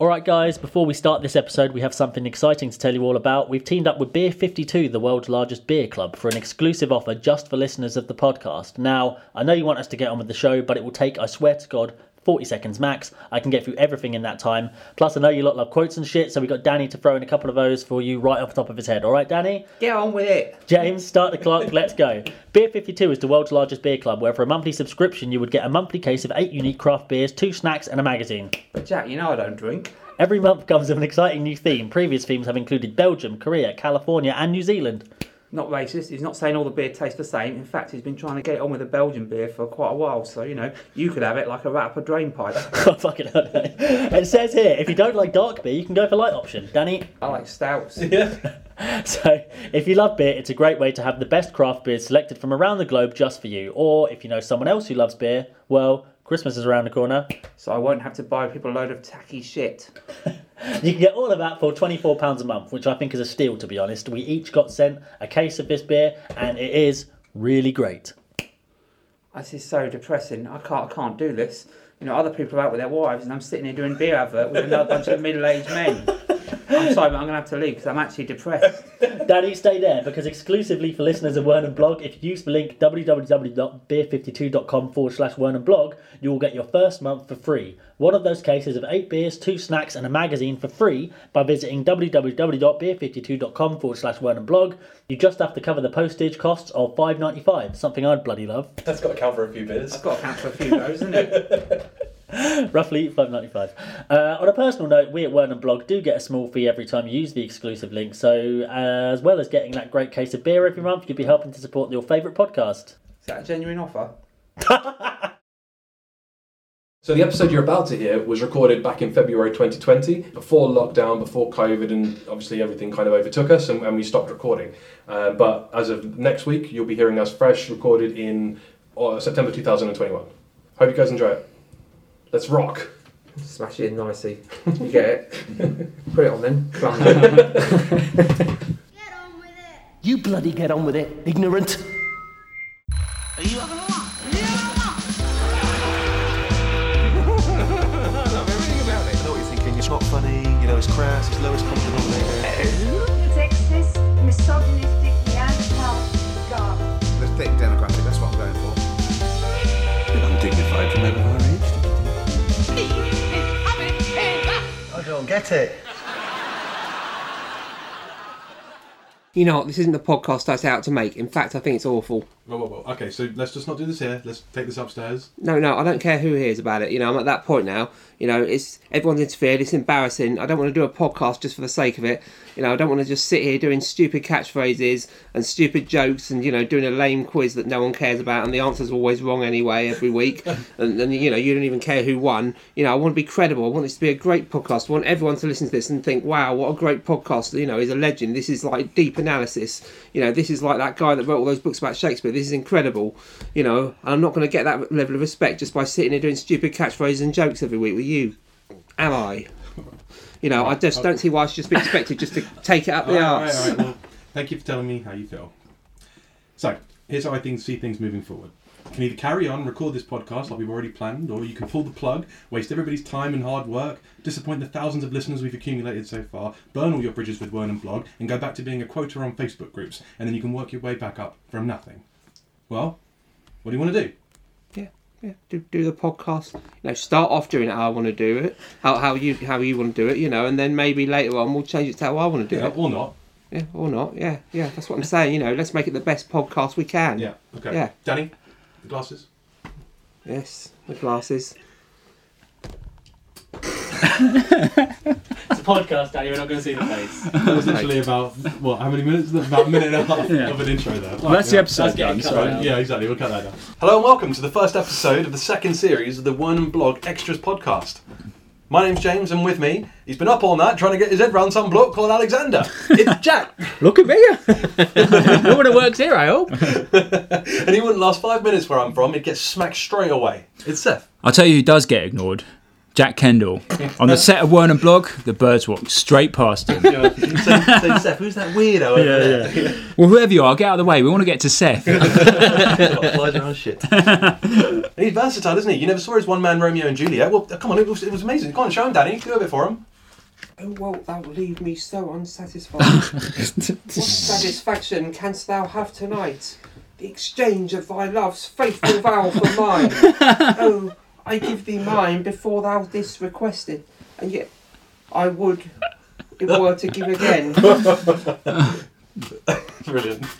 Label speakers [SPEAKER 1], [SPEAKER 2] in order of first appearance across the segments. [SPEAKER 1] Alright, guys, before we start this episode, we have something exciting to tell you all about. We've teamed up with Beer 52, the world's largest beer club, for an exclusive offer just for listeners of the podcast. Now, I know you want us to get on with the show, but it will take, I swear to God, 40 seconds max. I can get through everything in that time. Plus, I know you lot love quotes and shit, so we got Danny to throw in a couple of those for you right off the top of his head. Alright, Danny?
[SPEAKER 2] Get on with it.
[SPEAKER 1] James, start the clock. Let's go. Beer 52 is the world's largest beer club, where for a monthly subscription, you would get a monthly case of eight unique craft beers, two snacks, and a magazine.
[SPEAKER 2] But Jack, you know I don't drink.
[SPEAKER 1] Every month comes with an exciting new theme. Previous themes have included Belgium, Korea, California, and New Zealand.
[SPEAKER 2] Not racist. He's not saying all the beer tastes the same. In fact, he's been trying to get on with a Belgian beer for quite a while. So you know, you could have it like a rat up a drain pipe.
[SPEAKER 1] God Oh, fucking hell. It says here if you don't like dark beer, you can go for light option. Danny,
[SPEAKER 2] I like stouts.
[SPEAKER 1] So, if you love beer, it's a great way to have the best craft beers selected from around the globe just for you. Or if you know someone else who loves beer, well, Christmas is around the corner.
[SPEAKER 2] so I won't have to buy people a load of tacky shit.
[SPEAKER 1] You can get all of that for £24 a month, which I think is a steal, to be honest. We each got sent a case of this beer, and it is really great.
[SPEAKER 2] This is so depressing. I can't. I can't do this. You know, other people are out with their wives, and I'm sitting here doing beer advert with another bunch of middle-aged men. I'm sorry, but I'm going to have to leave because I'm actually depressed.
[SPEAKER 1] Daddy, stay there because exclusively for listeners of Wernham Blog, if you use the link www.beer52.com forward slash Wernham Blog, you will get your first month for free. One of those cases of eight beers, two snacks, and a magazine for free by visiting www.beer52.com forward slash Wernham Blog. You just have to cover the postage costs of five ninety five, something I'd bloody love.
[SPEAKER 3] That's got to count for a few beers.
[SPEAKER 2] I've got to count for a few goes, isn't it?
[SPEAKER 1] Roughly five ninety five. Uh, on a personal note, we at Wernham Blog do get a small fee every time you use the exclusive link. So, uh, as well as getting that great case of beer every month, you'll be helping to support your favourite podcast.
[SPEAKER 2] Is that a genuine offer?
[SPEAKER 3] So the episode you're about to hear was recorded back in February 2020, before lockdown, before COVID, and obviously everything kind of overtook us, and, and we stopped recording. Uh, but as of next week, you'll be hearing us fresh, recorded in uh, September 2021. Hope you guys enjoy it. Let's rock.
[SPEAKER 2] Smash it in nicely. You get it? Put it on then. Plunge.
[SPEAKER 4] Get on with it.
[SPEAKER 5] You bloody get on with it, ignorant.
[SPEAKER 6] Are you having a laugh? Are you having a laugh?
[SPEAKER 7] I mean, reading about it. I know what you're thinking. It's not funny. You know, it's crass. It's lowest common denominator.
[SPEAKER 8] sexist, misogynistic, Neanderthal garbage.
[SPEAKER 9] The thick demographic, that's what I'm going for.
[SPEAKER 7] Undignified for men of our age.
[SPEAKER 5] I don't get it.
[SPEAKER 10] You know, what, this isn't the podcast I was out to make. In fact, I think it's awful.
[SPEAKER 11] Well, well, well. Okay, so let's just not do this here. Let's take this upstairs.
[SPEAKER 10] No, no, I don't care who hears about it. You know, I'm at that point now. You know, it's everyone's interfered. It's embarrassing. I don't want to do a podcast just for the sake of it. You know, I don't want to just sit here doing stupid catchphrases and stupid jokes and you know doing a lame quiz that no one cares about and the answer's always wrong anyway every week. and, and you know, you don't even care who won. You know, I want to be credible. I want this to be a great podcast. I want everyone to listen to this and think, wow, what a great podcast. You know, he's a legend. This is like deep analysis. You know, this is like that guy that wrote all those books about Shakespeare. This is incredible. You know, and I'm not going to get that level of respect just by sitting here doing stupid catchphrases and jokes every week with you. Am I? You know, I just don't see why I should just be expected just to take it up the
[SPEAKER 11] All right,
[SPEAKER 10] arse.
[SPEAKER 11] all right, well, thank you for telling me how you feel. So, here's how I think, see things moving forward. You can either carry on, record this podcast like we've already planned, or you can pull the plug, waste everybody's time and hard work, disappoint the thousands of listeners we've accumulated so far, burn all your bridges with Wern and Blog, and go back to being a quota on Facebook groups, and then you can work your way back up from nothing. Well, what do you want to do?
[SPEAKER 10] yeah, yeah. Do, do the podcast. You know, start off doing it how I want to do it, how, how you how you want to do it, you know, and then maybe later on we'll change it to how I want to do
[SPEAKER 11] Yeah,
[SPEAKER 10] it.
[SPEAKER 11] or not.
[SPEAKER 10] Yeah, or not. Yeah, yeah. That's what I'm saying. You know, let's make it the best podcast we can.
[SPEAKER 11] Yeah, okay.
[SPEAKER 10] Yeah.
[SPEAKER 11] Danny, the glasses?
[SPEAKER 10] Yes, the glasses.
[SPEAKER 1] It's a podcast, Danny. We're not going to see the face.
[SPEAKER 11] That was literally about what? How many minutes? About a minute and a half
[SPEAKER 12] Yeah.
[SPEAKER 11] of an intro there.
[SPEAKER 12] that's the episode
[SPEAKER 1] That's getting
[SPEAKER 12] done.
[SPEAKER 1] cut
[SPEAKER 12] So
[SPEAKER 1] out.
[SPEAKER 11] Yeah, exactly. We'll cut that out. Hello and welcome to the first episode of the second series of the One and Blog Extras podcast. My name's James, and with me, he's been up all night trying to get his head round some bloke called Alexander. It's Jack,
[SPEAKER 12] look at me. no one that works here, I hope.
[SPEAKER 11] and he wouldn't last five minutes where I'm from. He'd get smacked straight away. It's Seth.
[SPEAKER 12] I'll tell you who does get ignored.
[SPEAKER 13] Jack Kendall. On the set of Werner Blog, the birds walked straight past him.
[SPEAKER 11] so, so Seth, who's that weirdo? over there?
[SPEAKER 13] Well, whoever you are, get out of the way. We want to get to Seth.
[SPEAKER 11] Like, flies around shit. He's versatile, isn't he? You never saw his one-man Romeo and Juliet. Well, come on, it was, it was amazing. Go on, show him, Danny. Do a bit for him.
[SPEAKER 10] Oh, well, thou leave me so unsatisfied. what satisfaction canst thou have tonight? The exchange of thy love's faithful vow for mine. Oh, I give thee mine before thou this requested, and yet I would if were to give again.
[SPEAKER 11] Brilliant.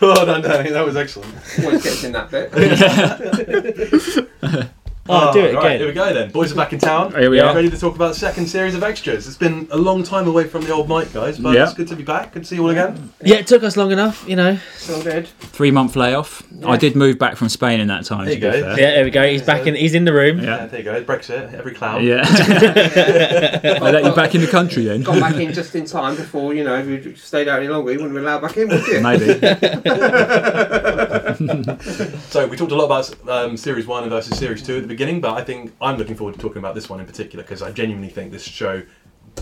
[SPEAKER 11] Well done, Danny. That was excellent.
[SPEAKER 10] Always gets in that bit.
[SPEAKER 11] Oh,
[SPEAKER 10] do it
[SPEAKER 11] Right,
[SPEAKER 10] again.
[SPEAKER 11] here we go then. Boys are back in town.
[SPEAKER 13] Here we are.
[SPEAKER 11] Ready to talk about the second series of extras. It's been a long time away from the old mic, guys, but
[SPEAKER 13] Yeah.
[SPEAKER 11] it's good to be back. Good to see you all again.
[SPEAKER 1] Yeah, it took us long enough, you know.
[SPEAKER 10] So did.
[SPEAKER 13] Three month layoff. I did move back from Spain in that time.
[SPEAKER 11] There
[SPEAKER 13] to
[SPEAKER 11] you
[SPEAKER 13] be
[SPEAKER 11] go.
[SPEAKER 13] fair.
[SPEAKER 1] Yeah, there we go. He's back in. He's in the room.
[SPEAKER 11] Yeah, there you go. Brexit, every cloud.
[SPEAKER 13] Yeah. I let you back in the country then.
[SPEAKER 10] Got back in just in time before, you know, if you'd stayed out any longer, you wouldn't be allowed back in, would you?
[SPEAKER 11] So we talked a lot about um, series one versus series two at the beginning, but I think I'm looking forward to talking about this one in particular because I genuinely think this show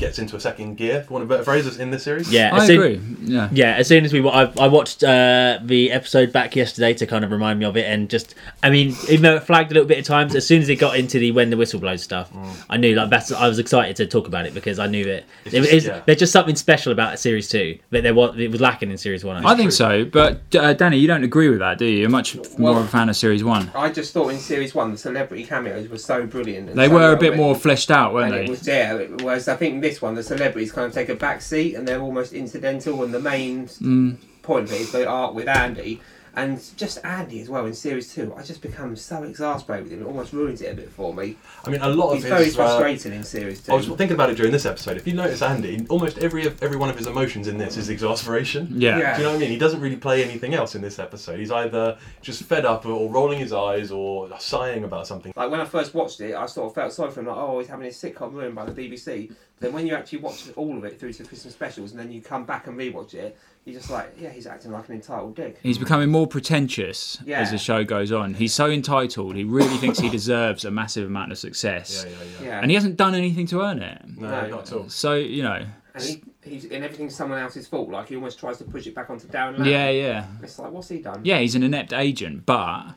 [SPEAKER 11] gets into a second gear, for want of better phrases, in this series.
[SPEAKER 1] Yeah, as soon- Yeah. as soon as we, wa- I, I watched uh, the episode back yesterday to kind of remind me of it, and just, I mean, even though it flagged a little bit of times, as soon as it got into the when the whistle blows stuff, I knew like that's. I was excited to talk about it because I knew that
[SPEAKER 13] Mm. It's
[SPEAKER 1] there
[SPEAKER 13] just-
[SPEAKER 1] is-
[SPEAKER 13] yeah.
[SPEAKER 1] there's just something special about series two that there was it was lacking in series one.
[SPEAKER 13] I think so, but uh, Danny, you don't agree with that, do you? You're much more of a fan of Series One.
[SPEAKER 10] I just thought in series one the celebrity cameos were so brilliant. and
[SPEAKER 13] They
[SPEAKER 10] so
[SPEAKER 13] were a
[SPEAKER 10] well
[SPEAKER 13] bit
[SPEAKER 10] written.
[SPEAKER 13] more fleshed out, weren't
[SPEAKER 10] and it
[SPEAKER 13] they?
[SPEAKER 10] was there. Whereas I think this one, the celebrities kind of take a back seat and they're almost incidental. And the main
[SPEAKER 13] Mm.
[SPEAKER 10] point of it is the art with Andy, and just Andy as well in series two. I just become so exasperated with him; it almost ruins it a bit for me.
[SPEAKER 11] I mean, a lot
[SPEAKER 10] He's
[SPEAKER 11] of
[SPEAKER 10] very
[SPEAKER 11] his, uh,
[SPEAKER 10] frustrating in series two.
[SPEAKER 11] I was thinking about it during this episode. If you notice, Andy, almost every every one of his emotions in this is exasperation.
[SPEAKER 13] Yeah. Yeah.
[SPEAKER 11] Do you know what I mean? He doesn't really play anything else in this episode. He's either just fed up, or rolling his eyes, or sighing about something.
[SPEAKER 10] Like when I first watched it, I sort of felt sorry for him, like, oh, he's having his sitcom ruined by the BBC. Then when you actually watch all of it through to the Christmas specials, and then you come back and rewatch it, you're just like, yeah, he's acting like an entitled dick.
[SPEAKER 13] He's becoming more pretentious
[SPEAKER 10] Yeah.
[SPEAKER 13] as the show goes on. He's so entitled. He really thinks he deserves a massive amount of success.
[SPEAKER 10] Yeah, yeah, yeah. Yeah.
[SPEAKER 13] And he hasn't done anything to earn it.
[SPEAKER 10] No, No. not at all.
[SPEAKER 13] So, you know.
[SPEAKER 10] And he, he's and everything's someone else's fault. Like he almost tries to push it back onto Darren. Lamb.
[SPEAKER 13] Yeah, yeah.
[SPEAKER 10] It's like, what's he done?
[SPEAKER 13] Yeah, he's an inept agent, but.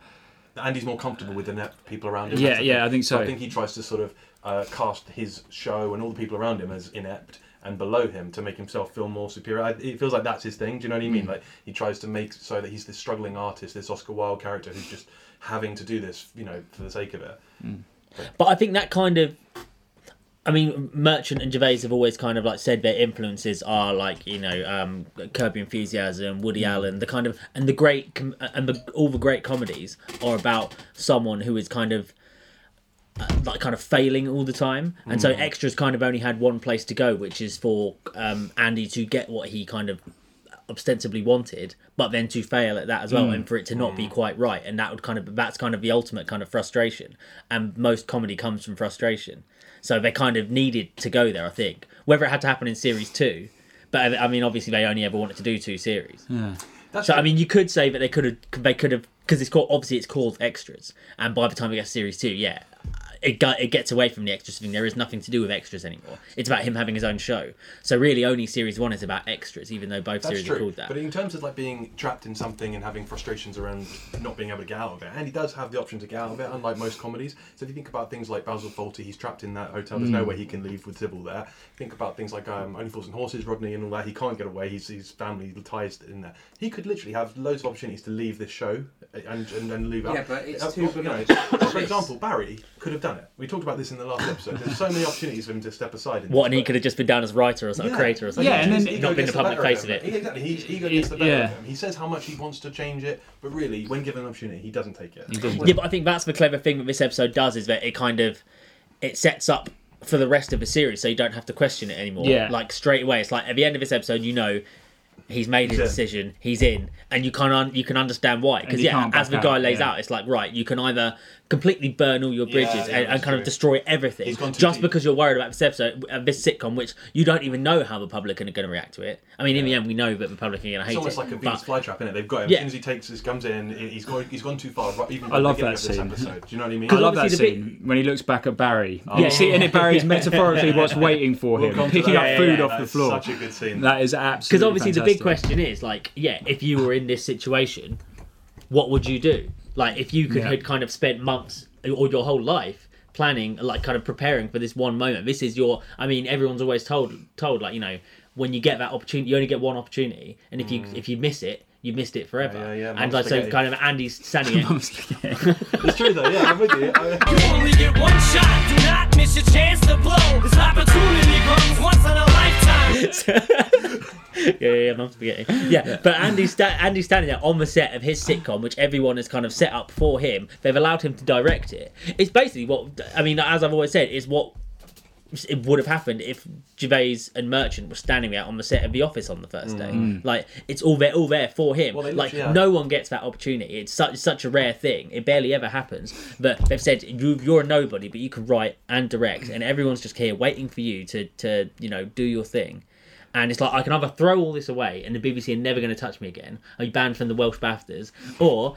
[SPEAKER 11] Andy's more comfortable with the net people around him.
[SPEAKER 13] Yeah,
[SPEAKER 11] That's the
[SPEAKER 13] yeah,
[SPEAKER 11] thing.
[SPEAKER 13] I think so.
[SPEAKER 11] I think he tries to sort of uh, cast his show and all the people around him as inept and below him to make himself feel more superior. I, it feels like that's his thing. Do you know what I mean?
[SPEAKER 13] Mm.
[SPEAKER 11] Like he tries to make so that he's this struggling artist, this Oscar Wilde character who's just having to do this, you know, for the sake of it.
[SPEAKER 1] But I think that kind of, I mean, Merchant and Gervais have always kind of like said their influences are like you know um, Curb Your Enthusiasm, Woody
[SPEAKER 13] Mm.
[SPEAKER 1] Allen, the kind of and the great com- and the, all the great comedies are about someone who is kind of. Uh, like kind of failing all the time, and so
[SPEAKER 13] Mm.
[SPEAKER 1] extras kind of only had one place to go, which is for um, Andy to get what he kind of ostensibly wanted, but then to fail at that as well,
[SPEAKER 13] Mm.
[SPEAKER 1] and for it to not be quite right, and that would kind of that's kind of the ultimate kind of frustration, and most comedy comes from frustration, so they kind of needed to go there, I think, whether it had to happen in series two, but I I mean obviously they only ever wanted to do two series,
[SPEAKER 13] Yeah.
[SPEAKER 1] so I mean you could say that they could have they could have because it's called obviously it's called extras, and by the time we get to series two, yeah. It, got, it gets away from the extras thing. There is nothing to do with extras anymore. It's about him having his own show. So really, only series one is about extras, even though both
[SPEAKER 11] That's
[SPEAKER 1] series are
[SPEAKER 11] true.
[SPEAKER 1] called that.
[SPEAKER 11] But in terms of like being trapped in something and having frustrations around not being able to get out of it, and he does have the option to get out of it, unlike most comedies. So if you think about things like Basil Fawlty, he's trapped in that hotel. There's no
[SPEAKER 13] Mm.
[SPEAKER 11] way he can leave with Sybil there. Think about things like um, Only Fools and Horses, Rodney, and all that. He can't get away. He's his family ties in there. He could literally have loads of opportunities to leave this show and and, and leave out.
[SPEAKER 10] Yeah, but it's
[SPEAKER 11] Uh,
[SPEAKER 10] too
[SPEAKER 11] you know,
[SPEAKER 10] blunt.
[SPEAKER 11] For example, Barry could have done it. We talked about this in the last episode. There's so many opportunities for him to step aside. In
[SPEAKER 1] What, and he could have just been down as writer or something, creator or something. not been the public face of it.
[SPEAKER 11] Yeah, exactly. He's ego gets the better
[SPEAKER 1] Yeah.
[SPEAKER 11] of him. He says how much he wants to change it, but really, when given an opportunity, he doesn't take it.
[SPEAKER 1] Yeah, but I think that's the clever thing that this episode does is that it kind of it sets up for the rest of the series, so you don't have to question it anymore.
[SPEAKER 13] Yeah.
[SPEAKER 1] Like straight away, it's like at the end of this episode, you know He's made his
[SPEAKER 13] He's in.
[SPEAKER 1] decision. He's in, and you can un- you can understand why.
[SPEAKER 13] And
[SPEAKER 1] Because
[SPEAKER 13] you
[SPEAKER 1] yeah,
[SPEAKER 13] can't
[SPEAKER 1] as the
[SPEAKER 13] back
[SPEAKER 1] guy
[SPEAKER 13] out,
[SPEAKER 1] lays
[SPEAKER 13] yeah.
[SPEAKER 1] out, it's like right, you can either completely burn all your
[SPEAKER 13] Yeah,
[SPEAKER 1] bridges
[SPEAKER 13] yeah,
[SPEAKER 1] and, and
[SPEAKER 13] that's
[SPEAKER 1] kind of
[SPEAKER 13] true.
[SPEAKER 1] destroy everything just because you're worried about this episode, uh, this sitcom, which you don't even know how the public are going to react to it. I mean, in the end, we know that the public are going to hate
[SPEAKER 11] It's almost
[SPEAKER 1] it.
[SPEAKER 11] like a
[SPEAKER 1] but-
[SPEAKER 11] Venus flytrap, isn't it? They've got him.
[SPEAKER 1] Yeah.
[SPEAKER 11] As soon as he takes his comes in, he- he's gone. He's gone too far. Right, even
[SPEAKER 13] I
[SPEAKER 11] at the
[SPEAKER 13] love
[SPEAKER 11] beginning
[SPEAKER 13] that
[SPEAKER 11] of this
[SPEAKER 13] scene.
[SPEAKER 11] Episode. Do you know what I mean?
[SPEAKER 13] I love that scene when he looks back at Barry.
[SPEAKER 11] Oh.
[SPEAKER 13] You see in it, Barry's metaphorically what's waiting for
[SPEAKER 11] We'll
[SPEAKER 13] him,
[SPEAKER 11] come to
[SPEAKER 13] picking
[SPEAKER 11] that.
[SPEAKER 13] up
[SPEAKER 11] Yeah,
[SPEAKER 13] food
[SPEAKER 11] yeah,
[SPEAKER 13] off
[SPEAKER 11] that
[SPEAKER 13] the
[SPEAKER 11] is
[SPEAKER 13] floor.
[SPEAKER 11] such a good scene.
[SPEAKER 13] That is
[SPEAKER 1] Because
[SPEAKER 13] absolutely
[SPEAKER 1] obviously the big
[SPEAKER 13] fantastic.
[SPEAKER 1] question is like, yeah, if you were in this situation, what would you do? Like, if you could
[SPEAKER 13] Yeah.
[SPEAKER 1] had kind of spent months or your whole life planning, like, kind of preparing for this one moment. This is your. I mean, everyone's always told told like you know when you get that opportunity, you only get one opportunity, and if you if you miss it, you missed it forever. Yeah, yeah, and
[SPEAKER 11] mum's
[SPEAKER 1] like so,
[SPEAKER 11] spaghetti.
[SPEAKER 1] kind of Andy's standing it.
[SPEAKER 11] it's true though. Yeah, I'm with you. I-
[SPEAKER 6] only get one shot. Do not miss your chance to blow. This opportunity comes once in a lifetime.
[SPEAKER 1] yeah, yeah, yeah, mum's spaghetti. Yeah, but Andy, sta- Andy standing there on the set of his sitcom, which everyone has kind of set up for him. They've allowed him to direct it. It's basically what I mean. As I've always said, is what it would have happened if Gervais and Merchant were standing there on the set of The Office on the first day.
[SPEAKER 13] Mm.
[SPEAKER 1] Like it's all there, all there for him.
[SPEAKER 13] Well, they
[SPEAKER 1] like
[SPEAKER 13] literally are.
[SPEAKER 1] no one gets that opportunity. It's such such a rare thing. It barely ever happens. But they've said you, you're a nobody, but you can write and direct, and everyone's just here waiting for you to to you know do your thing. And it's like I can either throw all this away, and the BBC are never going to touch me again. I'll be banned from the Welsh BAFTAs, or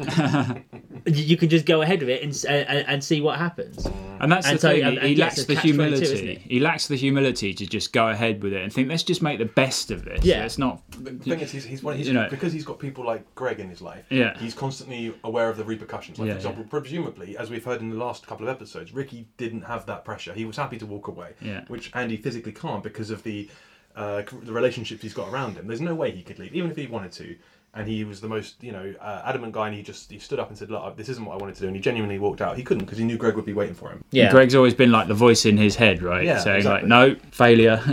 [SPEAKER 1] you you can just go ahead with it and s- and, and see what happens.
[SPEAKER 13] And that's the
[SPEAKER 1] so-
[SPEAKER 13] thing.
[SPEAKER 1] and-
[SPEAKER 13] he
[SPEAKER 1] and yes,
[SPEAKER 13] lacks
[SPEAKER 1] it's
[SPEAKER 13] the
[SPEAKER 1] catch 22, isn't
[SPEAKER 13] humility.
[SPEAKER 1] it?
[SPEAKER 13] He lacks the humility to just go ahead with it and think, let's just make the best of this.
[SPEAKER 11] Yeah.
[SPEAKER 13] It's not.
[SPEAKER 11] The thing is, he's, he's, one, he's
[SPEAKER 13] You know.
[SPEAKER 11] because he's got people like Greg in his life.
[SPEAKER 13] Yeah.
[SPEAKER 11] he's constantly aware of the repercussions. Like
[SPEAKER 13] Yeah,
[SPEAKER 11] for example, presumably, as we've heard in the last couple of episodes, Ricky didn't have that pressure. He was happy to walk away,
[SPEAKER 13] Yeah.
[SPEAKER 11] which Andy physically can't because of the uh, c- the relationships he's got around him. There's no way he could leave, even if he wanted to. And he was the most, you know, uh, adamant guy, and he just he stood up and said, "Look, this isn't what I wanted to do," and he genuinely walked out. He couldn't because he knew Greg would be waiting for him.
[SPEAKER 13] Greg's always been like the voice in his head, right?
[SPEAKER 11] Yeah,
[SPEAKER 13] Saying
[SPEAKER 11] exactly.
[SPEAKER 13] like, no, failure.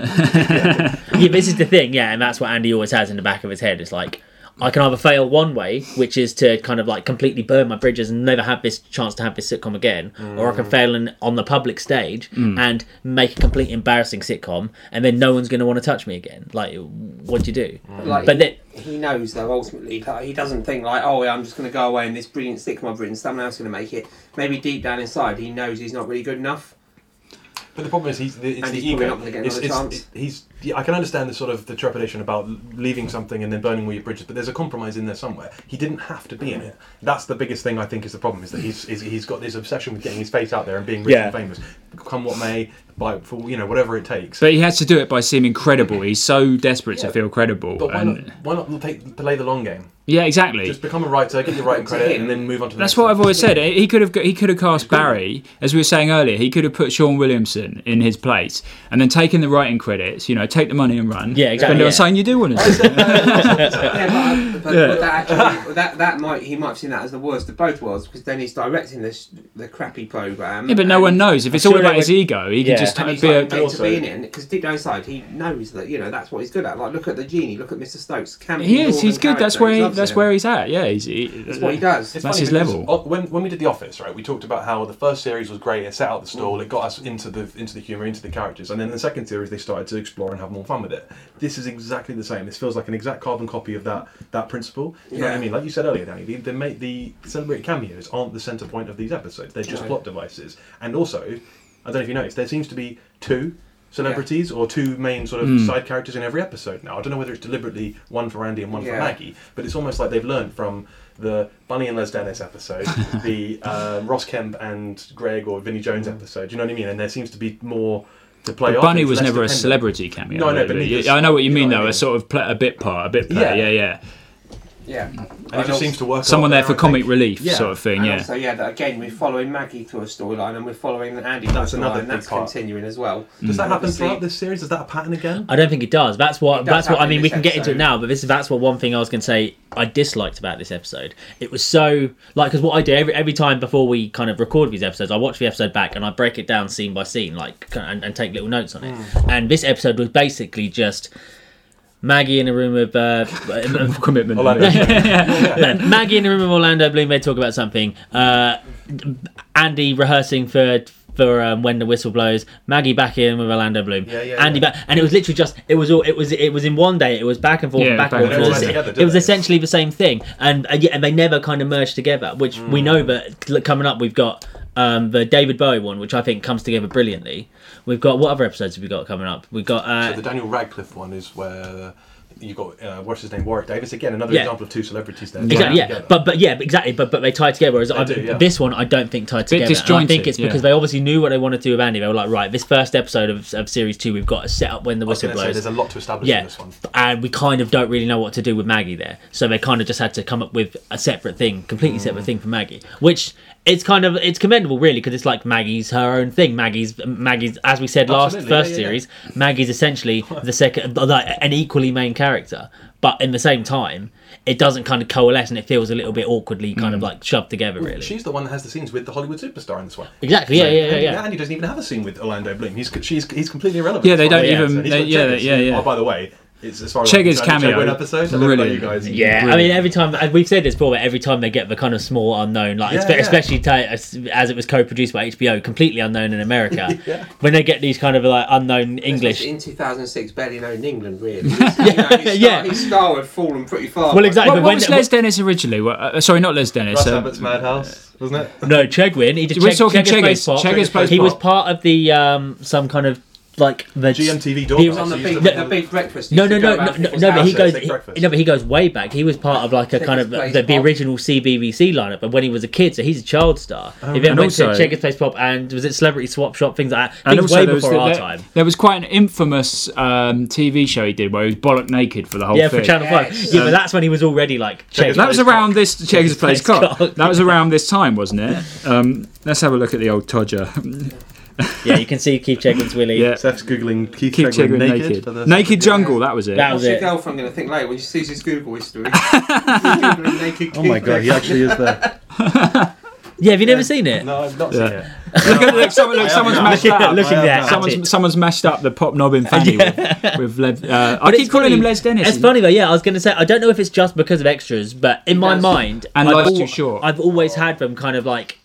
[SPEAKER 1] yeah, this is the thing, yeah, and that's what Andy always has in the back of his head. It's like I can either fail one way, which is to kind of like completely burn my bridges and never have this chance to have this sitcom again, or I can
[SPEAKER 13] Mm.
[SPEAKER 1] fail in, on the public stage
[SPEAKER 13] Mm.
[SPEAKER 1] and make a complete embarrassing sitcom, and then no one's going to want to touch me again. Like, what do you do?
[SPEAKER 10] Like,
[SPEAKER 1] But then,
[SPEAKER 10] he knows though ultimately like, he doesn't think like oh yeah, I'm just going to go away and this brilliant stick my brilliant someone else is going to make it. Maybe deep down inside he knows he's not really good enough.
[SPEAKER 11] But the problem is, he's the, it's
[SPEAKER 10] And
[SPEAKER 11] the
[SPEAKER 10] he's probably
[SPEAKER 11] ego.
[SPEAKER 10] not gonna get
[SPEAKER 11] It's-
[SPEAKER 10] another
[SPEAKER 11] it's-
[SPEAKER 10] chance.
[SPEAKER 11] it- he's. Yeah, I can understand the sort of the trepidation about leaving something and then burning all your bridges, but there's a compromise in there somewhere. He didn't have to be in it. That's the biggest thing I think is the problem is that he's is, he's got this obsession with getting his face out there and being rich and
[SPEAKER 13] Yeah.
[SPEAKER 11] famous, come what may, by for you know whatever it takes.
[SPEAKER 13] but he has to do it by seeming credible. He's so desperate to feel credible.
[SPEAKER 11] But why
[SPEAKER 13] and-
[SPEAKER 11] not? Why not take, play the long game?
[SPEAKER 13] yeah, exactly.
[SPEAKER 11] Just become a writer, get your writing credit, and then move on to the
[SPEAKER 13] That's what I've always said. He could have he could have cast Barry, as we were saying earlier. He could have put Sean Williamson in his place, and then taken the writing credits. You know, take the money and run.
[SPEAKER 1] Yeah, exactly,
[SPEAKER 13] Spend it
[SPEAKER 1] yeah.
[SPEAKER 13] on something you do want to do.
[SPEAKER 10] yeah, but, but,
[SPEAKER 13] Yeah.
[SPEAKER 10] but that actually that that might he might have seen that as the worst of both worlds because then he's directing this the crappy program.
[SPEAKER 13] Yeah, but no one knows. If it's all about his ego, he can just
[SPEAKER 10] and he's
[SPEAKER 13] be
[SPEAKER 10] like,
[SPEAKER 13] a.
[SPEAKER 10] meant to be in it because deep down inside he knows that you know that's what he's good at. Like look at the genie, look at Mr Stokes. Campy,
[SPEAKER 13] He is. He's
[SPEAKER 10] northern
[SPEAKER 13] good. That's
[SPEAKER 10] character,
[SPEAKER 13] where
[SPEAKER 10] he
[SPEAKER 13] he,
[SPEAKER 10] loves
[SPEAKER 13] that's
[SPEAKER 10] it.
[SPEAKER 13] where he's at. Yeah, he's. He,
[SPEAKER 10] That's what he does.
[SPEAKER 11] It's
[SPEAKER 13] That's
[SPEAKER 11] funny
[SPEAKER 13] his
[SPEAKER 11] because
[SPEAKER 13] level.
[SPEAKER 11] o- When, when we did The Office, right, we talked about how the first series was great. It set out the
[SPEAKER 13] Mm.
[SPEAKER 11] stall. It got us into the into the humor, into the characters, and then the second series they started to explore and have more fun with it. This is exactly the same. This feels like an exact carbon copy of that that principle. You know what I
[SPEAKER 10] Yeah.
[SPEAKER 11] mean? Like you said earlier, Danny, the the, ma- the celebrated cameos aren't the center point of these episodes. They're just
[SPEAKER 10] No.
[SPEAKER 11] plot devices. And also, I don't know if you noticed, there seems to be two. Celebrities or two main sort of
[SPEAKER 13] Mm.
[SPEAKER 11] side characters in every episode now. I don't know whether it's deliberately one for Andy and one for
[SPEAKER 13] Yeah.
[SPEAKER 11] Maggie, but it's almost like they've learned from the Bunny and Les Dennis episode, the uh, Ross Kemp and Greg or Vinnie Jones episode. You know what I mean? And there seems to be more to play
[SPEAKER 13] But
[SPEAKER 11] off.
[SPEAKER 13] Bunny
[SPEAKER 11] It's
[SPEAKER 13] was
[SPEAKER 11] less
[SPEAKER 13] never a
[SPEAKER 11] dependent.
[SPEAKER 13] celebrity cameo.
[SPEAKER 11] No, I know,
[SPEAKER 13] really.
[SPEAKER 11] but neither-
[SPEAKER 13] I know what you mean though. A sort of pla a bit part, a bit player. Yeah, yeah.
[SPEAKER 10] Yeah,
[SPEAKER 11] And it just seems to work. a
[SPEAKER 13] Someone
[SPEAKER 11] lot
[SPEAKER 13] there for
[SPEAKER 11] better, I
[SPEAKER 13] comic
[SPEAKER 11] think.
[SPEAKER 13] relief, sort of thing.
[SPEAKER 10] And
[SPEAKER 13] Yeah.
[SPEAKER 10] Also, yeah, that again, we're following Maggie through a storyline, and we're following Andy. That's
[SPEAKER 11] another
[SPEAKER 10] another.
[SPEAKER 11] big
[SPEAKER 10] That's
[SPEAKER 11] part.
[SPEAKER 10] continuing as well.
[SPEAKER 11] Does that
[SPEAKER 1] Mm.
[SPEAKER 11] happen
[SPEAKER 10] And obviously-
[SPEAKER 11] throughout this series? Is that a pattern again?
[SPEAKER 1] I don't think it does. That's what.
[SPEAKER 11] It does
[SPEAKER 1] that's what. I
[SPEAKER 11] happen
[SPEAKER 1] mean,
[SPEAKER 11] in
[SPEAKER 1] we
[SPEAKER 11] this
[SPEAKER 1] can get into it
[SPEAKER 11] episode.
[SPEAKER 1] now, but this that's what one thing I was going to say. I disliked about this episode. It was so like because what I do every every time before we kind of record these episodes, I watch the episode back and I break it down scene by scene, like and, and take little notes on it.
[SPEAKER 11] Hmm.
[SPEAKER 1] And this episode was basically just. Maggie in a room with uh,
[SPEAKER 13] commitment.
[SPEAKER 1] Orlando. Maggie in a room with Orlando Bloom. They talk about something. Uh, Andy rehearsing for for um, when the whistle blows. Maggie back in with Orlando Bloom.
[SPEAKER 11] Yeah, yeah,
[SPEAKER 1] Andy
[SPEAKER 11] yeah.
[SPEAKER 1] back, and it was literally just it was all it was it was in one day. It was back and forth,
[SPEAKER 11] Yeah,
[SPEAKER 1] back
[SPEAKER 11] back
[SPEAKER 1] and
[SPEAKER 11] and
[SPEAKER 1] forth. It
[SPEAKER 11] forth.
[SPEAKER 1] was,
[SPEAKER 11] They don't blend
[SPEAKER 1] it was
[SPEAKER 11] together, do
[SPEAKER 1] essentially the same thing, and and, yet- and they never kind of merged together. Which we
[SPEAKER 11] Hmm.
[SPEAKER 1] know, but look, coming up we've got. Um, the David Bowie one, which I think comes together brilliantly. We've got what other episodes have we got coming up? We've got uh,
[SPEAKER 11] So the Daniel Radcliffe one is where you've got uh, what's his name Warwick Davis again another
[SPEAKER 1] Yeah.
[SPEAKER 11] example of two celebrities there
[SPEAKER 1] Exactly, yeah,
[SPEAKER 11] together.
[SPEAKER 1] but but yeah, but exactly, but but they tied together. Whereas I,
[SPEAKER 11] do, yeah.
[SPEAKER 1] this one, I don't think tied
[SPEAKER 11] Bit
[SPEAKER 1] together. And I think
[SPEAKER 11] disjointed,
[SPEAKER 1] it's because
[SPEAKER 11] yeah.
[SPEAKER 1] they obviously knew what they wanted to do with Andy. They were like, right, this first episode of, of series two, we've got to set up when the
[SPEAKER 11] I was
[SPEAKER 1] whistle
[SPEAKER 11] gonna say
[SPEAKER 1] blows.
[SPEAKER 11] there's a lot to establish
[SPEAKER 1] yeah,
[SPEAKER 11] in this one
[SPEAKER 1] and we kind of don't really know what to do with Maggie there, so they kind of just had to come up with a separate thing, completely separate
[SPEAKER 2] Mm.
[SPEAKER 1] thing for Maggie, which it's kind of it's commendable really because it's like Maggie's her own thing. Maggie's Maggie's as we said last
[SPEAKER 2] Absolutely, yeah,
[SPEAKER 1] first
[SPEAKER 2] yeah, yeah.
[SPEAKER 1] series, Maggie's essentially the second like an equally main character, but in the same time, it doesn't kind of coalesce and it feels a little bit awkwardly kind
[SPEAKER 2] Mm.
[SPEAKER 1] of like shoved together really.
[SPEAKER 11] she's the one that has the scenes with the Hollywood superstar in this one
[SPEAKER 1] Exactly, yeah, yeah, yeah,
[SPEAKER 11] Andy,
[SPEAKER 1] yeah.
[SPEAKER 11] Andy doesn't even have a scene with Orlando Bloom he's she's he's completely irrelevant
[SPEAKER 13] Yeah, they don't
[SPEAKER 11] He's
[SPEAKER 13] even-
[SPEAKER 11] got
[SPEAKER 13] they- yeah,
[SPEAKER 11] Cheggers,
[SPEAKER 13] yeah,
[SPEAKER 11] who-
[SPEAKER 13] yeah.
[SPEAKER 11] oh by the way it's as far as
[SPEAKER 13] Cheggers
[SPEAKER 11] I'm concerned,
[SPEAKER 13] cameo.
[SPEAKER 11] Cheggers episode I don't know about you
[SPEAKER 13] Brilliant.
[SPEAKER 11] guys
[SPEAKER 1] Yeah, I mean, every time and we've said this before, but every time they get the kind of small unknown, like
[SPEAKER 11] Yeah,
[SPEAKER 1] espe-
[SPEAKER 11] yeah.
[SPEAKER 1] especially ta- as, as it was co-produced by HBO, completely unknown in America. When they get these kind of like unknown English,
[SPEAKER 10] in 2006, barely known in England, really. yeah, you know, his star, his star had fallen pretty far.
[SPEAKER 1] Well, exactly,
[SPEAKER 13] What,
[SPEAKER 1] but
[SPEAKER 13] what
[SPEAKER 1] when-
[SPEAKER 13] was Les Dennis originally? What- uh, sorry, not Les Dennis.
[SPEAKER 11] Russ
[SPEAKER 13] uh,
[SPEAKER 11] Abbott's Madhouse wasn't it
[SPEAKER 1] no Chegwin, he just
[SPEAKER 13] We're
[SPEAKER 1] Cheg-
[SPEAKER 13] talking
[SPEAKER 1] Cheggers plays
[SPEAKER 13] Cheggers.
[SPEAKER 1] Pop.
[SPEAKER 13] Cheggers plays
[SPEAKER 1] He was
[SPEAKER 13] Pop.
[SPEAKER 1] part of the um some kind of like the
[SPEAKER 11] GMTV
[SPEAKER 1] He
[SPEAKER 11] doorbell,
[SPEAKER 1] was
[SPEAKER 11] so
[SPEAKER 1] on the
[SPEAKER 11] you
[SPEAKER 1] big-
[SPEAKER 11] used to-
[SPEAKER 1] the
[SPEAKER 10] big breakfast.
[SPEAKER 1] No, no, no, no, no, no, But he goes. He, no, but he goes way back. He was part of like a
[SPEAKER 10] Cheggers
[SPEAKER 1] kind of
[SPEAKER 10] Plays
[SPEAKER 1] the, the
[SPEAKER 10] Pop.
[SPEAKER 1] original CBBC lineup, and when he was a kid, so he's a child star.
[SPEAKER 13] Oh,
[SPEAKER 1] he then
[SPEAKER 13] and
[SPEAKER 1] went
[SPEAKER 13] also-
[SPEAKER 1] to Cheggers Place Pop, and was it Celebrity Swap Shop things like that.
[SPEAKER 13] And
[SPEAKER 1] Things
[SPEAKER 13] also,
[SPEAKER 1] way
[SPEAKER 13] there was,
[SPEAKER 1] before
[SPEAKER 13] the-
[SPEAKER 1] our
[SPEAKER 13] there,
[SPEAKER 1] time.
[SPEAKER 13] there was quite an infamous um, TV show he did where he was bollock naked for the whole
[SPEAKER 1] yeah,
[SPEAKER 13] thing.
[SPEAKER 1] for Channel Five. Yeah,
[SPEAKER 13] Um,
[SPEAKER 1] but that's when he was already like. Cheggers
[SPEAKER 13] that was
[SPEAKER 1] Place
[SPEAKER 13] around this
[SPEAKER 1] Cheggers
[SPEAKER 13] Cheggers
[SPEAKER 1] Plays
[SPEAKER 13] Plays Cock.
[SPEAKER 1] Cock.
[SPEAKER 13] That was around this time, wasn't it? Um, let's have a look at the old Todger.
[SPEAKER 1] Pop. Yeah, you can see Keith Cheggins Willie.
[SPEAKER 13] Yeah.
[SPEAKER 11] Seth's googling Keith,
[SPEAKER 13] Keith Chegwin Chegwin naked. naked. for the- Naked Jungle, that was it. That
[SPEAKER 10] What's
[SPEAKER 13] was
[SPEAKER 10] your
[SPEAKER 13] it.
[SPEAKER 10] girlfriend going to think later when she sees his Google history? Googling naked
[SPEAKER 11] oh my god he
[SPEAKER 10] Keith
[SPEAKER 11] actually is there
[SPEAKER 1] yeah have you never seen it
[SPEAKER 11] no I've not
[SPEAKER 13] Yeah.
[SPEAKER 11] seen it
[SPEAKER 13] look, at- look, someone, look,
[SPEAKER 11] I
[SPEAKER 13] someone's
[SPEAKER 11] have
[SPEAKER 13] mashed
[SPEAKER 11] not.
[SPEAKER 13] up.
[SPEAKER 11] Look at that.
[SPEAKER 13] Someone's, someone's mashed up the pop knob in fanny with, with Le- uh, I
[SPEAKER 1] But
[SPEAKER 13] keep
[SPEAKER 1] it's
[SPEAKER 13] calling him
[SPEAKER 1] funny-
[SPEAKER 13] Les Dennis.
[SPEAKER 1] It's funny though, yeah. I was going to say I don't know if it's just because of extras, but in my
[SPEAKER 13] does.
[SPEAKER 1] mind,
[SPEAKER 13] And
[SPEAKER 1] I've
[SPEAKER 13] life's
[SPEAKER 1] al-
[SPEAKER 13] too short.
[SPEAKER 1] I've always had them kind of like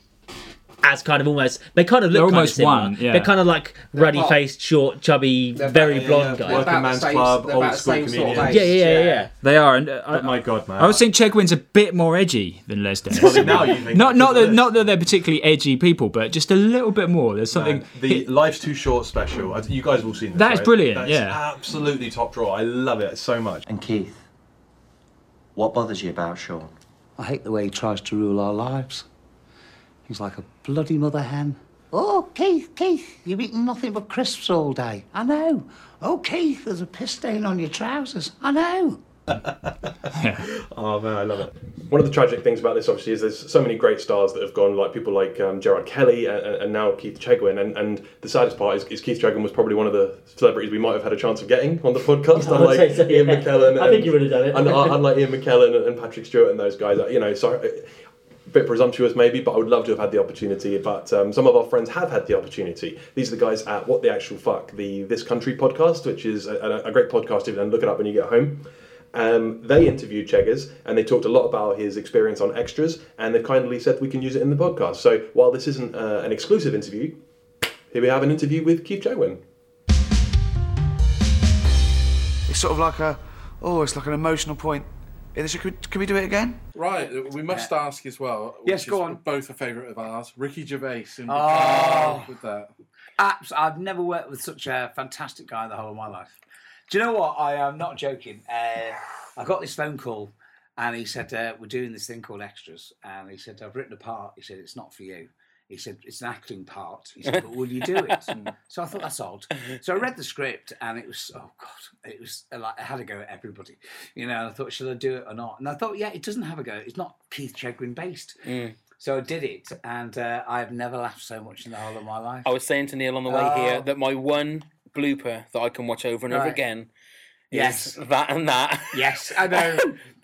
[SPEAKER 1] as kind of almost they kind of
[SPEAKER 13] They're
[SPEAKER 1] look kind
[SPEAKER 13] almost
[SPEAKER 1] of similar.
[SPEAKER 13] one, yeah.
[SPEAKER 1] They're kind of like
[SPEAKER 10] They're
[SPEAKER 1] ruddy faced, short, chubby, very blonde
[SPEAKER 10] they're
[SPEAKER 1] guys.
[SPEAKER 10] about the same- they're about the same sort of age,
[SPEAKER 1] yeah, yeah, yeah, yeah.
[SPEAKER 13] They are. And, uh, I,
[SPEAKER 11] my god man
[SPEAKER 13] I would think Chegwin's a bit more edgy than Les Dennis.
[SPEAKER 11] Well, now you think
[SPEAKER 13] not not that not that they're particularly edgy people, but just a little bit more. There's something.
[SPEAKER 11] And the Life's Too Short special. I- You guys have all seen this.
[SPEAKER 13] That is
[SPEAKER 11] right?
[SPEAKER 13] brilliant,
[SPEAKER 11] That's
[SPEAKER 13] yeah.
[SPEAKER 11] absolutely top drawer. I love it so much.
[SPEAKER 14] And Keith, what bothers you about Sean? I hate the way he tries to rule our lives. He's like a bloody mother hen. Oh, Keith, Keith, you've eaten nothing but crisps all day. I know. Oh, Keith, there's a piss stain on your trousers. I know.
[SPEAKER 11] Oh man, I love it. One of the tragic things about this, obviously, is there's so many great stars that have gone, like people like um, Gerard Kelly and, and and now Keith Chegwin. And, and the saddest part is, is Keith Chegwin was probably one of the celebrities we might have had a chance of getting on the podcast.
[SPEAKER 1] I would
[SPEAKER 11] unlike
[SPEAKER 1] say so,
[SPEAKER 11] Ian
[SPEAKER 1] yeah.
[SPEAKER 11] McKellen.
[SPEAKER 1] I
[SPEAKER 11] and-
[SPEAKER 1] think you would have done it.
[SPEAKER 11] And, uh, unlike Ian McKellen and, and Patrick Stewart and those guys, you know, sorry. A bit presumptuous, maybe, but I would love to have had the opportunity. But um, some of our friends have had the opportunity. These are the guys at What the Actual Fuck, the This Country podcast, which is a, a- a great podcast. If you look it up when you get home, um, they interviewed Cheggers and they talked a lot about his experience on extras, and they kindly said we can use it in the podcast. So while this isn't uh, an exclusive interview, here we have an interview with Keith Chegwin.
[SPEAKER 9] It's sort of like a, oh, it's like an emotional point. Yeah, this- Can we- can we do it again?
[SPEAKER 15] Right, we must ask as well.
[SPEAKER 9] Yes,
[SPEAKER 15] which
[SPEAKER 9] go
[SPEAKER 15] is
[SPEAKER 9] on.
[SPEAKER 15] Both a favourite of ours, Ricky Gervais. And
[SPEAKER 7] Oh.
[SPEAKER 15] with that.
[SPEAKER 7] Abs- I've never worked with such a fantastic guy the whole of my life. Do you know what? I am not joking. Uh, I got this phone call, and he said uh, we're doing this thing called extras, and he said I've written a part. He said it's not for you. He said it's an acting part. He said, but will you do it? so I thought that's odd. So I read the script, and it was oh god, it was uh, like I had a go at everybody, you know. And I thought, should I do it or not? And I thought, yeah, it doesn't have a go. It's not Keith Chegwin based. So I did it, and uh, I have never laughed so much in the whole of my life.
[SPEAKER 16] I was saying to Neil on the way
[SPEAKER 7] Oh.
[SPEAKER 16] here that my one blooper that I can watch over and over
[SPEAKER 7] Right.
[SPEAKER 16] again
[SPEAKER 7] Yes.
[SPEAKER 16] is that and that.
[SPEAKER 7] Yes, I know.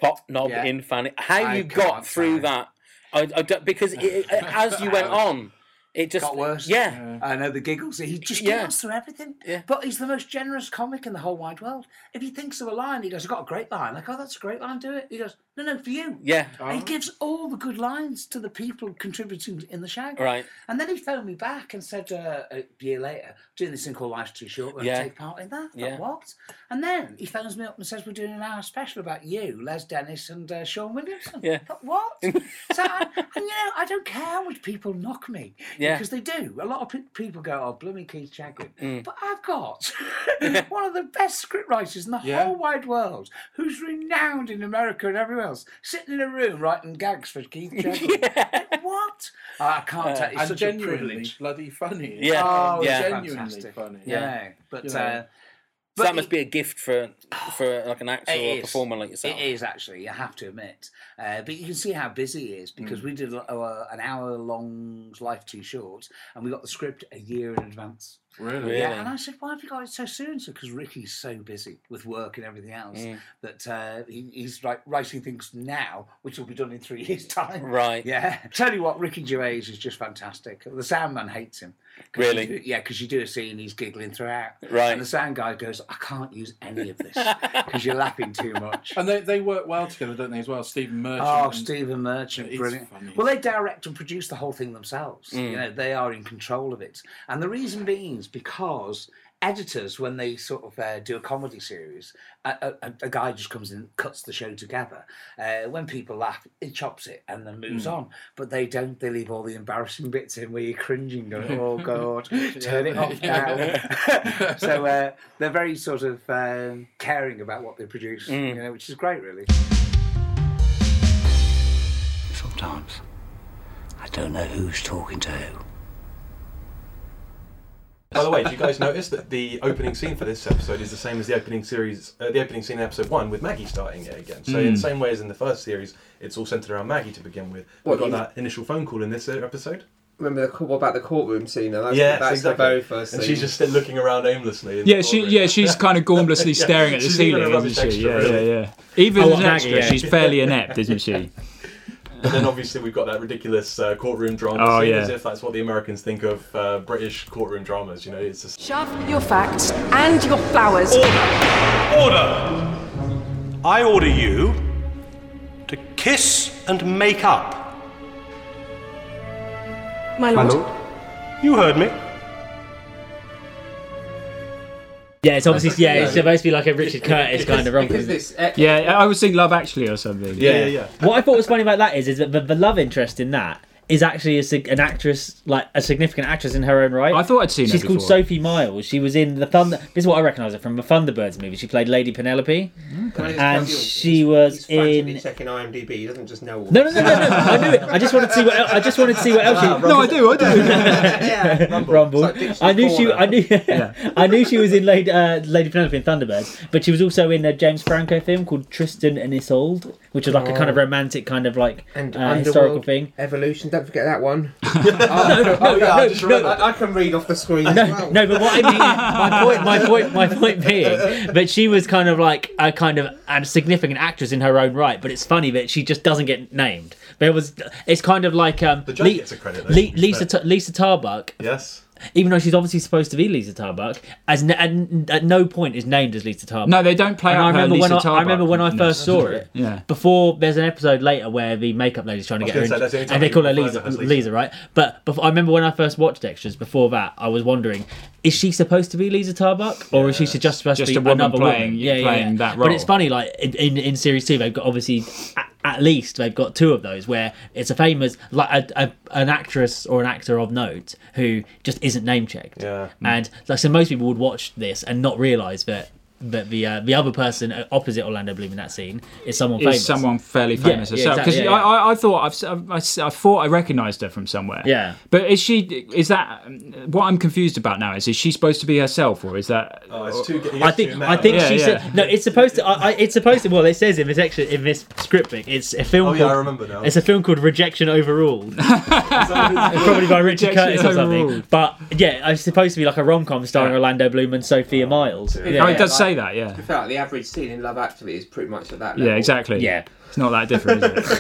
[SPEAKER 16] Pop knob in fanny. How
[SPEAKER 7] I
[SPEAKER 16] you
[SPEAKER 7] can't
[SPEAKER 16] got through that? I, I don't, because it, it- as you went on, it just
[SPEAKER 7] got worse.
[SPEAKER 16] Yeah,
[SPEAKER 7] I know the giggles. He just
[SPEAKER 16] Yeah.
[SPEAKER 7] laughs through everything. But he's the most generous comic in the whole wide world. If he thinks of a line, he goes, "I've got a great line." Like, "Oh, that's a great line. Do it." He goes, No, no, for you.
[SPEAKER 16] Yeah.
[SPEAKER 7] And he gives all the good lines to the people contributing in the show.
[SPEAKER 16] Right.
[SPEAKER 7] And then he phoned me back and said uh, a year later, doing this thing called Life's Too Short, we're
[SPEAKER 16] Yeah.
[SPEAKER 7] going to take part in that. I thought,
[SPEAKER 16] Yeah.
[SPEAKER 7] What? And then he phones me up and says, we're doing an hour special about you, Les Dennis and uh, Sean Williamson.
[SPEAKER 16] Yeah.
[SPEAKER 7] I thought, what? so, I, and you know, I don't care which people knock me.
[SPEAKER 16] Yeah.
[SPEAKER 7] Because they do. A lot of pe- people go, oh, blooming Keith Chagrin.
[SPEAKER 16] Mm.
[SPEAKER 7] But I've got one of the best script writers in the
[SPEAKER 16] Yeah.
[SPEAKER 7] whole wide world, who's renowned in America and everywhere else, sitting in a room writing gags for Keith Chagrin. Like, What? I can't tell. It's
[SPEAKER 15] and
[SPEAKER 7] such a
[SPEAKER 15] genuinely
[SPEAKER 7] privilege.
[SPEAKER 15] bloody funny.
[SPEAKER 16] Uh, Yeah.
[SPEAKER 15] Oh,
[SPEAKER 16] Yeah.
[SPEAKER 15] genuinely
[SPEAKER 7] Fantastic.
[SPEAKER 15] funny.
[SPEAKER 7] Yeah. But,
[SPEAKER 15] You know.
[SPEAKER 7] uh,
[SPEAKER 16] So that must be a gift for for like an actor
[SPEAKER 7] It
[SPEAKER 16] or a
[SPEAKER 7] is.
[SPEAKER 16] performer like yourself.
[SPEAKER 7] It is actually, you have to admit. Uh, but you can see how busy he is because
[SPEAKER 16] Mm.
[SPEAKER 7] we did a, a- an hour long Life Too Short and we got the script a year in advance.
[SPEAKER 16] Really?
[SPEAKER 7] Yeah,
[SPEAKER 16] Really?
[SPEAKER 7] and I said, why have you got it so soon? So, because Ricky's so busy with work and everything else
[SPEAKER 16] Mm.
[SPEAKER 7] that uh, he, he's like writing things now, which will be done in three years' time.
[SPEAKER 16] Right.
[SPEAKER 7] Yeah. Tell you what, Ricky Gervais is just fantastic. The sound man hates him. 'Cause
[SPEAKER 16] Really?
[SPEAKER 7] you do- yeah, because you do a scene, he's giggling throughout.
[SPEAKER 16] Right.
[SPEAKER 7] And the sound guy goes, I can't use any of this because you're laughing too much.
[SPEAKER 15] And they, they work well together, don't they, as well? Stephen Merchant.
[SPEAKER 7] Oh,
[SPEAKER 15] and-
[SPEAKER 7] Stephen Merchant,
[SPEAKER 15] He's
[SPEAKER 7] brilliant.
[SPEAKER 15] funny.
[SPEAKER 7] Well, they direct and produce the whole thing themselves.
[SPEAKER 15] Mm.
[SPEAKER 7] You know, they are in control of it. And the reason being is because editors, when they sort of uh, do a comedy series, a, a, a guy just comes in and cuts the show together. Uh, when people laugh, he chops it and then moves
[SPEAKER 16] Mm.
[SPEAKER 7] on. But they don't. They leave all the embarrassing bits in where you're cringing, going, oh, God, turn it off now. so uh, they're very sort of um, caring about what they produce,
[SPEAKER 14] Mm.
[SPEAKER 7] you know, which is great, really.
[SPEAKER 14] Sometimes I don't know who's talking to who.
[SPEAKER 11] By the way, did you guys notice that the opening scene for this episode is the same as the opening series, uh, the opening scene in episode one, with Maggie starting it again? So in
[SPEAKER 17] Mm.
[SPEAKER 11] the
[SPEAKER 2] Hmm.
[SPEAKER 11] same way as in the first series, it's all centered around Maggie to begin with.
[SPEAKER 2] What,
[SPEAKER 11] We've got
[SPEAKER 2] you-
[SPEAKER 11] that initial phone call in this uh, episode.
[SPEAKER 2] Remember the call about the courtroom scene? And that's,
[SPEAKER 11] Yes,
[SPEAKER 2] that's
[SPEAKER 11] exactly.
[SPEAKER 2] the very first
[SPEAKER 11] and
[SPEAKER 2] scene.
[SPEAKER 11] she's just still looking around aimlessly. in the
[SPEAKER 13] Yeah, she yeah she's kind of gormlessly
[SPEAKER 11] Yeah,
[SPEAKER 13] staring at the
[SPEAKER 11] she's even a
[SPEAKER 13] ceiling, isn't
[SPEAKER 11] rubbish
[SPEAKER 13] she?
[SPEAKER 11] extra,
[SPEAKER 13] yeah,
[SPEAKER 11] really.
[SPEAKER 13] yeah, yeah. Even
[SPEAKER 11] Oh,
[SPEAKER 13] as an
[SPEAKER 11] Maggie,
[SPEAKER 13] extra,
[SPEAKER 11] yeah.
[SPEAKER 13] she's fairly inept, isn't she?
[SPEAKER 11] But then obviously we've got that ridiculous uh, courtroom drama
[SPEAKER 13] Oh,
[SPEAKER 11] scene,
[SPEAKER 13] yeah.
[SPEAKER 11] as if that's what the Americans think of uh, British courtroom dramas. You know, it's just
[SPEAKER 18] Shove your facts and your flowers.
[SPEAKER 19] Order! I order you to kiss and make up.
[SPEAKER 18] My lord.
[SPEAKER 19] You heard me.
[SPEAKER 1] Yeah, it's obviously yeah, it's supposed to be like a Richard Curtis kind of rom
[SPEAKER 13] yeah, I would think Love Actually or something.
[SPEAKER 1] What I thought was funny about that is is that the, the love interest in that is actually a, sig- an actress, like a significant actress in her own right. I
[SPEAKER 13] thought I'd seen her
[SPEAKER 1] She's called
[SPEAKER 13] before.
[SPEAKER 1] Sophie Miles. She was in the Thunder. This is what I recognise her from the Thunderbirds movie. She played Lady Penelope,
[SPEAKER 2] Can I just tell
[SPEAKER 1] and
[SPEAKER 2] you,
[SPEAKER 1] she was in.
[SPEAKER 2] He's checking IMDb. He doesn't just know. All
[SPEAKER 1] No, no, no, no, no! I knew it. I just wanted to see what el- I just wanted to see what else.
[SPEAKER 2] Ah,
[SPEAKER 1] she...
[SPEAKER 2] No, I do,
[SPEAKER 13] I
[SPEAKER 1] do. Rumble. I knew she. I knew. I knew she was in Lady, uh, Lady Penelope in Thunderbirds, but she was also in a James Franco film called Tristan and Isolde, which is like a kind of
[SPEAKER 2] Oh.
[SPEAKER 1] romantic kind of like
[SPEAKER 2] And
[SPEAKER 1] uh,
[SPEAKER 2] Underworld
[SPEAKER 1] historical thing.
[SPEAKER 2] Evolution. Don't forget that one.
[SPEAKER 1] No, no,
[SPEAKER 2] oh, yeah,
[SPEAKER 1] no,
[SPEAKER 2] I, just
[SPEAKER 1] no.
[SPEAKER 2] remembered. I, I can read off the screen. as well.
[SPEAKER 1] No, but what I mean, my point, my point, my point being, but she was kind of like a kind of a significant actress in her own right. But it's funny that she just doesn't get named. There was, it's kind of like um,
[SPEAKER 11] the judge gets a credit. Though,
[SPEAKER 1] Le- Lisa T- Lisa Tarbuck.
[SPEAKER 11] Yes.
[SPEAKER 1] Even though she's obviously supposed to be Lisa Tarbuck, as n- and at no point is named as Lisa Tarbuck.
[SPEAKER 13] No, they don't play
[SPEAKER 1] And
[SPEAKER 13] out
[SPEAKER 1] I
[SPEAKER 13] her
[SPEAKER 1] remember when I,
[SPEAKER 13] Lisa
[SPEAKER 1] I remember
[SPEAKER 13] Tarbuck
[SPEAKER 1] when I
[SPEAKER 13] in
[SPEAKER 1] first
[SPEAKER 13] this.
[SPEAKER 1] saw it.
[SPEAKER 13] Yeah.
[SPEAKER 1] Before there's an episode later where the makeup lady's trying to
[SPEAKER 13] I was
[SPEAKER 1] get her,
[SPEAKER 13] gonna say,
[SPEAKER 1] in-
[SPEAKER 13] that's the only time
[SPEAKER 1] and they
[SPEAKER 13] they
[SPEAKER 1] call her
[SPEAKER 13] refer
[SPEAKER 1] Lisa,
[SPEAKER 13] to her as
[SPEAKER 1] Lisa.
[SPEAKER 13] Lisa.
[SPEAKER 1] right? But before, I remember when I first watched Extras. Before that, I was wondering: is she supposed to be Lisa Tarbuck, or is she just supposed
[SPEAKER 13] Just
[SPEAKER 1] to be
[SPEAKER 13] a woman
[SPEAKER 1] another
[SPEAKER 13] playing-
[SPEAKER 1] woman? Yeah, yeah,
[SPEAKER 13] playing
[SPEAKER 1] yeah.
[SPEAKER 13] that
[SPEAKER 1] But
[SPEAKER 13] role.
[SPEAKER 1] it's funny, like in, in, in series two, they've got obviously at, at least they've got two of those where it's a famous like a, a, an actress or an actor of note who just isn't name checked.
[SPEAKER 11] Yeah.
[SPEAKER 1] And like so, most people would watch this and not realise that. that the uh, the other person opposite Orlando Bloom in that scene is someone
[SPEAKER 13] Is
[SPEAKER 1] famous.
[SPEAKER 13] someone fairly famous herself?
[SPEAKER 1] exactly,
[SPEAKER 13] Because
[SPEAKER 1] yeah, yeah.
[SPEAKER 13] I, I, I thought I've, s- I've- I, s- I thought I recognised her from somewhere.
[SPEAKER 1] Yeah.
[SPEAKER 13] But is she? Is that what I'm confused about now? Is is she supposed to be herself, or is that?
[SPEAKER 11] Oh, it's too. it
[SPEAKER 1] I
[SPEAKER 11] gets
[SPEAKER 1] think
[SPEAKER 11] too
[SPEAKER 1] I
[SPEAKER 11] meta.
[SPEAKER 1] think she said no. It's supposed to. I, I, it's supposed to. Well, it says in this extra in this script book. It's a film.
[SPEAKER 11] Oh, yeah, I
[SPEAKER 1] called-
[SPEAKER 11] remember now.
[SPEAKER 1] It's a film called Rejection Overruled, probably by Richard
[SPEAKER 13] Rejection
[SPEAKER 1] Curtis or something.
[SPEAKER 13] Overruled.
[SPEAKER 1] But yeah, it's supposed to be like a rom com starring Orlando Bloom and Sophia Miles.
[SPEAKER 2] To be
[SPEAKER 13] oh,
[SPEAKER 1] Yeah.
[SPEAKER 2] fair, like- To be fair, like, the average scene in Love Actually is pretty much at that level.
[SPEAKER 1] Yeah.
[SPEAKER 13] It's not that different, is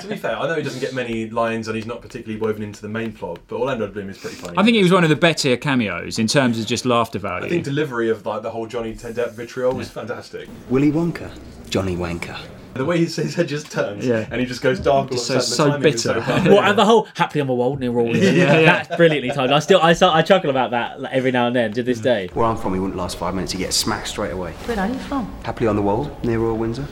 [SPEAKER 11] to be fair, I know he doesn't get many lines and he's not particularly woven into the main plot, but Orlando Bloom is pretty funny.
[SPEAKER 13] I think it was one of the better cameos in terms of just laughter value.
[SPEAKER 11] I think delivery of like the whole Johnny Depp vitriol was fantastic.
[SPEAKER 13] Willy Wonka, Johnny Wanker.
[SPEAKER 11] The way his, his head just turns and he just goes dark. all
[SPEAKER 13] Just
[SPEAKER 11] of a
[SPEAKER 13] so-
[SPEAKER 11] sudden, the
[SPEAKER 13] so
[SPEAKER 11] timing is
[SPEAKER 13] bitter.
[SPEAKER 11] perfect.
[SPEAKER 1] Well, and the whole happily I'm a world near all
[SPEAKER 13] Yeah, yeah.
[SPEAKER 1] That's brilliantly timed. I still I, so- I chuckle about that like, every now and then to this day.
[SPEAKER 19] Where I'm from, he wouldn't last five minutes. He gets smacked straight away.
[SPEAKER 18] Where are you from?
[SPEAKER 19] Happily on the Wold, near Royal Windsor.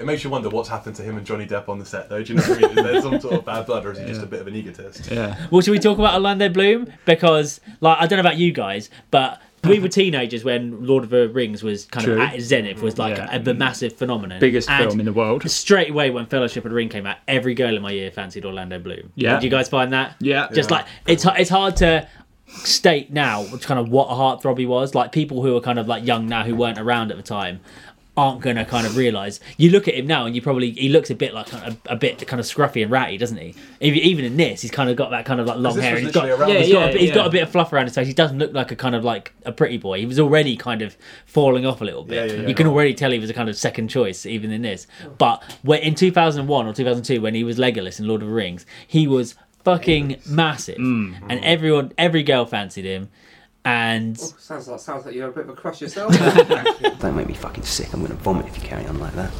[SPEAKER 11] It makes you wonder what's happened to him and Johnny Depp on the set, though. Do you know what I mean? Is there some sort of bad blood, or is he just a bit of an egotist?
[SPEAKER 13] Yeah.
[SPEAKER 1] Well, should we talk about Orlando Bloom? Because, like, I don't know about you guys, but we were teenagers when Lord of the Rings was kind
[SPEAKER 13] True.
[SPEAKER 1] of at its zenith, was like a, a massive phenomenon.
[SPEAKER 13] Biggest film in the world.
[SPEAKER 1] Straight away when Fellowship of the Ring came out, every girl in my year fancied Orlando Bloom.
[SPEAKER 13] Yeah.
[SPEAKER 1] Did you guys find that?
[SPEAKER 13] Yeah.
[SPEAKER 1] Just
[SPEAKER 13] Yeah.
[SPEAKER 1] like, it's, it's hard to state now kind of what a heartthrob he was. Like, people who are kind of like young now who weren't around at the time aren't going to kind of realize you look at him now and you probably he looks a bit like kind of, a bit kind of scruffy and ratty doesn't he even, even in this he's kind of got that kind of like long
[SPEAKER 13] this
[SPEAKER 1] hair
[SPEAKER 13] was
[SPEAKER 1] and he's got,
[SPEAKER 13] literally around
[SPEAKER 1] yeah,
[SPEAKER 13] the
[SPEAKER 1] he's got
[SPEAKER 13] time.
[SPEAKER 1] a bit- he's
[SPEAKER 13] Yeah,
[SPEAKER 1] got
[SPEAKER 13] yeah.
[SPEAKER 1] a bit of fluff around his face he doesn't look like a kind of like a pretty boy he was already kind of falling off a little bit
[SPEAKER 13] Yeah, yeah, yeah.
[SPEAKER 1] you can already tell he was a kind of second choice even in this but when, in 2001 or 2002 when he was Legolas in Lord of the Rings he was fucking massive
[SPEAKER 13] Mm.
[SPEAKER 1] and everyone every girl fancied him and
[SPEAKER 20] Sounds like sounds like you're a bit of a crush yourself.
[SPEAKER 19] Don't make me fucking sick. I'm going to vomit if you carry on like that.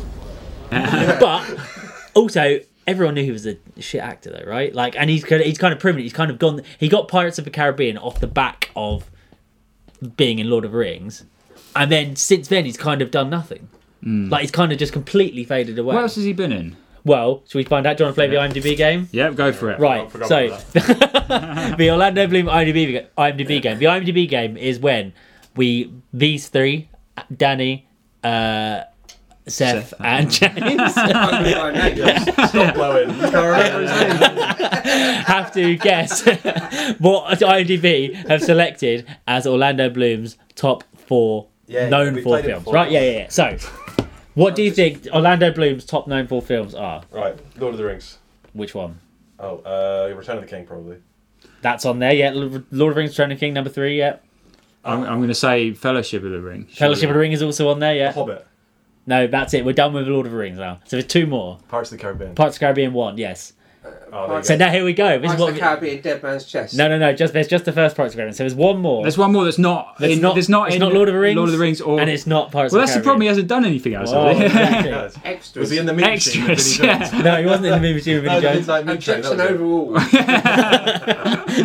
[SPEAKER 1] but also everyone knew he was a shit actor though right like and he's kind of, he's kind of proven it. he's kind of gone he got pirates of the caribbean off the back of being in lord of the rings and then since then he's kind of done nothing like he's kind of just completely faded away
[SPEAKER 13] What else has he been in?
[SPEAKER 1] well should we find out do you want to play the imdb game
[SPEAKER 13] Yeah, go for it.
[SPEAKER 1] Right, so the Orlando Bloom IMDb, ga- IMDb game. The IMDb game is when we these three, Danny, uh, Seth, and James,
[SPEAKER 11] Stop blowing.
[SPEAKER 1] have to guess what IMDb have selected as Orlando Bloom's top four
[SPEAKER 13] Yeah,
[SPEAKER 1] known
[SPEAKER 13] we
[SPEAKER 1] for
[SPEAKER 13] played it
[SPEAKER 1] films.
[SPEAKER 13] before.
[SPEAKER 1] Right? Yeah, yeah. yeah. So, what do you think Orlando Bloom's top known for films are?
[SPEAKER 11] Right, Lord of the Rings.
[SPEAKER 1] Which one?
[SPEAKER 11] Oh, uh, Return of the King, probably.
[SPEAKER 1] That's on there. Yeah, Lord of the Rings: Return of the King number three. Yeah,
[SPEAKER 13] I'm, I'm going to say Fellowship of the Ring.
[SPEAKER 1] Fellowship of the Ring is also on there. Yeah,
[SPEAKER 11] Hobbit.
[SPEAKER 1] No, that's it. We're done with Lord of the Rings now. So there's two more.
[SPEAKER 11] Pirates of the Caribbean.
[SPEAKER 1] Pirates of the Caribbean one. Yes.
[SPEAKER 11] Oh,
[SPEAKER 1] so now here we go. This is what
[SPEAKER 20] the
[SPEAKER 1] we-
[SPEAKER 20] Caribbean, Dead Man's Chest.
[SPEAKER 1] No, no, no. Just there's just the first Pirates of the Caribbean. So there's one more.
[SPEAKER 13] There's one more that's not.
[SPEAKER 1] That's
[SPEAKER 13] in-
[SPEAKER 1] not-
[SPEAKER 13] that's not
[SPEAKER 1] it's
[SPEAKER 13] in
[SPEAKER 1] not Lord of the Rings,
[SPEAKER 13] Lord of the Rings, or
[SPEAKER 1] and it's Oh. not Pirates
[SPEAKER 13] Well,
[SPEAKER 1] of
[SPEAKER 13] that's
[SPEAKER 1] the
[SPEAKER 13] the problem. He hasn't done anything else.
[SPEAKER 11] Oh,
[SPEAKER 1] Whoa,
[SPEAKER 13] has he?
[SPEAKER 1] exactly.
[SPEAKER 20] Extras.
[SPEAKER 11] Was he in the meat
[SPEAKER 13] Extras.
[SPEAKER 11] scene with Vinnie Jones?
[SPEAKER 1] no, he wasn't in the movie scene with Vinnie
[SPEAKER 11] No, the
[SPEAKER 1] Jones.
[SPEAKER 11] Midnight Meat Train, that
[SPEAKER 20] Objection
[SPEAKER 11] was it.
[SPEAKER 20] overall.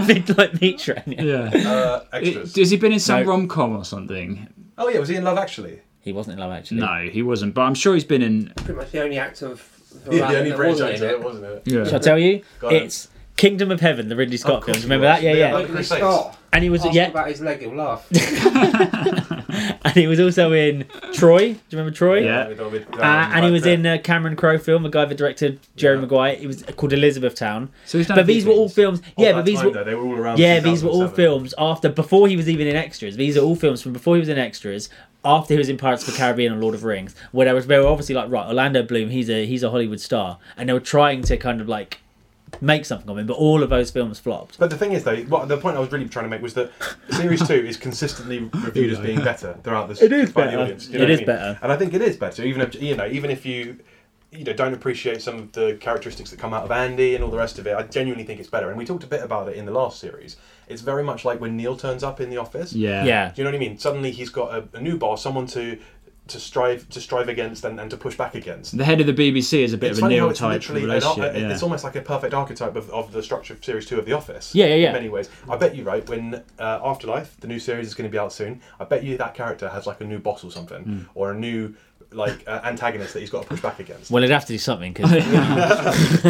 [SPEAKER 1] Midnight Meat Train.
[SPEAKER 13] Yeah.
[SPEAKER 11] Uh,
[SPEAKER 13] It-
[SPEAKER 11] extras.
[SPEAKER 13] Has he been in some
[SPEAKER 11] No.
[SPEAKER 13] rom com or something?
[SPEAKER 11] Oh yeah, was he in Love Actually?
[SPEAKER 1] He wasn't in Love Actually.
[SPEAKER 13] No, he wasn't. But I'm sure he's been in.
[SPEAKER 20] Pretty much the only act of
[SPEAKER 11] Yeah, the only
[SPEAKER 20] that
[SPEAKER 11] British
[SPEAKER 20] wasn't
[SPEAKER 11] actor
[SPEAKER 20] in
[SPEAKER 11] that wasn't it.
[SPEAKER 13] Yeah.
[SPEAKER 1] Shall I tell you?
[SPEAKER 11] Go on.
[SPEAKER 1] It's Kingdom of Heaven, the Ridley Scott
[SPEAKER 20] course
[SPEAKER 1] films.
[SPEAKER 20] he
[SPEAKER 1] Remember
[SPEAKER 20] was.
[SPEAKER 1] that? Yeah,
[SPEAKER 20] Yeah,
[SPEAKER 1] yeah.
[SPEAKER 20] like Ridley Scott.
[SPEAKER 1] And he was
[SPEAKER 20] Ask
[SPEAKER 1] yeah,
[SPEAKER 20] about his leg, he'll laugh.
[SPEAKER 1] and he was also in Troy. Do you remember Troy?
[SPEAKER 13] Yeah.
[SPEAKER 11] With- with- with-
[SPEAKER 1] Uh, and he was in a Cameron Crowe film, a guy that directed Jerry Maguire. It was called Elizabeth Town.
[SPEAKER 13] So he's done a
[SPEAKER 1] but
[SPEAKER 13] few
[SPEAKER 1] these were all films. Yeah,
[SPEAKER 11] Of
[SPEAKER 1] but
[SPEAKER 11] that
[SPEAKER 1] these
[SPEAKER 11] time,
[SPEAKER 1] were
[SPEAKER 11] Oh, though, they were all around
[SPEAKER 1] Yeah, these were all
[SPEAKER 11] 2007.
[SPEAKER 1] films after before he was even in extras. These are all films from before he was in extras. After he was in Pirates of the Caribbean and Lord of the Rings, where they were, they were obviously like, right, Orlando Bloom, he's a he's a Hollywood star, and they were trying to kind of like make something of him, but all of those films flopped.
[SPEAKER 11] But the thing is, though, what, the point I was really trying to make was that Series Two is consistently reviewed as being better throughout this.
[SPEAKER 1] It is
[SPEAKER 11] by
[SPEAKER 1] better.
[SPEAKER 11] The audience, do you
[SPEAKER 1] It
[SPEAKER 11] know what I
[SPEAKER 1] is
[SPEAKER 11] mean?
[SPEAKER 1] better.
[SPEAKER 11] and I think it is better. Even if you know, even if you you know don't appreciate some of the characteristics that come out of Andy and all the rest of it, I genuinely think it's better. And we talked a bit about it in the last series. It's very much like when Neil turns up in the office.
[SPEAKER 13] Yeah. Yeah.
[SPEAKER 11] Do you know what I mean? Suddenly he's got a, a new boss, someone to to strive to strive against and, and to push back against
[SPEAKER 13] The head of the BBC is a bit
[SPEAKER 11] it's
[SPEAKER 13] of a
[SPEAKER 11] funny how
[SPEAKER 13] Neil
[SPEAKER 11] it's
[SPEAKER 13] type
[SPEAKER 11] literally an
[SPEAKER 13] relationship.
[SPEAKER 11] ar-
[SPEAKER 13] yeah.
[SPEAKER 11] It's almost like a perfect archetype of, of the structure of series two of The Office.
[SPEAKER 13] Yeah, yeah, yeah.
[SPEAKER 11] In many ways, I bet you right when uh, Afterlife, the new series is going to be out soon. I bet you that character has like a new boss or something,
[SPEAKER 2] Hmm.
[SPEAKER 1] Mm.
[SPEAKER 11] or a new like uh, antagonist that he's got to push back against.
[SPEAKER 1] Well, it'd have to do something because
[SPEAKER 11] but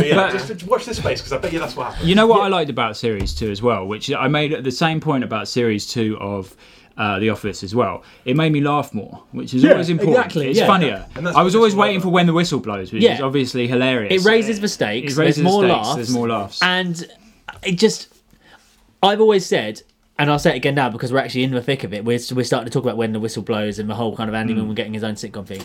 [SPEAKER 11] yeah, just, just watch this space because I bet you that's what happens.
[SPEAKER 13] You know what I liked about series two as well, which I made at the same point about series two of. Uh, the Office as well. It made me laugh more, which is
[SPEAKER 1] Yeah,
[SPEAKER 13] always important.
[SPEAKER 1] exactly,
[SPEAKER 13] it's
[SPEAKER 1] yeah.
[SPEAKER 13] funnier.
[SPEAKER 1] And that's
[SPEAKER 13] I was always waiting for when the whistle blows, which
[SPEAKER 1] Yeah.
[SPEAKER 13] is obviously hilarious.
[SPEAKER 1] It raises the stakes.
[SPEAKER 13] It raises
[SPEAKER 1] there's more
[SPEAKER 13] the stakes,
[SPEAKER 1] laughs.
[SPEAKER 13] There's more laughs.
[SPEAKER 1] And it just, I've always said, and I'll say it again now because we're actually in the thick of it. We're, we're starting to talk about when the whistle blows and the whole kind of Andy
[SPEAKER 13] Mm.
[SPEAKER 1] Moon getting his own sitcom thing.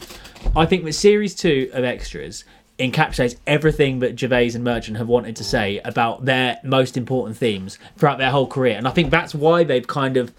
[SPEAKER 1] I think that series two of Extras encapsulates everything that Gervais and Merchant have wanted to say about their most important themes throughout their whole career, and I think that's why they've kind of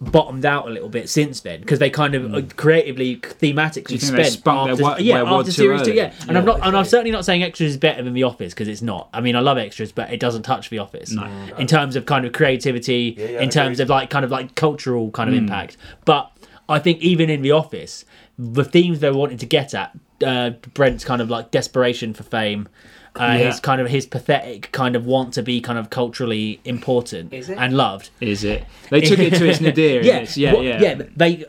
[SPEAKER 13] bottomed out a little bit since then because they kind of uh, creatively,
[SPEAKER 1] Do you
[SPEAKER 13] thematically
[SPEAKER 1] think they
[SPEAKER 13] spent
[SPEAKER 1] spunk their
[SPEAKER 13] after,
[SPEAKER 1] wa-
[SPEAKER 13] yeah
[SPEAKER 1] their wad too
[SPEAKER 13] after series two,
[SPEAKER 1] early?
[SPEAKER 13] yeah. And
[SPEAKER 1] Yeah.
[SPEAKER 13] I'm not, and I'm certainly not saying Extras is better than The Office because it's not. I mean, I love Extras, but it doesn't touch The Office in terms of kind of creativity,
[SPEAKER 21] Yeah, yeah,
[SPEAKER 13] in terms
[SPEAKER 21] agreed.
[SPEAKER 13] of like kind of like cultural kind of
[SPEAKER 1] Hmm.
[SPEAKER 21] Mm.
[SPEAKER 13] impact. But I think even in The Office, the themes they were wanting to get at, uh, Brent's kind of like desperation for fame. Uh,
[SPEAKER 1] Yeah.
[SPEAKER 13] His kind of his pathetic kind of want to be kind of culturally important
[SPEAKER 1] Is it?
[SPEAKER 13] and loved.
[SPEAKER 1] Is it? They took it to its nadir in
[SPEAKER 13] yeah,
[SPEAKER 1] this, yeah,
[SPEAKER 13] what-
[SPEAKER 1] yeah.
[SPEAKER 13] yeah. They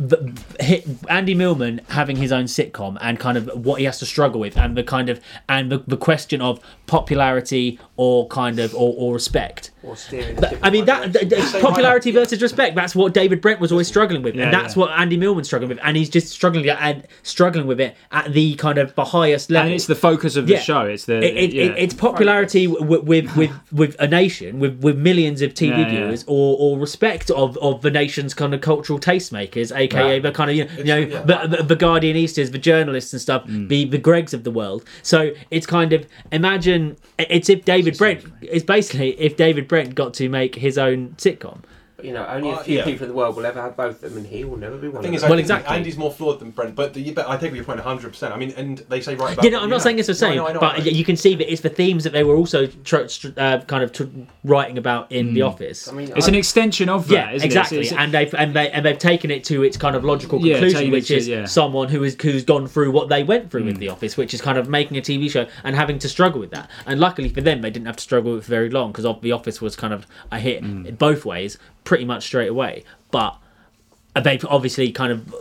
[SPEAKER 13] the, hi- Andy Millman having his own sitcom and kind of what he has to struggle with and the kind of and the, the question of popularity or kind of or, or respect.
[SPEAKER 7] Or steering
[SPEAKER 13] But, I mean that, that- that- popularity versus respect. That's what David Brent was always struggling with,
[SPEAKER 21] Yeah,
[SPEAKER 13] and that's
[SPEAKER 21] yeah.
[SPEAKER 13] what Andy Millman's struggling with, and he's just struggling with it and struggling with it at the kind of the highest level. And it's
[SPEAKER 1] the focus of the show, it's the-
[SPEAKER 13] it, it,
[SPEAKER 1] yeah.
[SPEAKER 13] it- it's popularity with, with with with a nation with with millions of TV
[SPEAKER 1] Yeah, yeah.
[SPEAKER 13] viewers or or respect of of the nation's kind of cultural tastemakers, aka
[SPEAKER 1] Right.
[SPEAKER 13] the kind of you know, you know the, the, the Guardian Easters, the journalists and stuff,
[SPEAKER 1] Mm.
[SPEAKER 13] the the Gregs of the world. So it's kind of imagine it's if David Brent it's basically if David Brent got to make his own sitcom.
[SPEAKER 2] But, you know, only a
[SPEAKER 11] Uh,
[SPEAKER 2] few
[SPEAKER 11] yeah.
[SPEAKER 2] people in the world will ever have both of them, and he will never be one
[SPEAKER 11] thing
[SPEAKER 2] of
[SPEAKER 11] is,
[SPEAKER 2] them.
[SPEAKER 11] I think Andy's more flawed than Brent, but, the, but I take your point 100%. I mean, and they say right about
[SPEAKER 13] Yeah, no, I'm not saying it's the same, but you can see that it's the themes that they were also tr- tr- uh, kind of tr- writing about in The Office. I mean,
[SPEAKER 1] Hmm. It's an extension of that,
[SPEAKER 13] yeah,
[SPEAKER 1] isn't it?
[SPEAKER 13] exactly.
[SPEAKER 1] It's- it's-
[SPEAKER 13] and they've and they and they've taken it to its kind of logical
[SPEAKER 1] Yeah,
[SPEAKER 13] conclusion,
[SPEAKER 1] taken it
[SPEAKER 13] which
[SPEAKER 1] to-
[SPEAKER 13] is
[SPEAKER 1] yeah. Hmm.
[SPEAKER 13] someone who is who's gone through what they went through with The Office, which is kind of making a TV show and having to struggle with that. And luckily for them, they didn't have to struggle with it for very long because The Office was kind of a hit
[SPEAKER 1] Hmm.
[SPEAKER 13] both ways, pretty much straight away. But they obviously kind of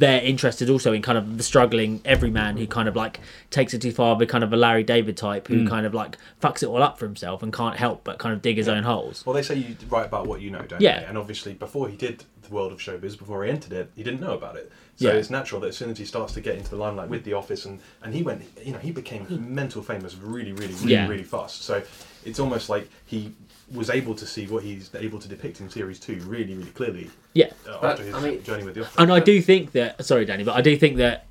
[SPEAKER 13] they're interested also in kind of the struggling everyman who kind of like takes it too far, but kind of a Larry David type who
[SPEAKER 11] Mm.
[SPEAKER 13] kind of like fucks it all up for himself and can't help but kind of dig his own holes.
[SPEAKER 11] Well, they say you write about what you know, don't
[SPEAKER 13] Yeah.
[SPEAKER 11] they? And obviously, before he did the world of showbiz, before he entered it, he didn't know about it. So
[SPEAKER 13] Yeah.
[SPEAKER 11] it's natural that as soon as he starts to get into the limelight with The Office, and, and he went, you know, he became mental famous really, really, really,
[SPEAKER 13] Hmm. Yeah.
[SPEAKER 11] really fast. So it's almost like he was able to see what he's able to depict in series two really, really clearly.
[SPEAKER 13] Yeah.
[SPEAKER 11] uh,
[SPEAKER 13] But,
[SPEAKER 11] after his
[SPEAKER 13] I mean-
[SPEAKER 11] journey with The Office.
[SPEAKER 13] And I do think that. Sorry, Danny, but I do think that.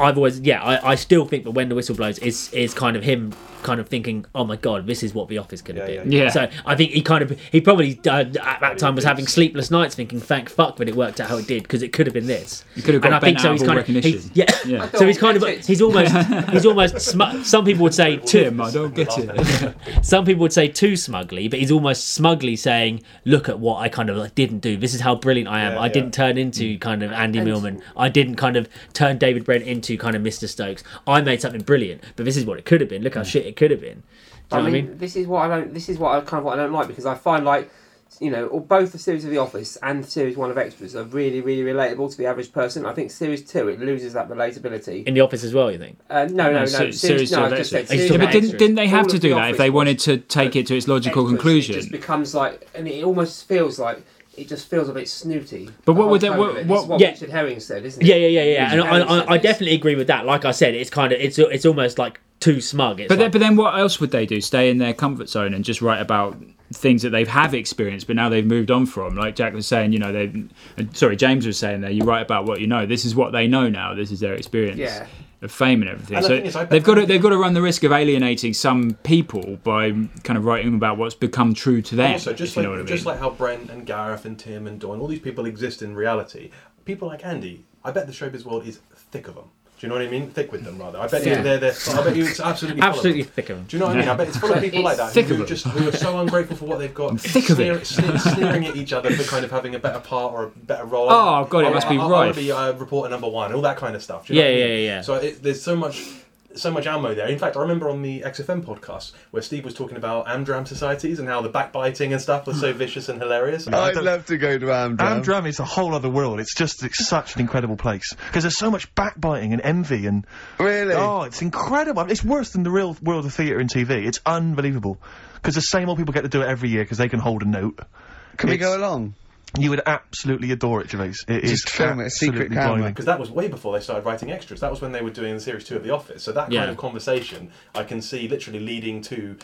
[SPEAKER 13] I've always, yeah, I, I still think that when the whistle blows is is kind of him kind of thinking, oh my god, this is what the office could have been.
[SPEAKER 1] yeah. Yeah.
[SPEAKER 13] So I think he kind of he probably uh, at that time was having sleepless nights thinking, thank fuck that it worked out how it did because it could have been this.
[SPEAKER 1] You could have
[SPEAKER 13] and
[SPEAKER 1] got
[SPEAKER 13] I think
[SPEAKER 1] bent
[SPEAKER 13] so.
[SPEAKER 1] out
[SPEAKER 13] He's
[SPEAKER 1] of
[SPEAKER 13] kind
[SPEAKER 1] all
[SPEAKER 13] of he-
[SPEAKER 1] recognition.
[SPEAKER 13] yeah.
[SPEAKER 1] Yeah.
[SPEAKER 13] So he's kind of he's almost he's almost smu- some people would say too. I don't get it. some people would say too smugly, but he's almost smugly saying, "Look at what I kind of like didn't do. This is how brilliant I am. I didn't turn into kind of Andy
[SPEAKER 21] And-
[SPEAKER 13] Millman. I didn't kind of turn David Brent into kind of Mr. Stokes. I made something brilliant, but this is what it could have been. Look how shit it could have been." Do
[SPEAKER 2] I
[SPEAKER 13] you know
[SPEAKER 2] mean,
[SPEAKER 13] what I mean?
[SPEAKER 2] this is what I don't. This is what I kind of what I don't like because I find like, you know, or both the series of The Office and series one of Extras are really, really relatable to the average person. I think series two it loses that relatability.
[SPEAKER 13] In the office as well, you think?
[SPEAKER 2] Uh, no, no, no.
[SPEAKER 1] se-
[SPEAKER 2] series,
[SPEAKER 1] series
[SPEAKER 2] no,
[SPEAKER 1] of
[SPEAKER 2] I just said
[SPEAKER 1] extras.
[SPEAKER 2] series
[SPEAKER 1] Yeah,
[SPEAKER 2] of
[SPEAKER 1] but didn't,
[SPEAKER 2] extras.
[SPEAKER 1] didn't they
[SPEAKER 2] All
[SPEAKER 1] have to
[SPEAKER 2] of
[SPEAKER 1] do
[SPEAKER 2] The
[SPEAKER 1] that if
[SPEAKER 2] Office
[SPEAKER 1] they
[SPEAKER 2] was-
[SPEAKER 1] wanted to take it to its logical conclusion?
[SPEAKER 2] It just becomes like, and it almost feels like it just feels a bit snooty.
[SPEAKER 13] But
[SPEAKER 2] the
[SPEAKER 13] what
[SPEAKER 2] whole
[SPEAKER 13] would that-
[SPEAKER 2] tone
[SPEAKER 13] what-
[SPEAKER 2] of it.
[SPEAKER 13] what-
[SPEAKER 2] It's what
[SPEAKER 13] yeah.
[SPEAKER 2] Richard Herring said, isn't it?
[SPEAKER 13] Yeah, yeah, yeah, yeah. And
[SPEAKER 2] Richard
[SPEAKER 13] I,
[SPEAKER 2] Herring said
[SPEAKER 13] I, I definitely agree with that. Like I said, it's kind of it's it's almost like too smug. It's
[SPEAKER 1] But
[SPEAKER 13] like-
[SPEAKER 1] then, but then, what else would they do? Stay in their comfort zone and just write about things that they have experienced, but now they've moved on from. Like Jack was saying, you know, they, uh, sorry, James was saying there, you write about what you know. This is what they know now. This is their experience
[SPEAKER 11] Yeah.
[SPEAKER 1] of fame and everything.
[SPEAKER 11] And the
[SPEAKER 1] so
[SPEAKER 11] thing is, I bet
[SPEAKER 1] they've got to they've got to run the risk of alienating some people by kind of writing about what's become true to them.
[SPEAKER 11] And also, just
[SPEAKER 1] if you
[SPEAKER 11] like
[SPEAKER 1] know what I mean.
[SPEAKER 11] just like how Brent and Gareth and Tim and Dawn, all these people exist in reality. People like Andy, I bet the showbiz world is thick of them. Do you know what I mean? Thick with them, rather. I bet
[SPEAKER 13] Yeah.
[SPEAKER 11] you they're, they're I bet you it's absolutely full of
[SPEAKER 13] Absolutely
[SPEAKER 11] them.
[SPEAKER 13] thick of them.
[SPEAKER 11] Do you know what I mean? I bet it's full of
[SPEAKER 13] Yeah.
[SPEAKER 11] people like that
[SPEAKER 13] Thick of
[SPEAKER 11] who
[SPEAKER 13] them.
[SPEAKER 11] just who are so ungrateful for what they've got,
[SPEAKER 1] thick of it.
[SPEAKER 11] sneer- sneer- sneering at each other for kind of having a better part or a better role.
[SPEAKER 1] Oh, God, it
[SPEAKER 11] I-
[SPEAKER 1] must
[SPEAKER 11] I-
[SPEAKER 1] be
[SPEAKER 11] I- I wanna
[SPEAKER 1] rife.
[SPEAKER 11] be uh, reporter number one, all that kind of stuff. Do you know
[SPEAKER 13] Yeah,
[SPEAKER 11] what I
[SPEAKER 13] yeah,
[SPEAKER 11] mean?
[SPEAKER 13] yeah, yeah.
[SPEAKER 11] So it, there's so much so much ammo there. In fact, I remember on the XFM podcast where Steve was talking about Amdram societies and how the backbiting and stuff was so vicious and hilarious.
[SPEAKER 10] love to go to Amdram.
[SPEAKER 11] Amdram
[SPEAKER 10] is a whole other world. It's just it's such an incredible place because there's so much backbiting and envy and really. Oh, it's incredible. I mean, it's worse than the real world of theatre and TV. It's unbelievable because the same old people get to do it every year because they can hold a note. Can
[SPEAKER 11] we go
[SPEAKER 10] along? You would absolutely adore it, Gervais. It is absolutely blinding.
[SPEAKER 11] Because that was way before they started writing extras. That was when they were doing series two of The Office. So that kind
[SPEAKER 10] Yeah.
[SPEAKER 11] of conversation I can see literally leading to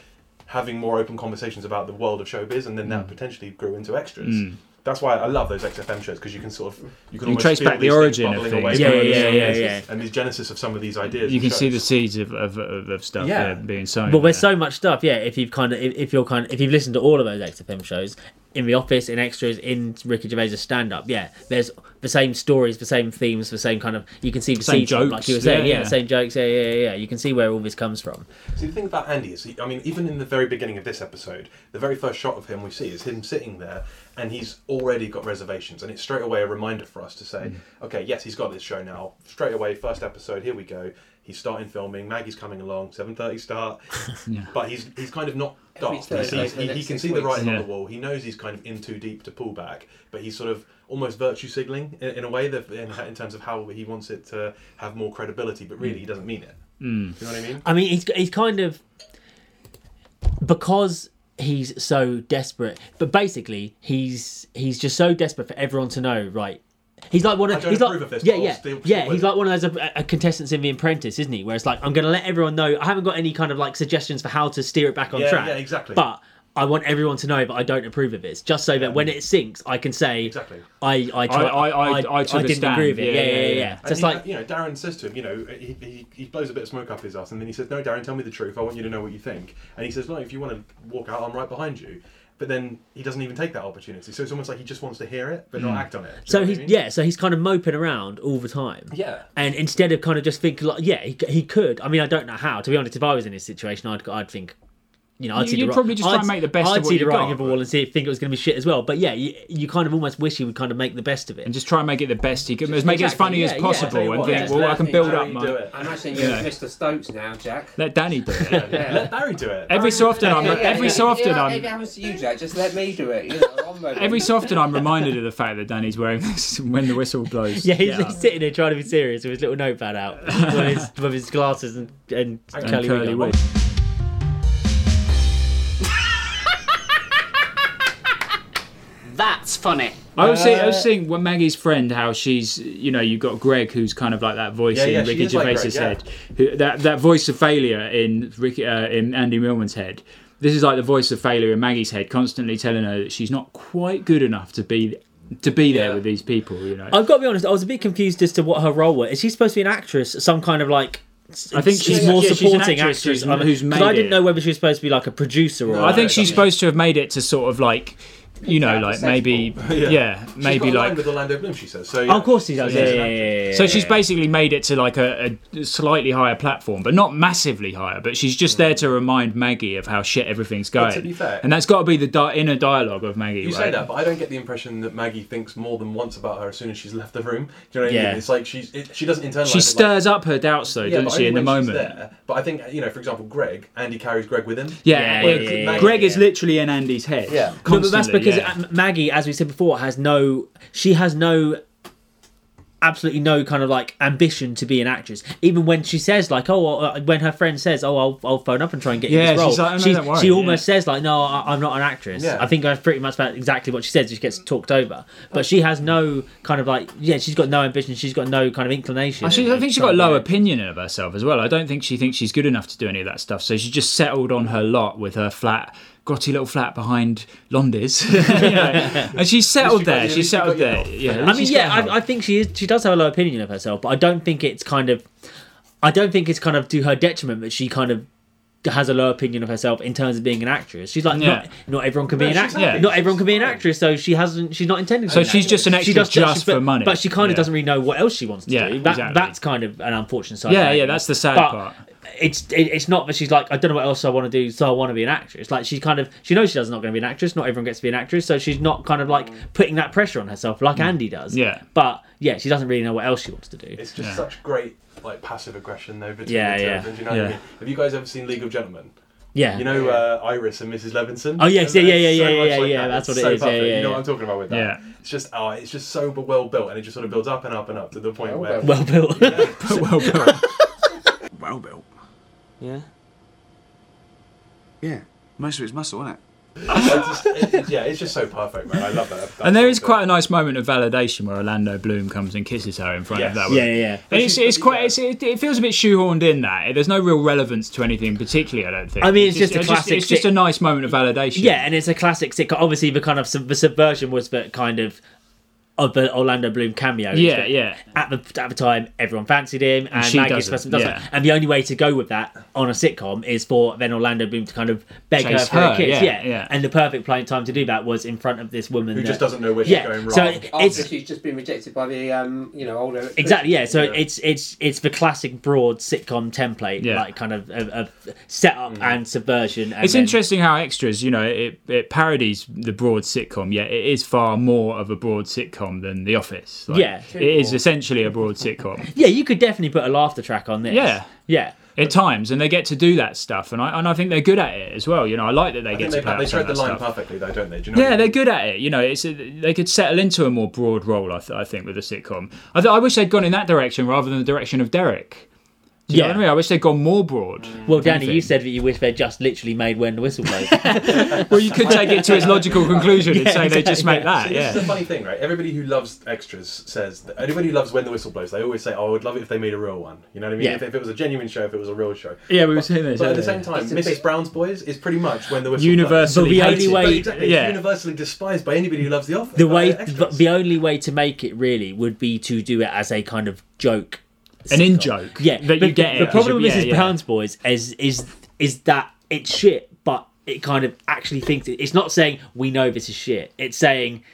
[SPEAKER 11] having more open conversations about the world of showbiz, and then that potentially grew into extras.
[SPEAKER 1] Mm.
[SPEAKER 11] That's why I love those XFM shows because you can sort of you
[SPEAKER 1] You
[SPEAKER 11] can almost
[SPEAKER 1] trace
[SPEAKER 11] feel
[SPEAKER 1] back the
[SPEAKER 11] these things
[SPEAKER 1] origin of
[SPEAKER 11] bubbling
[SPEAKER 1] things,
[SPEAKER 11] away
[SPEAKER 1] yeah,
[SPEAKER 11] from
[SPEAKER 1] yeah,
[SPEAKER 11] these
[SPEAKER 1] yeah,
[SPEAKER 11] ideas
[SPEAKER 1] yeah.
[SPEAKER 11] and the genesis of some of these ideas.
[SPEAKER 1] you can
[SPEAKER 11] and
[SPEAKER 1] see
[SPEAKER 11] shows.
[SPEAKER 1] the seeds of of, of, of stuff
[SPEAKER 13] Yeah.
[SPEAKER 1] there being sown.
[SPEAKER 13] Well, there's so much stuff. Yeah, if you've kind of if if you're kind of, if you've listened to all of those XFM shows,
[SPEAKER 1] in the office, in extras, in Ricky Gervais' stand-up. Yeah, there's the same stories, the same themes, the same kind of. You can see the
[SPEAKER 13] Same
[SPEAKER 1] seed drop, like
[SPEAKER 13] jokes,
[SPEAKER 1] you were saying.
[SPEAKER 13] yeah,
[SPEAKER 1] Yeah,
[SPEAKER 13] yeah.
[SPEAKER 1] the same jokes. Yeah, yeah, yeah. yeah. You can see where all this comes from.
[SPEAKER 11] See, the thing about Andy is, he, I mean, even in the very beginning of this episode, the very first shot of him we see is him sitting there, and he's already got reservations, and it's straight away a reminder for us to say, okay, yes, he's got this show now. Straight away, first episode, here we go. He's starting filming. Maggie's coming along. Seven thirty start, but he's he's kind of not
[SPEAKER 17] Every
[SPEAKER 11] daft. He,
[SPEAKER 17] Thursday
[SPEAKER 11] sees,
[SPEAKER 17] for the
[SPEAKER 11] he, he
[SPEAKER 17] next
[SPEAKER 11] can
[SPEAKER 17] six
[SPEAKER 11] see the
[SPEAKER 17] weeks.
[SPEAKER 11] writing
[SPEAKER 17] Yeah.
[SPEAKER 11] on the wall. He knows he's kind of in too deep to pull back, but he's sort of almost virtue signaling in, in a way that in, in terms of how he wants it to have more credibility, but really he doesn't mean it. You know what I mean?
[SPEAKER 1] I mean, he's he's kind of because he's so desperate. But basically, he's he's just so desperate for everyone to know, right? He's like one of
[SPEAKER 11] I don't
[SPEAKER 1] he's like
[SPEAKER 11] approve of this,
[SPEAKER 1] yeah
[SPEAKER 11] but I'll
[SPEAKER 1] yeah
[SPEAKER 11] still- still
[SPEAKER 1] yeah
[SPEAKER 11] with
[SPEAKER 1] he's like one of those uh, uh, contestants in The Apprentice, isn't he? Where it's like I'm going to let everyone know. I haven't got any kind of like suggestions for how to steer it back on
[SPEAKER 11] Yeah,
[SPEAKER 1] track.
[SPEAKER 11] yeah, exactly.
[SPEAKER 1] But I want everyone to know, but I don't approve of this, just so that when it sinks, I can say exactly. I I tried,
[SPEAKER 13] I- I- I- I took a
[SPEAKER 1] didn't
[SPEAKER 13] stand.
[SPEAKER 1] agree with it. Yeah
[SPEAKER 13] Yeah,
[SPEAKER 1] yeah yeah.
[SPEAKER 13] yeah,
[SPEAKER 1] yeah,
[SPEAKER 13] yeah.
[SPEAKER 1] So
[SPEAKER 11] And
[SPEAKER 1] it's
[SPEAKER 11] he-
[SPEAKER 1] like
[SPEAKER 11] you know, Darren says to him, you know, he, he, he blows a bit of smoke up his ass, and then he says, "No, Darren, tell me the truth. I want you to know what you think." And he says, "No, if you want to walk out, I'm right behind you." But then he doesn't even take that opportunity. So it's almost like he just wants to hear it,
[SPEAKER 13] Hmm.
[SPEAKER 11] but not
[SPEAKER 1] Mm.
[SPEAKER 11] act on it. Do you
[SPEAKER 1] So
[SPEAKER 11] know what I
[SPEAKER 1] he's
[SPEAKER 11] mean?
[SPEAKER 1] yeah, so he's kind of moping around all the time.
[SPEAKER 11] Yeah.
[SPEAKER 1] And instead of kind of just thinking like, yeah, he, he could. I mean, I don't know how. To be honest, if I was in his situation, I'd I'd think, you know, I'd
[SPEAKER 13] You-
[SPEAKER 1] see the
[SPEAKER 13] you'd
[SPEAKER 1] ri-
[SPEAKER 13] probably just try
[SPEAKER 1] I'd-
[SPEAKER 13] and make the best
[SPEAKER 1] I'd
[SPEAKER 13] of what
[SPEAKER 1] see the
[SPEAKER 13] you've
[SPEAKER 1] writing
[SPEAKER 13] got.
[SPEAKER 1] of the wall and see think it was going to be shit as well. But yeah, you, you kind of almost wish he would kind of make the best of it
[SPEAKER 13] and just try and make it the best he can. Just make it as funny as possible, and think,
[SPEAKER 2] Just
[SPEAKER 13] well, I
[SPEAKER 2] let
[SPEAKER 13] can
[SPEAKER 2] me
[SPEAKER 13] build
[SPEAKER 2] know
[SPEAKER 13] up
[SPEAKER 2] you
[SPEAKER 13] my.
[SPEAKER 2] do it. I'm actually
[SPEAKER 13] you know.
[SPEAKER 2] Mr. Stokes now, Jack.
[SPEAKER 13] Let Danny do it.
[SPEAKER 2] Let
[SPEAKER 11] Barry do it.
[SPEAKER 13] Every so often, I'm.
[SPEAKER 2] Yeah,
[SPEAKER 13] Every
[SPEAKER 2] yeah.
[SPEAKER 13] so often,
[SPEAKER 2] Yeah,
[SPEAKER 13] I'm.
[SPEAKER 2] If it happens to you, Jack, just let me do it. You know, I'm ready.
[SPEAKER 13] Every so often, I'm reminded of the fact that Danny's wearing this when the whistle blows.
[SPEAKER 1] Yeah, he's,
[SPEAKER 13] Yeah.
[SPEAKER 1] he's sitting there trying to be serious with his little notepad out, with, his, with his glasses and and,
[SPEAKER 13] And
[SPEAKER 1] curly,
[SPEAKER 13] curly
[SPEAKER 1] wig.
[SPEAKER 13] wig.
[SPEAKER 1] on.
[SPEAKER 3] That's funny.
[SPEAKER 13] I was saying, I was saying, when Maggie's friend, how she's, you know, you've got Greg, who's kind of like that voice
[SPEAKER 3] Yeah, yeah,
[SPEAKER 13] in
[SPEAKER 3] she
[SPEAKER 13] Ricky
[SPEAKER 3] is like
[SPEAKER 13] Gervais's
[SPEAKER 3] Greg, yeah.
[SPEAKER 13] head, who, that that voice of failure in Ricky uh, in Andy Millman's head. This is like the voice of failure in Maggie's head, constantly telling her that she's not quite good enough to be to be there with these people. You know,
[SPEAKER 1] I've got to be honest. I was a bit confused as to what her role was. Is she supposed to be an actress? Some kind of like.
[SPEAKER 13] I think she's-
[SPEAKER 1] more
[SPEAKER 13] yeah, she's an
[SPEAKER 1] supporting
[SPEAKER 13] actress
[SPEAKER 1] actress.
[SPEAKER 13] who's-
[SPEAKER 1] I'm-
[SPEAKER 13] who's
[SPEAKER 1] 'cause
[SPEAKER 13] made
[SPEAKER 1] I didn't
[SPEAKER 13] it.
[SPEAKER 1] know whether she was supposed to be like a producer or.
[SPEAKER 13] I think she's supposed to have made it to sort of like, you know, like
[SPEAKER 1] sensible.
[SPEAKER 13] maybe, yeah,
[SPEAKER 11] She's got
[SPEAKER 13] maybe
[SPEAKER 11] a line
[SPEAKER 13] like.
[SPEAKER 11] with Orlando Bloom. She says so.
[SPEAKER 13] Oh,
[SPEAKER 11] Yeah.
[SPEAKER 13] of course he does,
[SPEAKER 11] She's
[SPEAKER 13] yeah,
[SPEAKER 11] an
[SPEAKER 13] yeah,
[SPEAKER 11] actress.
[SPEAKER 13] So she's basically made it to like a, a slightly higher platform, but not massively higher. But she's just there to remind Maggie of how shit everything's
[SPEAKER 11] But
[SPEAKER 13] going.
[SPEAKER 11] to be fair-
[SPEAKER 13] and that's got to be the di- inner dialogue of Maggie.
[SPEAKER 11] You
[SPEAKER 13] right?
[SPEAKER 11] say that, but I don't get the impression that Maggie thinks more than once about her as soon as she's left the room. Do you know what I
[SPEAKER 13] Yeah.
[SPEAKER 11] mean? It's like she's it, she doesn't internalize.
[SPEAKER 13] she
[SPEAKER 11] it like-
[SPEAKER 13] stirs up her doubts though,
[SPEAKER 11] Yeah, but
[SPEAKER 13] doesn't she?
[SPEAKER 11] only
[SPEAKER 13] In the
[SPEAKER 11] when she's
[SPEAKER 13] moment,
[SPEAKER 11] there. But I think you know, for example, Greg. Andy carries Greg with him.
[SPEAKER 13] yeah,
[SPEAKER 11] Whereas
[SPEAKER 13] yeah,
[SPEAKER 11] Maggie-
[SPEAKER 13] Greg is literally in Andy's head.
[SPEAKER 11] Yeah.
[SPEAKER 1] No, but that's
[SPEAKER 13] Constantly,
[SPEAKER 1] because
[SPEAKER 13] yeah.
[SPEAKER 1] uh, Maggie, as we said before, has no. She has no. Absolutely no kind of like ambition to be an actress. Even when she says like, "Oh," uh, when her friend says, "Oh, I'll, I'll phone up and try and get
[SPEAKER 13] Yeah,
[SPEAKER 1] you this role,"
[SPEAKER 13] she's like, "Oh, no,
[SPEAKER 1] She's-
[SPEAKER 13] don't worry,"
[SPEAKER 1] she
[SPEAKER 13] yeah.
[SPEAKER 1] almost says like, "No, I, I'm not an actress."
[SPEAKER 13] Yeah.
[SPEAKER 1] I think that's pretty much about exactly what she says. She gets talked over, but she has no kind of like, yeah, she's got no ambition. She's got no kind of inclination.
[SPEAKER 13] I, she, I
[SPEAKER 1] of
[SPEAKER 13] think she's got
[SPEAKER 1] trying
[SPEAKER 13] a
[SPEAKER 1] to
[SPEAKER 13] low opinion of herself as well. I don't think she thinks she's good enough to do any of that stuff. So she just settled on her lot with her flat, grotty little flat behind Londis. You know, And she's settled there. She's settled there. Yeah, at
[SPEAKER 1] I
[SPEAKER 13] least
[SPEAKER 1] mean,
[SPEAKER 13] she's
[SPEAKER 1] yeah,
[SPEAKER 13] got her.
[SPEAKER 1] I, I think she is. She does have a low opinion of herself, but I don't think it's kind of. I don't think it's kind of to her detriment that she kind of has a low opinion of herself in terms of being an actress. She's like,
[SPEAKER 13] Yeah.
[SPEAKER 1] not, not everyone can be
[SPEAKER 13] No,
[SPEAKER 1] an
[SPEAKER 13] she's
[SPEAKER 1] actress.
[SPEAKER 13] happy.
[SPEAKER 1] Not everyone can be an actress, so she hasn't. She's not intended. to
[SPEAKER 13] So
[SPEAKER 1] be
[SPEAKER 13] she's just an
[SPEAKER 1] actress. She
[SPEAKER 13] extra
[SPEAKER 1] does- she-
[SPEAKER 13] just for
[SPEAKER 1] but-
[SPEAKER 13] money.
[SPEAKER 1] But she kind
[SPEAKER 13] Yeah.
[SPEAKER 1] of doesn't really know what else she wants to
[SPEAKER 13] Yeah,
[SPEAKER 1] do. That,
[SPEAKER 13] exactly.
[SPEAKER 1] That's kind of an unfortunate side.
[SPEAKER 13] Yeah,
[SPEAKER 1] of Maggie.
[SPEAKER 13] yeah, that's the sad
[SPEAKER 1] But
[SPEAKER 13] part.
[SPEAKER 1] It's it, it's not that she's like I don't know what else I want to do, so I want to be an actress. Like she kind of she knows she's not going to be an actress. Not everyone gets to be an actress, so she's not kind of
[SPEAKER 11] Mm.
[SPEAKER 1] like putting that pressure on herself like Andy does.
[SPEAKER 13] Yeah.
[SPEAKER 1] But yeah, she doesn't really know what else she wants to do.
[SPEAKER 11] It's just such great like passive aggression though between
[SPEAKER 1] Yeah,
[SPEAKER 11] the two
[SPEAKER 1] yeah.
[SPEAKER 11] of them. Do you know what
[SPEAKER 1] Yeah.
[SPEAKER 11] I mean? Have you guys ever seen League of Gentlemen?
[SPEAKER 1] Yeah.
[SPEAKER 11] You know uh, Iris and Mrs. Levinson.
[SPEAKER 1] Oh, yes, yeah, yeah, yeah,
[SPEAKER 11] It's
[SPEAKER 1] yeah,
[SPEAKER 11] much
[SPEAKER 1] yeah,
[SPEAKER 11] like
[SPEAKER 1] yeah,
[SPEAKER 11] that.
[SPEAKER 1] that's what
[SPEAKER 11] It's
[SPEAKER 1] it
[SPEAKER 11] so
[SPEAKER 1] is, yeah,
[SPEAKER 11] perfect.
[SPEAKER 1] yeah,
[SPEAKER 11] You know
[SPEAKER 1] yeah.
[SPEAKER 11] what I'm talking about with that.
[SPEAKER 13] Yeah.
[SPEAKER 11] It's just oh, it's just so well built, and it just sort of builds up and up and up to the point where
[SPEAKER 1] Well built.
[SPEAKER 13] well built.
[SPEAKER 9] Well built.
[SPEAKER 19] Yeah.
[SPEAKER 9] Yeah. Most of it's muscle, isn't it?
[SPEAKER 11] It's just- it- it- yeah, it's just so perfect, man. I love that.
[SPEAKER 13] and there is quite a nice moment of validation where Orlando Bloom comes and kisses her in front
[SPEAKER 11] Yes.
[SPEAKER 13] of that.
[SPEAKER 11] Yeah,
[SPEAKER 13] one.
[SPEAKER 11] yeah, yeah.
[SPEAKER 13] And it's, it's quite. It's, it, it feels a bit shoehorned in that. There's no real relevance to anything particularly. I don't think.
[SPEAKER 1] I mean, it's just a classic
[SPEAKER 13] It's just a
[SPEAKER 1] sit-
[SPEAKER 13] nice moment of validation.
[SPEAKER 1] Yeah, and it's a classic sitcom. Obviously, the kind of sub- the subversion was that kind of of the Orlando Bloom cameo. is
[SPEAKER 13] Yeah,
[SPEAKER 1] that
[SPEAKER 13] yeah.
[SPEAKER 1] At the at the time, everyone fancied him, and
[SPEAKER 13] she
[SPEAKER 1] Maggie
[SPEAKER 13] doesn't,
[SPEAKER 1] Smith doesn't.
[SPEAKER 13] yeah.
[SPEAKER 1] And the only way to go with that on a sitcom is for then Orlando Bloom to kind of beg
[SPEAKER 13] Chase
[SPEAKER 1] her for
[SPEAKER 13] her,
[SPEAKER 1] a kiss.
[SPEAKER 13] yeah,
[SPEAKER 1] Yeah,
[SPEAKER 13] yeah.
[SPEAKER 1] And the perfect playing time to do that was in front of this woman
[SPEAKER 11] Who just
[SPEAKER 1] that-
[SPEAKER 11] doesn't know where she's
[SPEAKER 1] yeah.
[SPEAKER 11] going wrong.
[SPEAKER 1] So
[SPEAKER 2] After
[SPEAKER 1] it's
[SPEAKER 2] she's just been rejected by the um, you know older.
[SPEAKER 1] Exactly. Yeah. So it's it's it's the classic broad sitcom template,
[SPEAKER 13] Yeah.
[SPEAKER 1] like kind of of, of setup
[SPEAKER 11] Mm.
[SPEAKER 1] and subversion. And
[SPEAKER 13] it's
[SPEAKER 1] then-
[SPEAKER 13] interesting how extras, you know, it, it parodies the broad sitcom, yet it is far more of a broad sitcom than The Office.
[SPEAKER 1] Yeah.
[SPEAKER 13] it is essentially a broad sitcom.
[SPEAKER 1] Yeah, you could definitely put a laughter track on this.
[SPEAKER 13] Yeah.
[SPEAKER 1] Yeah.
[SPEAKER 13] At times, and they get to do that stuff, and I and I think they're good at it as well. You know, I like that they
[SPEAKER 11] I
[SPEAKER 13] get
[SPEAKER 11] think
[SPEAKER 13] to
[SPEAKER 11] they,
[SPEAKER 13] play
[SPEAKER 11] they
[SPEAKER 13] out some
[SPEAKER 11] tread
[SPEAKER 13] of
[SPEAKER 11] the
[SPEAKER 13] that
[SPEAKER 11] line
[SPEAKER 13] stuff.
[SPEAKER 11] perfectly, though, don't they? Do you know
[SPEAKER 13] Yeah, they're good at it. You know, it's they could settle into a more broad role. I, th- I think with a sitcom, I, th- I wish they'd gone in that direction rather than the direction of Derek. Do you know
[SPEAKER 1] Yeah.
[SPEAKER 13] what I mean? I wish they'd gone more broad.
[SPEAKER 1] Well, Danny, you said that you wish they'd just literally made when the whistle blows.
[SPEAKER 13] well, you could take it to its logical conclusion and say they just make that.
[SPEAKER 11] See,
[SPEAKER 13] Yeah.
[SPEAKER 11] This is the funny thing, right? Everybody who loves extras says that anybody who loves when the whistle blows, they always say, "Oh, I would love it if they made a real one." You know what I mean?
[SPEAKER 13] Yeah.
[SPEAKER 11] If, if it was a genuine show, if it was a real show.
[SPEAKER 13] Yeah, we were saying this.
[SPEAKER 11] But at the
[SPEAKER 13] yeah.
[SPEAKER 11] same time, Mrs. Brown's Boys is pretty much when the whistle
[SPEAKER 13] Universally
[SPEAKER 11] blows.
[SPEAKER 13] But the hated. only
[SPEAKER 11] But
[SPEAKER 13] way-
[SPEAKER 11] exactly, it's
[SPEAKER 13] yeah.
[SPEAKER 11] universally despised by anybody who loves the office.
[SPEAKER 1] the way, the, the only way to make it really would be to do it as a kind of joke,
[SPEAKER 13] An in
[SPEAKER 1] sitcom.
[SPEAKER 13] joke
[SPEAKER 1] Yeah,
[SPEAKER 13] that you
[SPEAKER 1] but
[SPEAKER 13] get it
[SPEAKER 1] The
[SPEAKER 13] as
[SPEAKER 1] problem
[SPEAKER 13] you-
[SPEAKER 1] with
[SPEAKER 13] yeah,
[SPEAKER 1] Mrs.
[SPEAKER 13] yeah.
[SPEAKER 1] Brown's Boys is is is that it's shit, but it kind of actually thinks it, it's not saying we know this is shit. It's saying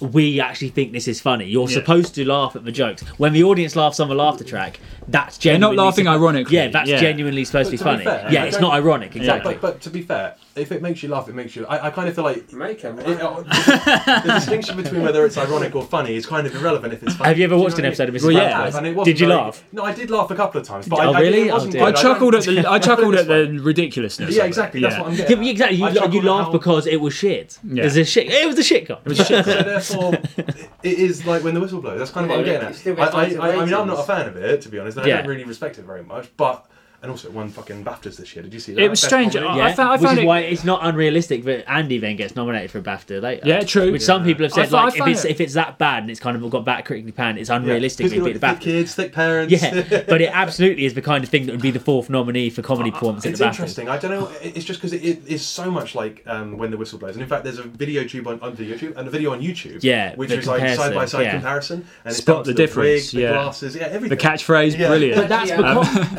[SPEAKER 1] we actually think this is funny. You're
[SPEAKER 13] Yeah.
[SPEAKER 1] supposed to laugh at the jokes. When the audience laughs on the laughter track, that's
[SPEAKER 13] They're not
[SPEAKER 1] genuinely
[SPEAKER 13] laughing ironically,
[SPEAKER 1] Yeah, that's
[SPEAKER 13] yeah.
[SPEAKER 1] genuinely supposed to be
[SPEAKER 11] But
[SPEAKER 1] funny.
[SPEAKER 11] be fair,
[SPEAKER 1] yeah,
[SPEAKER 11] I
[SPEAKER 1] it's
[SPEAKER 11] don't-
[SPEAKER 1] not ironic,
[SPEAKER 11] Yeah.
[SPEAKER 1] exactly.
[SPEAKER 11] But, but to be fair, if it makes you laugh, it makes you. I, I kind of feel like
[SPEAKER 2] make them.
[SPEAKER 11] the distinction between whether it's ironic or funny is kind of irrelevant if it's funny.
[SPEAKER 1] Have you ever
[SPEAKER 11] Do
[SPEAKER 1] watched
[SPEAKER 11] know
[SPEAKER 1] an
[SPEAKER 11] what I
[SPEAKER 1] episode of
[SPEAKER 11] mean?
[SPEAKER 1] Mrs.
[SPEAKER 11] Well,
[SPEAKER 1] Brown's
[SPEAKER 11] yeah,
[SPEAKER 1] Boys?
[SPEAKER 11] and it wasn't
[SPEAKER 1] Did you
[SPEAKER 11] very-
[SPEAKER 1] laugh?
[SPEAKER 11] No, I did laugh a couple of times, but
[SPEAKER 1] Oh,
[SPEAKER 11] I, I,
[SPEAKER 1] really?
[SPEAKER 11] it wasn't
[SPEAKER 1] Oh,
[SPEAKER 11] good.
[SPEAKER 13] I
[SPEAKER 11] don't-
[SPEAKER 13] chuckled at the I chuckled at
[SPEAKER 11] This
[SPEAKER 13] the ridiculousness.
[SPEAKER 11] Yeah,
[SPEAKER 13] of it.
[SPEAKER 11] exactly, that's what I'm getting
[SPEAKER 1] Yeah, but exactly. You, you laugh because it was shit.
[SPEAKER 13] Yeah.
[SPEAKER 1] It was a shit. It was a shit cop.
[SPEAKER 11] so therefore, it is like when the whistle blows. That's kind of what
[SPEAKER 1] Yeah,
[SPEAKER 11] I'm
[SPEAKER 1] it still
[SPEAKER 11] getting
[SPEAKER 1] gets
[SPEAKER 11] at. I,
[SPEAKER 1] loads of
[SPEAKER 11] I, I, I mean, I'm not
[SPEAKER 1] ratings.
[SPEAKER 11] a fan of it to be honest. And I
[SPEAKER 13] Yeah.
[SPEAKER 11] don't really respect it very much, but and also it won fucking BAFTAs this year. Did you see that?
[SPEAKER 13] It was
[SPEAKER 11] Best
[SPEAKER 13] strange.
[SPEAKER 11] comedy.
[SPEAKER 13] I- I found- I
[SPEAKER 1] which
[SPEAKER 13] found
[SPEAKER 1] is
[SPEAKER 13] it-
[SPEAKER 1] why it's not unrealistic that Andy then gets nominated for a BAFTA later.
[SPEAKER 13] Yeah, true.
[SPEAKER 1] Which some people have
[SPEAKER 13] I
[SPEAKER 1] said,
[SPEAKER 13] thought- I
[SPEAKER 1] like, if
[SPEAKER 13] found
[SPEAKER 1] it's,
[SPEAKER 13] it-
[SPEAKER 1] if it's that bad and it's kind of got that critically panned, it's unrealistic
[SPEAKER 11] Because
[SPEAKER 1] to
[SPEAKER 11] you
[SPEAKER 1] beat
[SPEAKER 11] know,
[SPEAKER 1] the
[SPEAKER 11] thick
[SPEAKER 1] BAFTA.
[SPEAKER 11] kids, thick parents.
[SPEAKER 1] Yeah, but it absolutely is the kind of thing that would be the fourth nominee for comedy performance at
[SPEAKER 11] It's
[SPEAKER 1] the BAFTAs.
[SPEAKER 11] interesting. I don't know. it- It's just because it it is so much like um, when the whistle blows, and in fact, there's a video tube on, on YouTube and a video on YouTube.
[SPEAKER 13] Yeah,
[SPEAKER 11] which
[SPEAKER 13] the
[SPEAKER 11] is like side by
[SPEAKER 13] comparison, yeah.
[SPEAKER 11] side comparison. And
[SPEAKER 13] Spot
[SPEAKER 11] it's down
[SPEAKER 13] the
[SPEAKER 11] to
[SPEAKER 13] difference,
[SPEAKER 11] The wig,
[SPEAKER 13] yeah.
[SPEAKER 11] the glasses. Yeah. Everything.
[SPEAKER 13] The catchphrase,
[SPEAKER 11] Yeah.
[SPEAKER 13] brilliant.
[SPEAKER 11] But
[SPEAKER 13] Um,
[SPEAKER 11] that's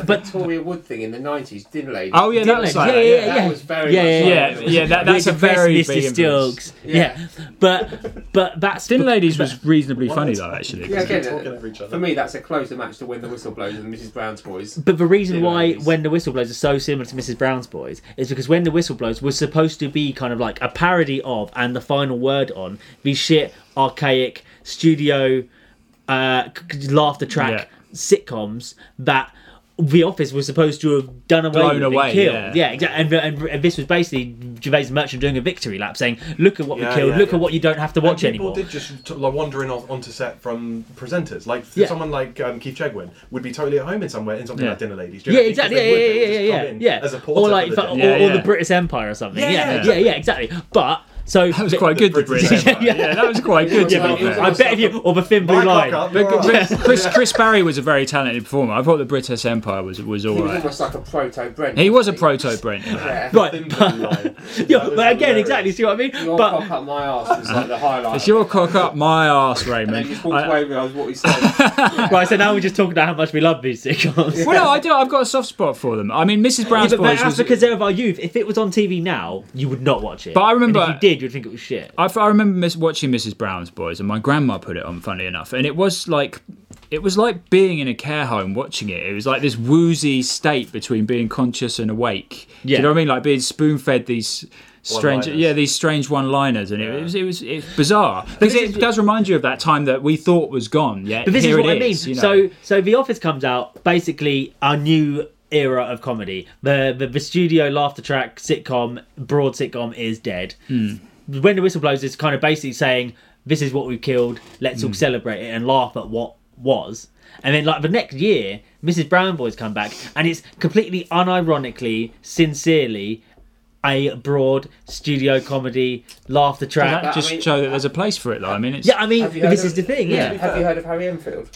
[SPEAKER 2] a Victoria Wood thing in the nineties, didn't they?
[SPEAKER 13] Oh, yeah, that was like that, yeah.
[SPEAKER 2] That was very
[SPEAKER 1] yeah,
[SPEAKER 2] much
[SPEAKER 1] yeah,
[SPEAKER 2] like
[SPEAKER 1] yeah,
[SPEAKER 2] that.
[SPEAKER 13] yeah, that- that's a
[SPEAKER 1] With the best
[SPEAKER 13] very
[SPEAKER 1] Mr.
[SPEAKER 13] big
[SPEAKER 1] Stilks. Yeah. but but that's
[SPEAKER 13] Thin Ladies was reasonably funny though, actually.
[SPEAKER 2] Yeah, again, for me, that's a closer match to when the whistle blows and Mrs. Brown's boys.
[SPEAKER 1] But the reason why When the Whistle Blows is so similar to Mrs. Brown's Boys is because When the Whistle Blows was supposed to be kind of like a parody of and the final word on the shit, archaic, studio, uh, c- c- laughter track sitcoms that The Office was supposed to have done away
[SPEAKER 13] Blown
[SPEAKER 1] with and
[SPEAKER 13] away,
[SPEAKER 1] killed.
[SPEAKER 13] yeah.
[SPEAKER 1] exactly. And, and, and this was basically Gervais Merchant doing a victory lap saying, look at what
[SPEAKER 11] Yeah,
[SPEAKER 1] we killed,
[SPEAKER 11] yeah,
[SPEAKER 1] look
[SPEAKER 11] yeah.
[SPEAKER 1] at what you don't have to watch
[SPEAKER 11] and
[SPEAKER 1] anymore.
[SPEAKER 11] People did just t- like wandering off onto set from presenters. Like
[SPEAKER 1] Yeah.
[SPEAKER 11] someone like um, Keith Chegwin would be totally at home in somewhere in something
[SPEAKER 1] Yeah.
[SPEAKER 11] like Dinner Ladies. Do you
[SPEAKER 1] Yeah,
[SPEAKER 11] know what I
[SPEAKER 1] exactly.
[SPEAKER 11] mean?
[SPEAKER 1] Yeah, yeah,
[SPEAKER 11] Because they would,
[SPEAKER 1] yeah,
[SPEAKER 11] they
[SPEAKER 1] yeah,
[SPEAKER 11] would just
[SPEAKER 1] yeah,
[SPEAKER 11] come
[SPEAKER 1] yeah.
[SPEAKER 11] in As a porter
[SPEAKER 1] or like,
[SPEAKER 11] for
[SPEAKER 1] or,
[SPEAKER 11] the day.
[SPEAKER 1] or the British Empire or something. Yeah, yeah,
[SPEAKER 11] Yeah.
[SPEAKER 1] yeah, exactly. But so that was
[SPEAKER 13] quite good, the British Empire. Yeah, that was quite good, to be fair.
[SPEAKER 1] I bet if you or the thin blue line.
[SPEAKER 13] But Chris, Chris, Chris Barry was a very talented performer. I thought the British Empire was was all
[SPEAKER 2] He was
[SPEAKER 13] right.
[SPEAKER 2] almost like a proto Brent.
[SPEAKER 13] He was a proto Brent.
[SPEAKER 2] Yeah.
[SPEAKER 1] Right, yeah, but again, exactly. See what I mean?
[SPEAKER 2] Your
[SPEAKER 1] But
[SPEAKER 2] cock up my ass was like the highlight.
[SPEAKER 13] It's your cock up my ass, Raymond.
[SPEAKER 2] He just walked
[SPEAKER 13] I-
[SPEAKER 2] away and realised what he said.
[SPEAKER 1] right, so now we're just talking about how much we love these sitcoms.
[SPEAKER 13] Well, no, I do. I've got a soft spot for them. I mean, Mrs. Brown's
[SPEAKER 1] yeah, but
[SPEAKER 13] Boys
[SPEAKER 1] that's
[SPEAKER 13] was.
[SPEAKER 1] because they're of our youth. If it was on TV now, you would not watch it.
[SPEAKER 13] But I remember-
[SPEAKER 1] And if you did, you'd think it was shit.
[SPEAKER 13] I, I remember miss, watching Mrs. Brown's Boys, and my grandma put it on. Funnily enough, and it was like, it was like being in a care home watching it. It was like this woozy state between being conscious and awake. Do
[SPEAKER 1] Yeah.
[SPEAKER 13] you know what I mean? Like being spoon fed these strange,
[SPEAKER 1] One-liners.
[SPEAKER 13] yeah, these strange one-liners, and it was it was it's bizarre because it does remind you of that time that we thought was gone. Yeah,
[SPEAKER 1] But this
[SPEAKER 13] here
[SPEAKER 1] is what
[SPEAKER 13] it
[SPEAKER 1] I mean.
[SPEAKER 13] is, you know.
[SPEAKER 1] So, so The Office comes out basically a new era of comedy. The the, the studio laughter track sitcom, broad sitcom, is dead.
[SPEAKER 13] Hmm.
[SPEAKER 1] When the whistle blows, is kind of basically saying, "This is what we killed. Let's all
[SPEAKER 13] Mm.
[SPEAKER 1] celebrate it and laugh at what was." And then, like the next year, Mrs. Brown Boys come back, and it's completely unironically, sincerely, a broad studio comedy laughter track.
[SPEAKER 13] that just show that there's a place for it, though. I mean, it's
[SPEAKER 1] Yeah, I mean,
[SPEAKER 13] Have you
[SPEAKER 1] this
[SPEAKER 13] heard
[SPEAKER 1] is the
[SPEAKER 13] of-
[SPEAKER 1] thing. Yeah,
[SPEAKER 2] Have you heard of Harry Enfield?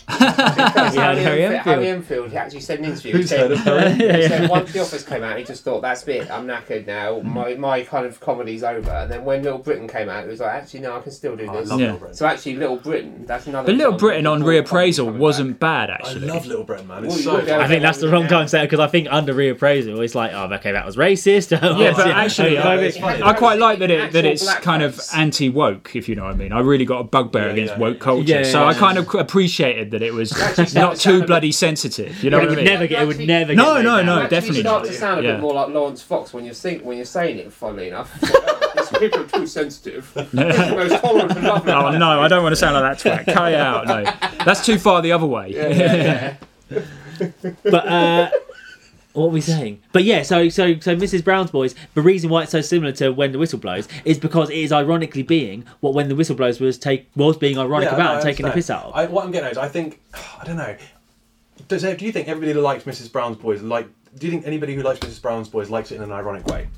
[SPEAKER 13] heard of Harry
[SPEAKER 2] Harry Enfield. Harry
[SPEAKER 13] Enfield?
[SPEAKER 2] Enfield, He actually said in an interview.
[SPEAKER 13] Who's
[SPEAKER 2] he
[SPEAKER 13] heard
[SPEAKER 2] said,
[SPEAKER 13] of Harry
[SPEAKER 2] he
[SPEAKER 13] Enfield?
[SPEAKER 2] said once The Office came out, he just thought, that's it, I'm knackered now, my, my kind of comedy's over. And then when Little Britain came out, it was like, actually, no, I can still do
[SPEAKER 13] Oh, I
[SPEAKER 2] this.
[SPEAKER 13] love Yeah. Little Britain.
[SPEAKER 2] So actually, Little Britain, that's another.
[SPEAKER 13] But Little
[SPEAKER 2] example.
[SPEAKER 13] Britain on reappraisal wasn't bad, actually.
[SPEAKER 11] I love Little Britain, man.
[SPEAKER 2] It's Well, so yeah,
[SPEAKER 1] I think that's the wrong time to say because I think under reappraisal, it's like, oh, okay, that was racist.
[SPEAKER 13] yeah, but actually,
[SPEAKER 1] Oh, yeah.
[SPEAKER 13] I, I quite like that it that
[SPEAKER 1] Actual
[SPEAKER 13] it's
[SPEAKER 1] blackface.
[SPEAKER 13] kind of anti woke, if you know what I mean. I really got a bugbear against woke culture,
[SPEAKER 1] Yeah,
[SPEAKER 13] so
[SPEAKER 1] yeah,
[SPEAKER 13] I
[SPEAKER 1] yeah.
[SPEAKER 13] kind of appreciated that it was not too bloody sensitive. You know
[SPEAKER 1] Yeah, it
[SPEAKER 13] what I
[SPEAKER 1] would
[SPEAKER 13] mean?
[SPEAKER 1] never get- it would never
[SPEAKER 13] No,
[SPEAKER 1] get
[SPEAKER 13] no,
[SPEAKER 1] made
[SPEAKER 13] no,
[SPEAKER 1] now.
[SPEAKER 2] Actually,
[SPEAKER 13] definitely
[SPEAKER 2] You start
[SPEAKER 13] not.
[SPEAKER 2] to sound a
[SPEAKER 13] Yeah.
[SPEAKER 2] bit more like Lawrence Fox when you're sing- when you're saying it. Funnily enough, These people are too sensitive. It's the most tolerant and loving.
[SPEAKER 13] oh no, I don't want to sound like that twat. Cut it out. No, that's too far the other way.
[SPEAKER 1] but uh, what were we saying? But yeah, so so so Mrs. Brown's Boys. The reason why it's so similar to When the Whistle Blows is because it is ironically being what When the Whistle Blows was take was being ironic
[SPEAKER 11] Yeah,
[SPEAKER 1] about
[SPEAKER 11] no,
[SPEAKER 1] and
[SPEAKER 11] I
[SPEAKER 1] taking the
[SPEAKER 11] understand.
[SPEAKER 1] piss out of.
[SPEAKER 11] I, what I'm getting at is, I think, I don't know. Does, do you think everybody who likes Mrs. Brown's Boys like? Do you think anybody who likes Mrs. Brown's Boys likes it in an ironic way?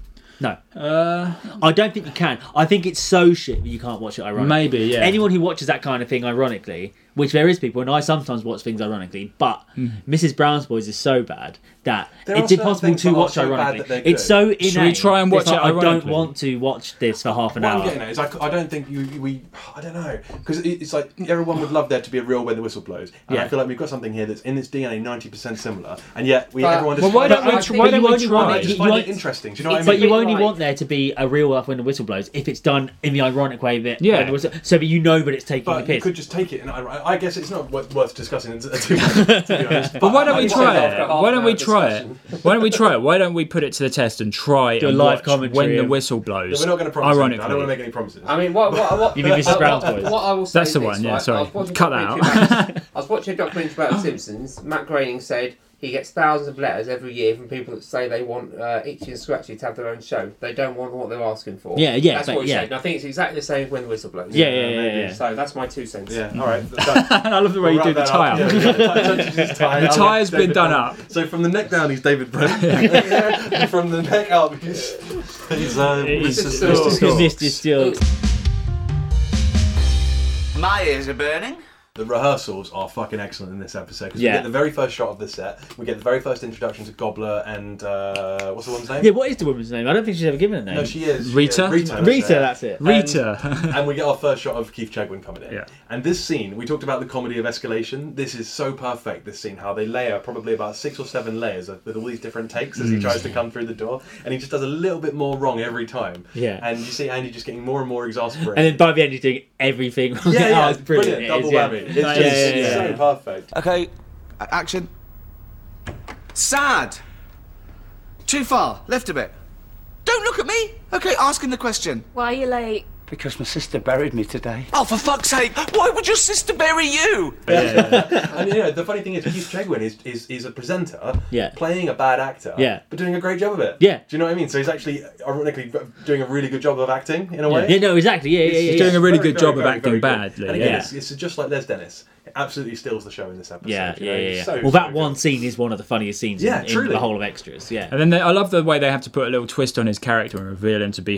[SPEAKER 1] No,
[SPEAKER 13] uh,
[SPEAKER 1] I don't think you can. I think it's so shit that you can't watch it ironically.
[SPEAKER 13] Maybe, yeah.
[SPEAKER 1] Anyone who watches that kind of thing ironically, which there is people, and I sometimes watch things ironically, but
[SPEAKER 13] Mm.
[SPEAKER 1] Mrs. Brown's Boys is so bad that
[SPEAKER 13] There are
[SPEAKER 1] it's
[SPEAKER 13] certain
[SPEAKER 1] impossible
[SPEAKER 13] things
[SPEAKER 1] to
[SPEAKER 13] that are
[SPEAKER 1] watch
[SPEAKER 13] so bad
[SPEAKER 1] ironically.
[SPEAKER 13] that they're
[SPEAKER 1] it's
[SPEAKER 13] good.
[SPEAKER 1] so inane.
[SPEAKER 13] Should we try and
[SPEAKER 1] It's
[SPEAKER 13] watch
[SPEAKER 1] like,
[SPEAKER 13] it
[SPEAKER 1] I don't
[SPEAKER 13] ironically?
[SPEAKER 1] want to watch this for half an
[SPEAKER 11] What I'm
[SPEAKER 1] hour.
[SPEAKER 11] getting at is, I, c- I don't think you you- we I don't know because it's like everyone would love there to be a real when the whistle blows, and I
[SPEAKER 1] Yeah.
[SPEAKER 11] feel like we've got something here that's in its DNA ninety percent similar, and yet we
[SPEAKER 1] But-
[SPEAKER 11] everyone.
[SPEAKER 1] Well,
[SPEAKER 11] Just
[SPEAKER 1] why don't
[SPEAKER 11] I
[SPEAKER 1] we-
[SPEAKER 11] think
[SPEAKER 1] why
[SPEAKER 11] you
[SPEAKER 1] don't we
[SPEAKER 11] only want
[SPEAKER 1] try
[SPEAKER 11] it-
[SPEAKER 1] it?
[SPEAKER 11] just
[SPEAKER 1] You
[SPEAKER 11] find
[SPEAKER 1] want-
[SPEAKER 11] it interesting. Do you know what I
[SPEAKER 1] But
[SPEAKER 11] mean?
[SPEAKER 1] you only want there to be a real laugh when the whistle blows if it's done in the ironic way that
[SPEAKER 11] Yeah.
[SPEAKER 1] when the whistle- so that you know that it's taking
[SPEAKER 11] But
[SPEAKER 1] the
[SPEAKER 11] you
[SPEAKER 1] piss.
[SPEAKER 11] could just take it, and I, I guess it's not wor- worth discussing. To, to be honest.
[SPEAKER 13] But why don't
[SPEAKER 11] I
[SPEAKER 13] we
[SPEAKER 11] just
[SPEAKER 13] try
[SPEAKER 11] think
[SPEAKER 13] it?
[SPEAKER 11] after half
[SPEAKER 13] Why
[SPEAKER 11] an
[SPEAKER 13] don't
[SPEAKER 11] hour
[SPEAKER 13] we try it? Why don't we try it? Why don't we put it to the test and try
[SPEAKER 11] Do a
[SPEAKER 13] and
[SPEAKER 11] live
[SPEAKER 13] watch
[SPEAKER 11] commentary
[SPEAKER 13] when the
[SPEAKER 11] of-
[SPEAKER 13] whistle
[SPEAKER 11] Yeah,
[SPEAKER 13] blows?
[SPEAKER 11] we're not going to promise. anything. I don't want to
[SPEAKER 13] Ironically.
[SPEAKER 11] make any promises.
[SPEAKER 2] I mean, what what uh, what?
[SPEAKER 13] You mean Mrs. Brown's
[SPEAKER 2] what-
[SPEAKER 13] Boys?
[SPEAKER 2] What I will say
[SPEAKER 13] That's
[SPEAKER 2] is
[SPEAKER 13] the
[SPEAKER 2] this,
[SPEAKER 13] one, yeah,
[SPEAKER 2] right?
[SPEAKER 13] sorry.
[SPEAKER 2] I was watching
[SPEAKER 13] Cut
[SPEAKER 2] a
[SPEAKER 13] that
[SPEAKER 2] documentary about- I was watching a documentary about The Simpsons. Matt Groening said he gets thousands of letters every year from people that say they want uh, Itchy and Scratchy to have their own show. They don't want what they're asking for.
[SPEAKER 1] Yeah, yeah,
[SPEAKER 2] That's
[SPEAKER 1] but
[SPEAKER 2] what he
[SPEAKER 1] yeah.
[SPEAKER 2] said. And I think it's exactly the same when the whistle blows.
[SPEAKER 1] Yeah, yeah, yeah, yeah.
[SPEAKER 2] So that's my two cents.
[SPEAKER 11] Yeah, all right.
[SPEAKER 13] I love the way you do the tie up. the tie has been done up.
[SPEAKER 11] So from the neck down, he's David Brent. And from the neck up, he's, he's uh, Mr. Stork.
[SPEAKER 9] My ears are burning.
[SPEAKER 11] The rehearsals are fucking excellent in this episode because
[SPEAKER 9] Yeah.
[SPEAKER 11] we get the very first shot of the set. We get the very first introduction to Gobbler and uh, what's the woman's name?
[SPEAKER 1] Yeah, what is the woman's name? I don't think she's ever given a name.
[SPEAKER 11] No, she is. she
[SPEAKER 1] Rita.
[SPEAKER 11] is. Rita.
[SPEAKER 1] Rita, that's it.
[SPEAKER 11] And- And, we get our first shot of Keith Chegwin coming in. And this scene, we talked about the comedy of escalation. This is so perfect. This scene, how they layer probably about six or seven layers of, with all these different takes as he
[SPEAKER 1] Mm.
[SPEAKER 11] tries to come through the door, and he just does a little bit more wrong every time.
[SPEAKER 1] Yeah.
[SPEAKER 11] And you see Andy just getting more and more exasperated.
[SPEAKER 1] And then by the end, he's doing everything. wrong.
[SPEAKER 11] Yeah, yeah,
[SPEAKER 1] Oh, it's brilliant.
[SPEAKER 11] it's brilliant.
[SPEAKER 1] It
[SPEAKER 11] Double
[SPEAKER 1] is, yeah.
[SPEAKER 11] whammy. It's
[SPEAKER 1] Yeah,
[SPEAKER 11] just-
[SPEAKER 1] yeah, yeah, yeah.
[SPEAKER 11] so perfect.
[SPEAKER 9] Okay, a- action. Sad. Too far. Left a bit. Don't look at me. Okay, asking the question.
[SPEAKER 18] Why are you late?
[SPEAKER 19] Because my sister buried me today.
[SPEAKER 9] Oh, for fuck's sake! Why would your sister bury you?
[SPEAKER 11] and you know, the funny thing is, Keith Chegwin is, is, is a presenter
[SPEAKER 1] Yeah.
[SPEAKER 11] playing a bad actor,
[SPEAKER 1] Yeah.
[SPEAKER 11] but doing a great job of it.
[SPEAKER 1] Yeah.
[SPEAKER 11] Do you know what I mean? So he's actually, ironically, doing a really good job of acting in a way.
[SPEAKER 1] Yeah, no, exactly. Yeah, yeah, yeah.
[SPEAKER 11] It's
[SPEAKER 1] yeah.
[SPEAKER 11] just very, very, very, very good. And again,
[SPEAKER 1] yeah.
[SPEAKER 11] it's, it's just like Les Dennis. It absolutely steals the show in this episode.
[SPEAKER 1] Yeah,
[SPEAKER 11] you
[SPEAKER 1] yeah,
[SPEAKER 11] know,
[SPEAKER 1] yeah,
[SPEAKER 11] it's
[SPEAKER 1] yeah.
[SPEAKER 11] so-
[SPEAKER 1] well, that one scene is one of the funniest scenes
[SPEAKER 11] Yeah,
[SPEAKER 1] in, in
[SPEAKER 11] truly.
[SPEAKER 1] the whole of extras. Yeah.
[SPEAKER 13] And then they, I love the way they have to put a little twist on his character and reveal him to be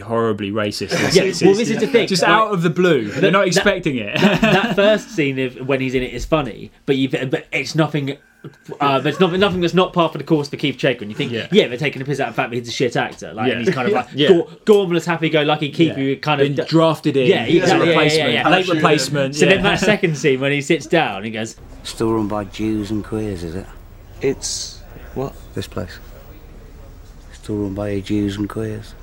[SPEAKER 13] horribly racist.
[SPEAKER 1] Yeah, well, this is the thing.
[SPEAKER 13] Just
[SPEAKER 1] Like-
[SPEAKER 13] out of the blue. They're
[SPEAKER 1] That-
[SPEAKER 13] not
[SPEAKER 1] that-
[SPEAKER 13] expecting it.
[SPEAKER 1] that, that first scene of when he's in it is funny, but you but it's nothing. Uh, there's nothing, nothing that's not part of the course for Keith Chegwin. You think, yeah, they're taking a piss out of the fact that he's a shit actor, like and
[SPEAKER 13] Yeah.
[SPEAKER 1] he's kind of like
[SPEAKER 13] Yeah.
[SPEAKER 1] gor- gormless, happy-go-lucky Keith who kind of
[SPEAKER 13] Been drafted in.
[SPEAKER 1] Yeah,
[SPEAKER 13] He's a
[SPEAKER 1] exactly, yeah, yeah,
[SPEAKER 13] replacement.
[SPEAKER 1] yeah, yeah.
[SPEAKER 13] Late replacement,
[SPEAKER 1] So
[SPEAKER 13] yeah.
[SPEAKER 1] then that second scene when he sits down, he goes,
[SPEAKER 19] Still run by Jews and queers, is it? It's what? This place. Still run by Jews and queers.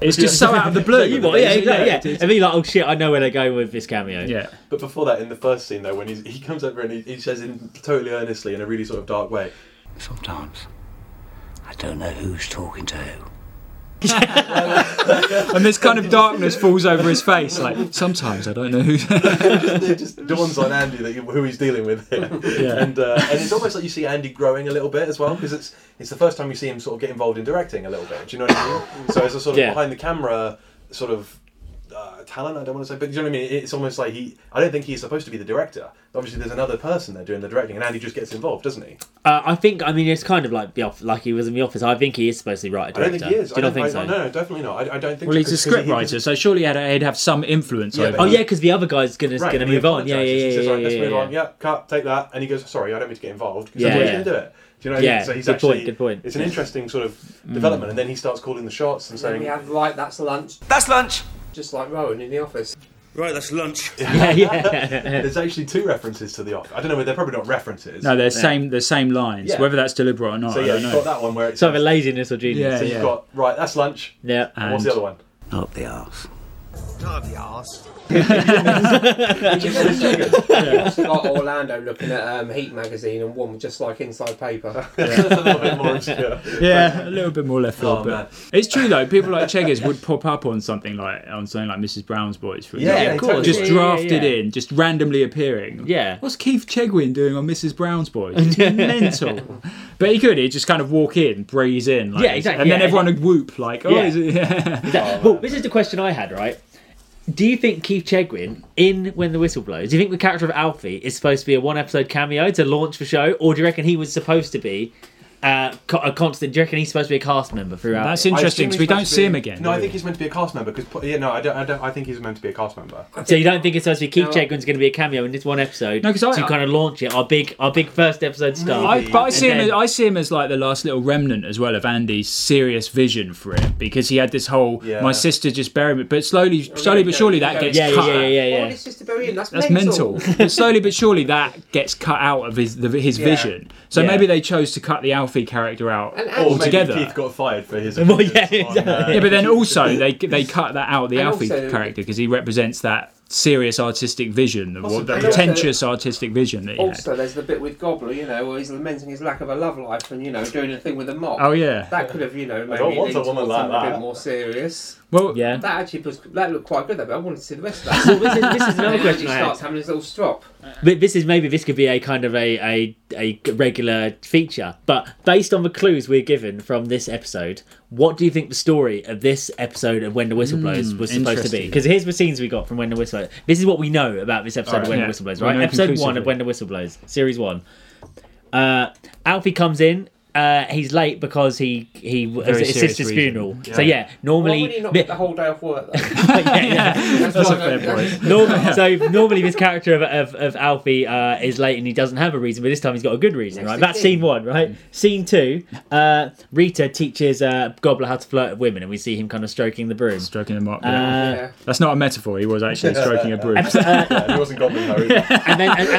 [SPEAKER 13] It's just so out of the blue.
[SPEAKER 1] You what? Yeah, exactly. Yeah, and then you're like, oh shit, I know where they're going with this cameo.
[SPEAKER 13] Yeah.
[SPEAKER 11] But before that, in the first scene though, when he's, he comes over and he, he says in totally earnestly in a really sort of dark way,
[SPEAKER 19] Sometimes. I don't know who's talking to who.
[SPEAKER 13] and this kind of darkness falls over his face. Like sometimes I don't know who.
[SPEAKER 11] it just dawns on Andy that who he's dealing with here.
[SPEAKER 13] Yeah.
[SPEAKER 11] And uh, and it's almost like you see Andy growing a little bit as well because it's it's the first time you see him sort of get involved in directing a little bit. Do you know what I mean? So as a sort of
[SPEAKER 1] Yeah.
[SPEAKER 11] behind the camera sort of uh, talent. I don't want to say, but you know what I mean. It's almost like he. I don't think he's supposed to be the director. Obviously, there's another person there doing the directing, and Andy just gets involved, doesn't he?
[SPEAKER 1] Uh, I think. I mean, it's kind of like the off- like he was in the office. I think he is supposed to be right.
[SPEAKER 11] I don't think he is.
[SPEAKER 1] Do you not
[SPEAKER 11] I
[SPEAKER 1] think so?
[SPEAKER 11] I- No, definitely not. I, I don't think.
[SPEAKER 13] Well,
[SPEAKER 11] so,
[SPEAKER 13] he's a
[SPEAKER 11] 'cause he-
[SPEAKER 13] script writer, so surely he'd, he'd have some influence
[SPEAKER 11] Yeah,
[SPEAKER 13] over.
[SPEAKER 11] but- Oh, yeah,
[SPEAKER 1] because the other guy's gonna
[SPEAKER 11] Right,
[SPEAKER 13] gonna
[SPEAKER 11] and he
[SPEAKER 13] move on. Yeah,
[SPEAKER 11] apologises.
[SPEAKER 13] yeah,
[SPEAKER 11] He
[SPEAKER 13] yeah,
[SPEAKER 11] says,
[SPEAKER 13] yeah,
[SPEAKER 11] right, let's
[SPEAKER 13] yeah,
[SPEAKER 11] move
[SPEAKER 13] yeah.
[SPEAKER 11] on. Yeah, cut, take that. And he goes, sorry, I don't mean to get involved. Because
[SPEAKER 13] Yeah,
[SPEAKER 11] yeah,
[SPEAKER 13] yeah.
[SPEAKER 11] going to do it. Do you know what I
[SPEAKER 13] Yeah,
[SPEAKER 11] mean? So he's
[SPEAKER 13] good point,
[SPEAKER 11] actually,
[SPEAKER 13] good point.
[SPEAKER 11] It's an
[SPEAKER 13] Yeah.
[SPEAKER 11] interesting sort of
[SPEAKER 13] Mm.
[SPEAKER 11] development. And then he starts calling the shots and
[SPEAKER 2] Then
[SPEAKER 11] saying,
[SPEAKER 2] we have right, that's lunch.
[SPEAKER 9] That's lunch.
[SPEAKER 2] Just like Rowan in the office.
[SPEAKER 11] Right, that's lunch.
[SPEAKER 13] Yeah, yeah.
[SPEAKER 11] There's actually two references to the office. I don't know, but they're probably not references.
[SPEAKER 13] No, they're same the same lines,
[SPEAKER 11] Yeah.
[SPEAKER 13] whether that's deliberate or not.
[SPEAKER 11] So
[SPEAKER 13] I
[SPEAKER 11] yeah,
[SPEAKER 13] don't
[SPEAKER 11] you've
[SPEAKER 13] know.
[SPEAKER 11] got that one where it's
[SPEAKER 1] Sort of a laziness or genius.
[SPEAKER 13] Yeah,
[SPEAKER 11] so
[SPEAKER 13] yeah.
[SPEAKER 11] you've got right, that's lunch.
[SPEAKER 1] Yeah.
[SPEAKER 13] uh,
[SPEAKER 11] And what's the other one?
[SPEAKER 19] Up the arse.
[SPEAKER 2] Not the arse.
[SPEAKER 11] Yeah.
[SPEAKER 2] Scott Orlando looking at um, Heat magazine and one just like Inside Paper.
[SPEAKER 13] yeah, a little bit more left
[SPEAKER 2] Oh,
[SPEAKER 13] field.
[SPEAKER 2] man.
[SPEAKER 13] but it's true though. People like Cheggers would pop up on something like on something like Mrs. Brown's Boys, for
[SPEAKER 1] Yeah,
[SPEAKER 13] example.
[SPEAKER 1] yeah, totally.
[SPEAKER 13] Just
[SPEAKER 1] Yeah, yeah,
[SPEAKER 13] drafted
[SPEAKER 1] yeah.
[SPEAKER 13] in, just randomly appearing.
[SPEAKER 1] Yeah.
[SPEAKER 13] What's Keith Chegwin doing on Mrs. Brown's Boys? It's mental. But he could. He'd just kind of walk in, breeze in. Like
[SPEAKER 1] Yeah,
[SPEAKER 13] this,
[SPEAKER 1] exactly,
[SPEAKER 13] And then
[SPEAKER 1] yeah.
[SPEAKER 13] everyone would whoop like, oh,
[SPEAKER 1] Yeah.
[SPEAKER 13] is it?
[SPEAKER 1] Is that- well, this is the question I had, right? Do you think Keith Chegwin in When the Whistle Blows? Do you think the character of Alfie is supposed to be a one-episode cameo to launch the show, or do you reckon he was supposed to be uh, co- a constant? Do you reckon he's supposed to be a cast member throughout?
[SPEAKER 13] That's
[SPEAKER 1] it?
[SPEAKER 13] interesting,
[SPEAKER 11] I assume
[SPEAKER 13] 'cause we
[SPEAKER 11] he's
[SPEAKER 13] don't
[SPEAKER 11] meant to
[SPEAKER 13] see
[SPEAKER 11] be-
[SPEAKER 13] him again,
[SPEAKER 11] No,
[SPEAKER 13] do
[SPEAKER 11] I
[SPEAKER 13] we?
[SPEAKER 11] think he's meant to be a cast member because yeah, no, I don't, I don't. I think he's meant to be a cast member.
[SPEAKER 1] So you don't think it's supposed to be Keith Chegwin's going to be a cameo in this one episode?
[SPEAKER 13] No, 'cause I-
[SPEAKER 1] to kind of launch it, our big, our big first episode star.
[SPEAKER 13] I, but I see him.
[SPEAKER 1] And
[SPEAKER 13] As,
[SPEAKER 1] then-
[SPEAKER 13] I see him as like the last little remnant as well of Andy's serious vision for it, because he had this whole
[SPEAKER 1] Yeah.
[SPEAKER 13] my sister just buried me. But slowly, slowly but surely that gets
[SPEAKER 1] Yeah, yeah,
[SPEAKER 13] cut.
[SPEAKER 1] yeah, yeah, yeah,
[SPEAKER 2] Oh, it's just a very that's,
[SPEAKER 13] That's mental. but slowly but surely that gets cut out of his the, his
[SPEAKER 2] Yeah.
[SPEAKER 13] vision. So
[SPEAKER 2] Yeah.
[SPEAKER 13] maybe they chose to cut the Alfie character out
[SPEAKER 2] And- and- Or maybe
[SPEAKER 13] altogether.
[SPEAKER 2] Keith
[SPEAKER 11] got fired for his. uh,
[SPEAKER 13] Well,
[SPEAKER 11] yeah,
[SPEAKER 13] yeah, but then also they they cut that out the
[SPEAKER 2] And
[SPEAKER 13] Alfie
[SPEAKER 2] also-
[SPEAKER 13] character because he represents that serious artistic vision, the,
[SPEAKER 2] Possibly.
[SPEAKER 13] the
[SPEAKER 2] And also-
[SPEAKER 13] pretentious artistic vision that he had.
[SPEAKER 2] Also, there's the bit with Gobbler, you know, where he's lamenting his lack of a love life and you know doing a thing with a mop.
[SPEAKER 13] Oh, yeah.
[SPEAKER 2] that could have you know
[SPEAKER 11] I
[SPEAKER 2] maybe
[SPEAKER 11] don't want
[SPEAKER 2] leaned
[SPEAKER 11] a woman
[SPEAKER 2] towards
[SPEAKER 11] like
[SPEAKER 2] something a
[SPEAKER 11] that.
[SPEAKER 2] bit more serious.
[SPEAKER 13] Well, yeah.
[SPEAKER 2] that actually was that looked quite good though. But I wanted to see the rest of that.
[SPEAKER 1] Well, this is- this is another
[SPEAKER 2] And then
[SPEAKER 1] question
[SPEAKER 2] He
[SPEAKER 1] I had.
[SPEAKER 2] starts having his little strop.
[SPEAKER 1] Th- this is maybe this could be a kind of a, a a regular feature but based on the clues we're given from this episode what do you think the story of this episode of when the whistle blows
[SPEAKER 13] Mm,
[SPEAKER 1] was supposed to be
[SPEAKER 13] interesting.
[SPEAKER 1] because here's the scenes we got from when the whistle blows this is what we know about this episode of
[SPEAKER 13] Alright,
[SPEAKER 1] when
[SPEAKER 13] yeah.
[SPEAKER 1] the whistle blows
[SPEAKER 13] We
[SPEAKER 1] right
[SPEAKER 13] know
[SPEAKER 1] episode one
[SPEAKER 13] conclusively.
[SPEAKER 1] of when the whistle blows series one uh alfie comes in uh, he's late because he he was at
[SPEAKER 2] Very
[SPEAKER 1] his
[SPEAKER 2] serious
[SPEAKER 1] sister's
[SPEAKER 2] reason.
[SPEAKER 1] funeral. So yeah, normally
[SPEAKER 2] Why would he not get the whole day off work? Though? That's
[SPEAKER 1] That's
[SPEAKER 2] what
[SPEAKER 1] a fair
[SPEAKER 2] I don't-
[SPEAKER 1] point. Norm- so normally this character of, of, of Alfie uh, is late and he doesn't have a reason, but this time he's got a good reason, right? That's scene one,
[SPEAKER 13] Mm.
[SPEAKER 1] right? Scene two, uh, Rita teaches uh, Gobbler how to flirt with women, and we see him kind of stroking the broom.
[SPEAKER 13] Stroking them up.
[SPEAKER 1] Uh,
[SPEAKER 13] yeah. That's not a metaphor. He was actually stroking a broom.
[SPEAKER 1] Episode- uh,
[SPEAKER 11] he wasn't gobbling though.
[SPEAKER 1] and then and,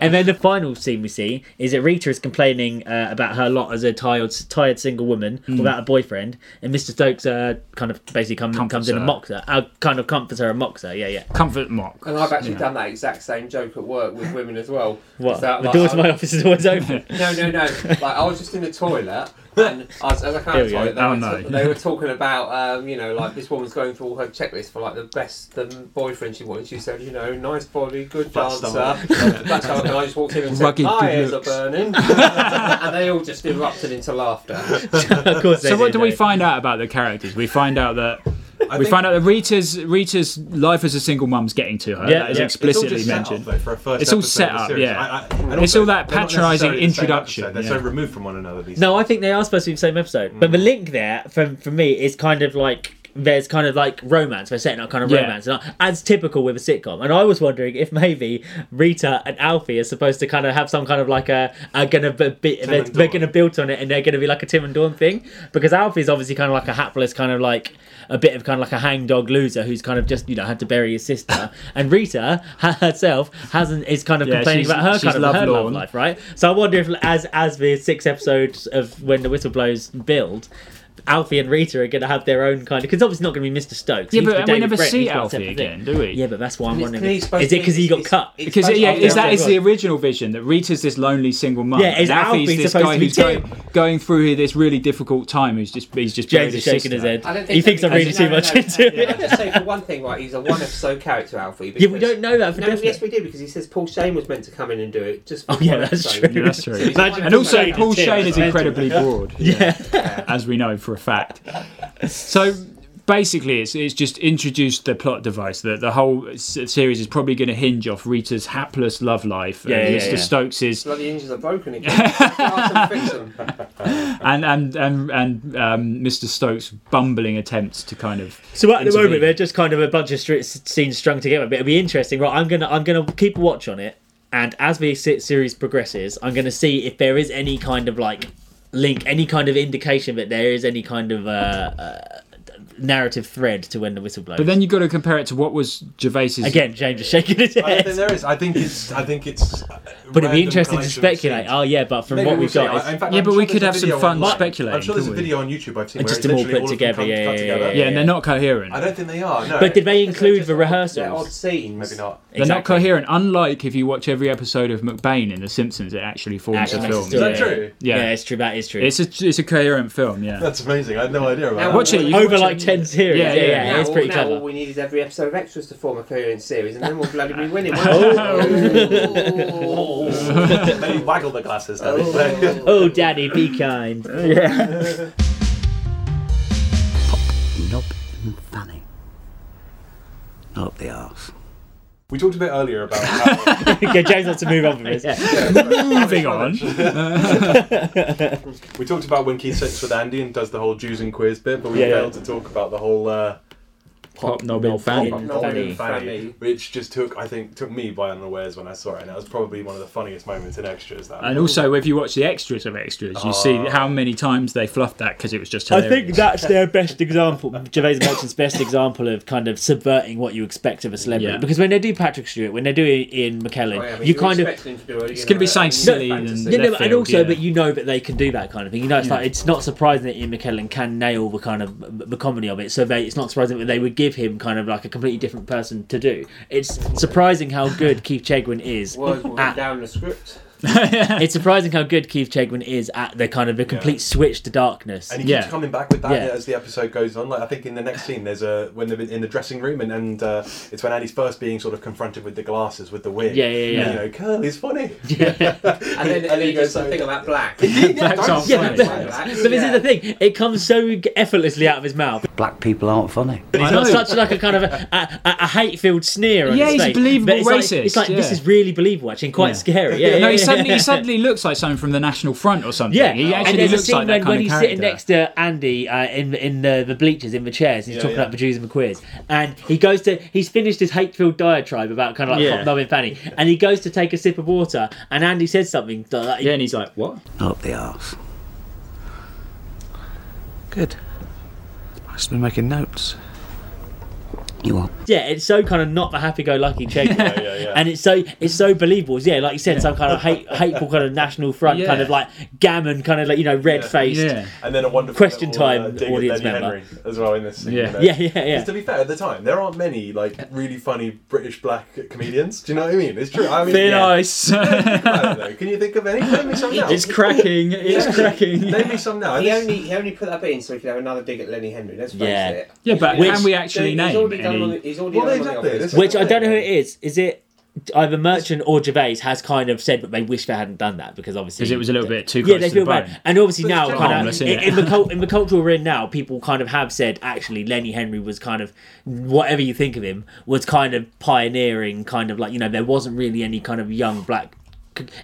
[SPEAKER 1] and then the final scene we see is that Rita is complaining uh, about her lot as a tired, tired single woman
[SPEAKER 13] Mm.
[SPEAKER 1] without a boyfriend, and Mr. Stokes uh, kind of basically come, comes in
[SPEAKER 13] her.
[SPEAKER 1] and mocks her, uh, kind of comforts her and mocks her. Yeah, yeah.
[SPEAKER 13] Comfort mock.
[SPEAKER 2] And I've actually
[SPEAKER 1] Yeah.
[SPEAKER 2] done that exact same joke at work with women as well.
[SPEAKER 1] What?
[SPEAKER 2] Is that,
[SPEAKER 1] The door to
[SPEAKER 2] I-
[SPEAKER 1] my office is always open.
[SPEAKER 2] No, no, no. Like I was just in the toilet, and I was, as I came out
[SPEAKER 1] Here
[SPEAKER 2] of
[SPEAKER 1] we go.
[SPEAKER 2] the toilet, they,
[SPEAKER 1] Oh,
[SPEAKER 2] were
[SPEAKER 1] no.
[SPEAKER 2] ta- they were talking about, um, you know, like this woman's going through all her checklist for like the best the boyfriend she wanted. She said, you know, nice body, good
[SPEAKER 11] Flat
[SPEAKER 2] dancer.
[SPEAKER 11] stomach.
[SPEAKER 2] That's how I just walked in and said,
[SPEAKER 11] Rugged
[SPEAKER 2] my
[SPEAKER 11] good
[SPEAKER 2] ears are
[SPEAKER 11] looks.
[SPEAKER 2] burning, and they all just erupted into laughter.
[SPEAKER 1] of course.
[SPEAKER 13] So what do we find out about the characters? We find out that.
[SPEAKER 11] I
[SPEAKER 13] we
[SPEAKER 11] think-
[SPEAKER 13] find out that Rita's Rita's life as a single mum's getting to her.
[SPEAKER 11] Yeah,
[SPEAKER 13] that is
[SPEAKER 11] yeah.
[SPEAKER 13] explicitly
[SPEAKER 11] It's all just set up,
[SPEAKER 13] mentioned.
[SPEAKER 11] though, for a first
[SPEAKER 13] it's all
[SPEAKER 11] episode
[SPEAKER 13] set
[SPEAKER 11] of the
[SPEAKER 13] up,
[SPEAKER 11] series.
[SPEAKER 13] yeah.
[SPEAKER 11] I- I- and
[SPEAKER 13] it's
[SPEAKER 11] also,
[SPEAKER 13] all that
[SPEAKER 11] they're not necessarily
[SPEAKER 13] patronising
[SPEAKER 11] the same
[SPEAKER 13] introduction.
[SPEAKER 11] episode. They're
[SPEAKER 13] yeah.
[SPEAKER 11] so removed from one another. These
[SPEAKER 1] No, I think they are supposed to be the same episode. But the
[SPEAKER 13] Mm.
[SPEAKER 1] link there, from for me, is kind of like there's kind of like romance. They're setting up kind of
[SPEAKER 13] Yeah.
[SPEAKER 1] romance, and I- as typical with a sitcom. And I was wondering if maybe Rita and Alfie are supposed to kind of have some kind of like a are gonna be, be-
[SPEAKER 13] Tim
[SPEAKER 1] they're,
[SPEAKER 13] and
[SPEAKER 1] they're gonna build on it, and they're gonna be like a Tim and Dawn thing because Alfie's obviously kind of like a hapless kind of like. A bit of kind of like a hangdog loser who's kind of just you know had to bury his sister, and Rita herself hasn't is kind of
[SPEAKER 13] Yeah,
[SPEAKER 1] complaining
[SPEAKER 13] she's-
[SPEAKER 1] about her
[SPEAKER 13] she's
[SPEAKER 1] kind of her love
[SPEAKER 13] lovelorn.
[SPEAKER 1] life, right? So I wonder if, as as the six episodes of when the whistle blows build, Alfie and Rita are going to have their own kind of because obviously it's not going to be Mr. Stokes.
[SPEAKER 13] Yeah,
[SPEAKER 1] He's
[SPEAKER 13] but
[SPEAKER 1] the
[SPEAKER 13] we
[SPEAKER 1] David
[SPEAKER 13] never
[SPEAKER 1] Brent,
[SPEAKER 13] see
[SPEAKER 1] he's got a
[SPEAKER 13] Alfie
[SPEAKER 1] separate
[SPEAKER 13] again,
[SPEAKER 1] thing.
[SPEAKER 13] do we?
[SPEAKER 1] Yeah, but that's why I'm
[SPEAKER 13] And it's
[SPEAKER 1] wondering.
[SPEAKER 13] clearly
[SPEAKER 1] Is it
[SPEAKER 13] supposed to be-
[SPEAKER 1] because he got cut?
[SPEAKER 13] Because yeah, is that is the original vision that Rita's this lonely single mum.
[SPEAKER 1] Yeah, is
[SPEAKER 13] and
[SPEAKER 1] Alfie
[SPEAKER 13] this
[SPEAKER 1] supposed
[SPEAKER 13] guy
[SPEAKER 1] to be
[SPEAKER 13] who's going, going through here this really difficult time. Who's just he's just
[SPEAKER 1] James
[SPEAKER 13] buried
[SPEAKER 1] is shaking
[SPEAKER 13] sister.
[SPEAKER 1] his head.
[SPEAKER 2] I don't think
[SPEAKER 1] He thinks I'm
[SPEAKER 2] that-
[SPEAKER 1] reading
[SPEAKER 2] no,
[SPEAKER 1] too
[SPEAKER 2] no,
[SPEAKER 1] much
[SPEAKER 2] no,
[SPEAKER 1] into it.
[SPEAKER 2] I'll just say for one thing, right, he's a one episode character, Alfie.
[SPEAKER 1] Yeah, we
[SPEAKER 2] because-
[SPEAKER 1] don't know that for
[SPEAKER 2] no,
[SPEAKER 1] definite.
[SPEAKER 2] Yes, we did because he says Paul Shane was meant to come in and do it. Just for
[SPEAKER 1] Oh yeah,
[SPEAKER 2] one
[SPEAKER 1] that's
[SPEAKER 2] episode.
[SPEAKER 1] true.
[SPEAKER 13] Yeah, that's true.
[SPEAKER 2] So he's a one
[SPEAKER 13] and also,
[SPEAKER 2] episode
[SPEAKER 13] Paul
[SPEAKER 2] character.
[SPEAKER 13] Shane is incredibly broad.
[SPEAKER 1] Yeah.
[SPEAKER 13] as we know from for a fact. so basically, it's it's just introduced the plot device that the whole s- series is probably going to hinge off Rita's hapless love life,
[SPEAKER 2] Yeah,
[SPEAKER 13] and
[SPEAKER 2] yeah,
[SPEAKER 13] Mr.
[SPEAKER 2] yeah.
[SPEAKER 13] Stokes's
[SPEAKER 2] Bloody engines are broken again. Start and fix 'em.
[SPEAKER 13] and and and, and um, Mr. Stokes' bumbling attempts to kind of
[SPEAKER 1] So at the
[SPEAKER 13] intervene.
[SPEAKER 1] moment they're just kind of a bunch of stri- scenes strung together, but it'll be interesting. Right, I'm gonna I'm gonna keep a watch on it, and as the se- series progresses, I'm gonna see if there is any kind of like link, any kind of indication that there is any kind of uh, uh, narrative thread to when the whistle blows.
[SPEAKER 13] But then you've got to compare it to what was Gervais's
[SPEAKER 1] Again, James is shaking his head.
[SPEAKER 11] I don't think there is. I think it's. I think it's.
[SPEAKER 1] But it'd be interesting to speculate. Oh yeah, but from what we've got, it's-
[SPEAKER 11] I'm sure there's a video on YouTube I've seen
[SPEAKER 1] And
[SPEAKER 11] where
[SPEAKER 1] just
[SPEAKER 11] it's
[SPEAKER 1] them all
[SPEAKER 11] literally
[SPEAKER 1] put
[SPEAKER 11] of them
[SPEAKER 1] together.
[SPEAKER 11] come-
[SPEAKER 1] Yeah,
[SPEAKER 11] cut
[SPEAKER 1] yeah,
[SPEAKER 11] together.
[SPEAKER 1] yeah, yeah.
[SPEAKER 13] and they're not coherent.
[SPEAKER 11] I don't think they are. No.
[SPEAKER 13] But did
[SPEAKER 1] they include the rehearsals?
[SPEAKER 11] Odd scenes, maybe not.
[SPEAKER 13] They're not coherent. Unlike if you watch every episode of McBain in The Simpsons, it actually forms
[SPEAKER 1] Actually
[SPEAKER 13] a
[SPEAKER 1] makes
[SPEAKER 13] film.
[SPEAKER 1] a story. Is that
[SPEAKER 13] Yeah.
[SPEAKER 1] true?
[SPEAKER 13] Yeah.
[SPEAKER 1] Yeah, it's true. That is true.
[SPEAKER 13] It's a it's a coherent film. Yeah.
[SPEAKER 11] That's amazing. I had no idea about
[SPEAKER 13] Now
[SPEAKER 11] that.
[SPEAKER 13] watch it, you
[SPEAKER 1] Over like ten series. Yeah, yeah,
[SPEAKER 2] now,
[SPEAKER 1] it's pretty
[SPEAKER 2] now
[SPEAKER 1] clever.
[SPEAKER 2] all we need is every episode of extras to form a coherent series, and then we'll bloody be winning.
[SPEAKER 1] Oh.
[SPEAKER 13] Oh.
[SPEAKER 11] Maybe waggle the glasses.
[SPEAKER 1] oh, daddy, be kind. Yeah.
[SPEAKER 19] Nope, funny. Not up the arse.
[SPEAKER 11] We talked a bit earlier about. How...
[SPEAKER 1] okay, James wants to move on from this.
[SPEAKER 13] Moving on.
[SPEAKER 11] we talked about when Keith sits with Andy and does the whole Jews and queers bit, but we
[SPEAKER 13] Yeah, yeah.
[SPEAKER 11] failed to talk about the whole. Uh,
[SPEAKER 13] Pop Nobel
[SPEAKER 11] Pop
[SPEAKER 13] Fanny.
[SPEAKER 11] Nobel
[SPEAKER 13] Fanny.
[SPEAKER 11] Fanny, which just took, I think, took me by unawares when I saw it, and that was probably one of the funniest moments in extras. That
[SPEAKER 13] And also, if you watch the extras of extras, you see
[SPEAKER 11] Ah.
[SPEAKER 13] how many times they fluffed that because it was just.
[SPEAKER 1] I
[SPEAKER 13] Hilarious.
[SPEAKER 1] think that's their best example, Gervais Merchant's best example of kind of subverting what you expect of a celebrity.
[SPEAKER 13] Yeah.
[SPEAKER 1] Because when they do Patrick Stewart, when they do Ian McKellen,
[SPEAKER 2] Oh, yeah, but
[SPEAKER 1] you
[SPEAKER 2] you
[SPEAKER 1] kind of
[SPEAKER 2] expect him to do it, you
[SPEAKER 13] It's gonna be know, something silly and
[SPEAKER 1] No,
[SPEAKER 13] fantasy.
[SPEAKER 1] yeah, no,
[SPEAKER 13] left
[SPEAKER 1] and
[SPEAKER 13] field,
[SPEAKER 1] also,
[SPEAKER 13] yeah.
[SPEAKER 1] but you know that they can do that kind of thing. You know, it's
[SPEAKER 13] Yeah.
[SPEAKER 1] like it's not surprising that Ian McKellen can nail the kind of the comedy of it. So they, it's not surprising that they would give him kind of like a completely different person to do. It's surprising how good Keith Chegwin is
[SPEAKER 2] Words will
[SPEAKER 1] at
[SPEAKER 2] be down the script.
[SPEAKER 1] it's surprising how good Keith Chegwin is at the kind of the complete switch to darkness.
[SPEAKER 11] And he keeps coming back with that
[SPEAKER 1] Yeah.
[SPEAKER 11] as the episode goes on. Like I think in the next scene, there's a when they're in the dressing room, and, and uh, it's when Andy's first being sort of confronted with the glasses with the wig.
[SPEAKER 1] Yeah, yeah, yeah.
[SPEAKER 11] And, you know, curly's funny.
[SPEAKER 2] And then, and then he goes, something about black.
[SPEAKER 1] Black's
[SPEAKER 2] Don't
[SPEAKER 1] on
[SPEAKER 2] say
[SPEAKER 1] fire.
[SPEAKER 2] black.
[SPEAKER 1] But this is the thing; it comes so effortlessly out of his mouth.
[SPEAKER 19] Black people aren't funny.
[SPEAKER 1] And he's got such like a kind of a, a, a, a hate-filled sneer on
[SPEAKER 13] Yeah,
[SPEAKER 1] his
[SPEAKER 13] he's a
[SPEAKER 1] face.
[SPEAKER 13] believable
[SPEAKER 1] But it's
[SPEAKER 13] racist,
[SPEAKER 1] Like, it's like this
[SPEAKER 13] yeah.
[SPEAKER 1] is really believable, actually, and quite scary. Yeah, yeah,
[SPEAKER 13] no, he
[SPEAKER 1] yeah,
[SPEAKER 13] suddenly
[SPEAKER 1] yeah.
[SPEAKER 13] he suddenly looks like someone from the National Front or something.
[SPEAKER 1] Yeah,
[SPEAKER 13] he
[SPEAKER 1] and
[SPEAKER 13] actually
[SPEAKER 1] there's a
[SPEAKER 13] looks
[SPEAKER 1] scene
[SPEAKER 13] like
[SPEAKER 1] when,
[SPEAKER 13] that
[SPEAKER 1] when
[SPEAKER 13] kind
[SPEAKER 1] he's
[SPEAKER 13] of character.
[SPEAKER 1] sitting next to Andy uh, in in the, the bleachers in the chairs, he's
[SPEAKER 13] Yeah,
[SPEAKER 1] talking
[SPEAKER 13] yeah.
[SPEAKER 1] about the Jews and the queers, and he goes to he's finished his hate-filled diatribe about kind of like
[SPEAKER 13] Yeah.
[SPEAKER 1] yeah. and Fanny, and he goes to take a sip of water, and Andy says something. Like, yeah,
[SPEAKER 13] and he's like, "What?"
[SPEAKER 19] Not up the arse. Good. I've just been making notes. You are.
[SPEAKER 1] Yeah, it's so kind of not the happy-go-lucky check,
[SPEAKER 19] yeah, yeah.
[SPEAKER 1] and it's so it's so believable. Yeah, like you said, some kind of hate, hateful kind of national front,
[SPEAKER 11] Yeah.
[SPEAKER 1] kind of like gammon, kind of like you know red-faced.
[SPEAKER 11] And then a wonderful
[SPEAKER 1] question
[SPEAKER 11] little, uh,
[SPEAKER 1] time
[SPEAKER 11] dig at
[SPEAKER 1] audience
[SPEAKER 11] Lenny
[SPEAKER 1] member.
[SPEAKER 11] Henry as well in this scene.
[SPEAKER 1] Yeah.
[SPEAKER 11] you know.
[SPEAKER 1] Yeah, yeah, yeah.
[SPEAKER 11] 'Cause To be fair, at the time there aren't many like really funny British black comedians. Do you know what I mean? It's true. I mean,
[SPEAKER 13] Thin
[SPEAKER 11] yeah.
[SPEAKER 13] Ice.
[SPEAKER 11] I don't know. Can you think of any? Name me some now.
[SPEAKER 13] It's cracking. It's
[SPEAKER 11] Yeah.
[SPEAKER 13] cracking.
[SPEAKER 11] Name me some now.
[SPEAKER 2] He
[SPEAKER 11] This-
[SPEAKER 2] only, he only put that bit in so he could have another dig at Lenny Henry. Let's face
[SPEAKER 1] Yeah.
[SPEAKER 2] it.
[SPEAKER 13] Yeah, but
[SPEAKER 2] Which-
[SPEAKER 13] can we actually
[SPEAKER 2] he's
[SPEAKER 13] name
[SPEAKER 2] Already done
[SPEAKER 13] any-
[SPEAKER 2] on the, he's already
[SPEAKER 11] Well,
[SPEAKER 2] done
[SPEAKER 11] exactly,
[SPEAKER 2] on the office.
[SPEAKER 1] Which I don't know who it is. Is it either Merchant or Gervais has kind of said that they wish they hadn't done that because obviously
[SPEAKER 13] 'Cause it was a little bit too
[SPEAKER 1] yeah
[SPEAKER 13] close
[SPEAKER 1] they
[SPEAKER 13] to
[SPEAKER 1] feel
[SPEAKER 13] the
[SPEAKER 1] bad
[SPEAKER 13] bone.
[SPEAKER 1] and obviously
[SPEAKER 13] But
[SPEAKER 1] now
[SPEAKER 13] it's
[SPEAKER 1] kind
[SPEAKER 13] harmless,
[SPEAKER 1] of in,
[SPEAKER 13] isn't it?
[SPEAKER 1] in the cult in the cultural we're in now people kind of have said actually Lenny Henry was kind of whatever you think of him was kind of pioneering kind of like you know there wasn't really any kind of young black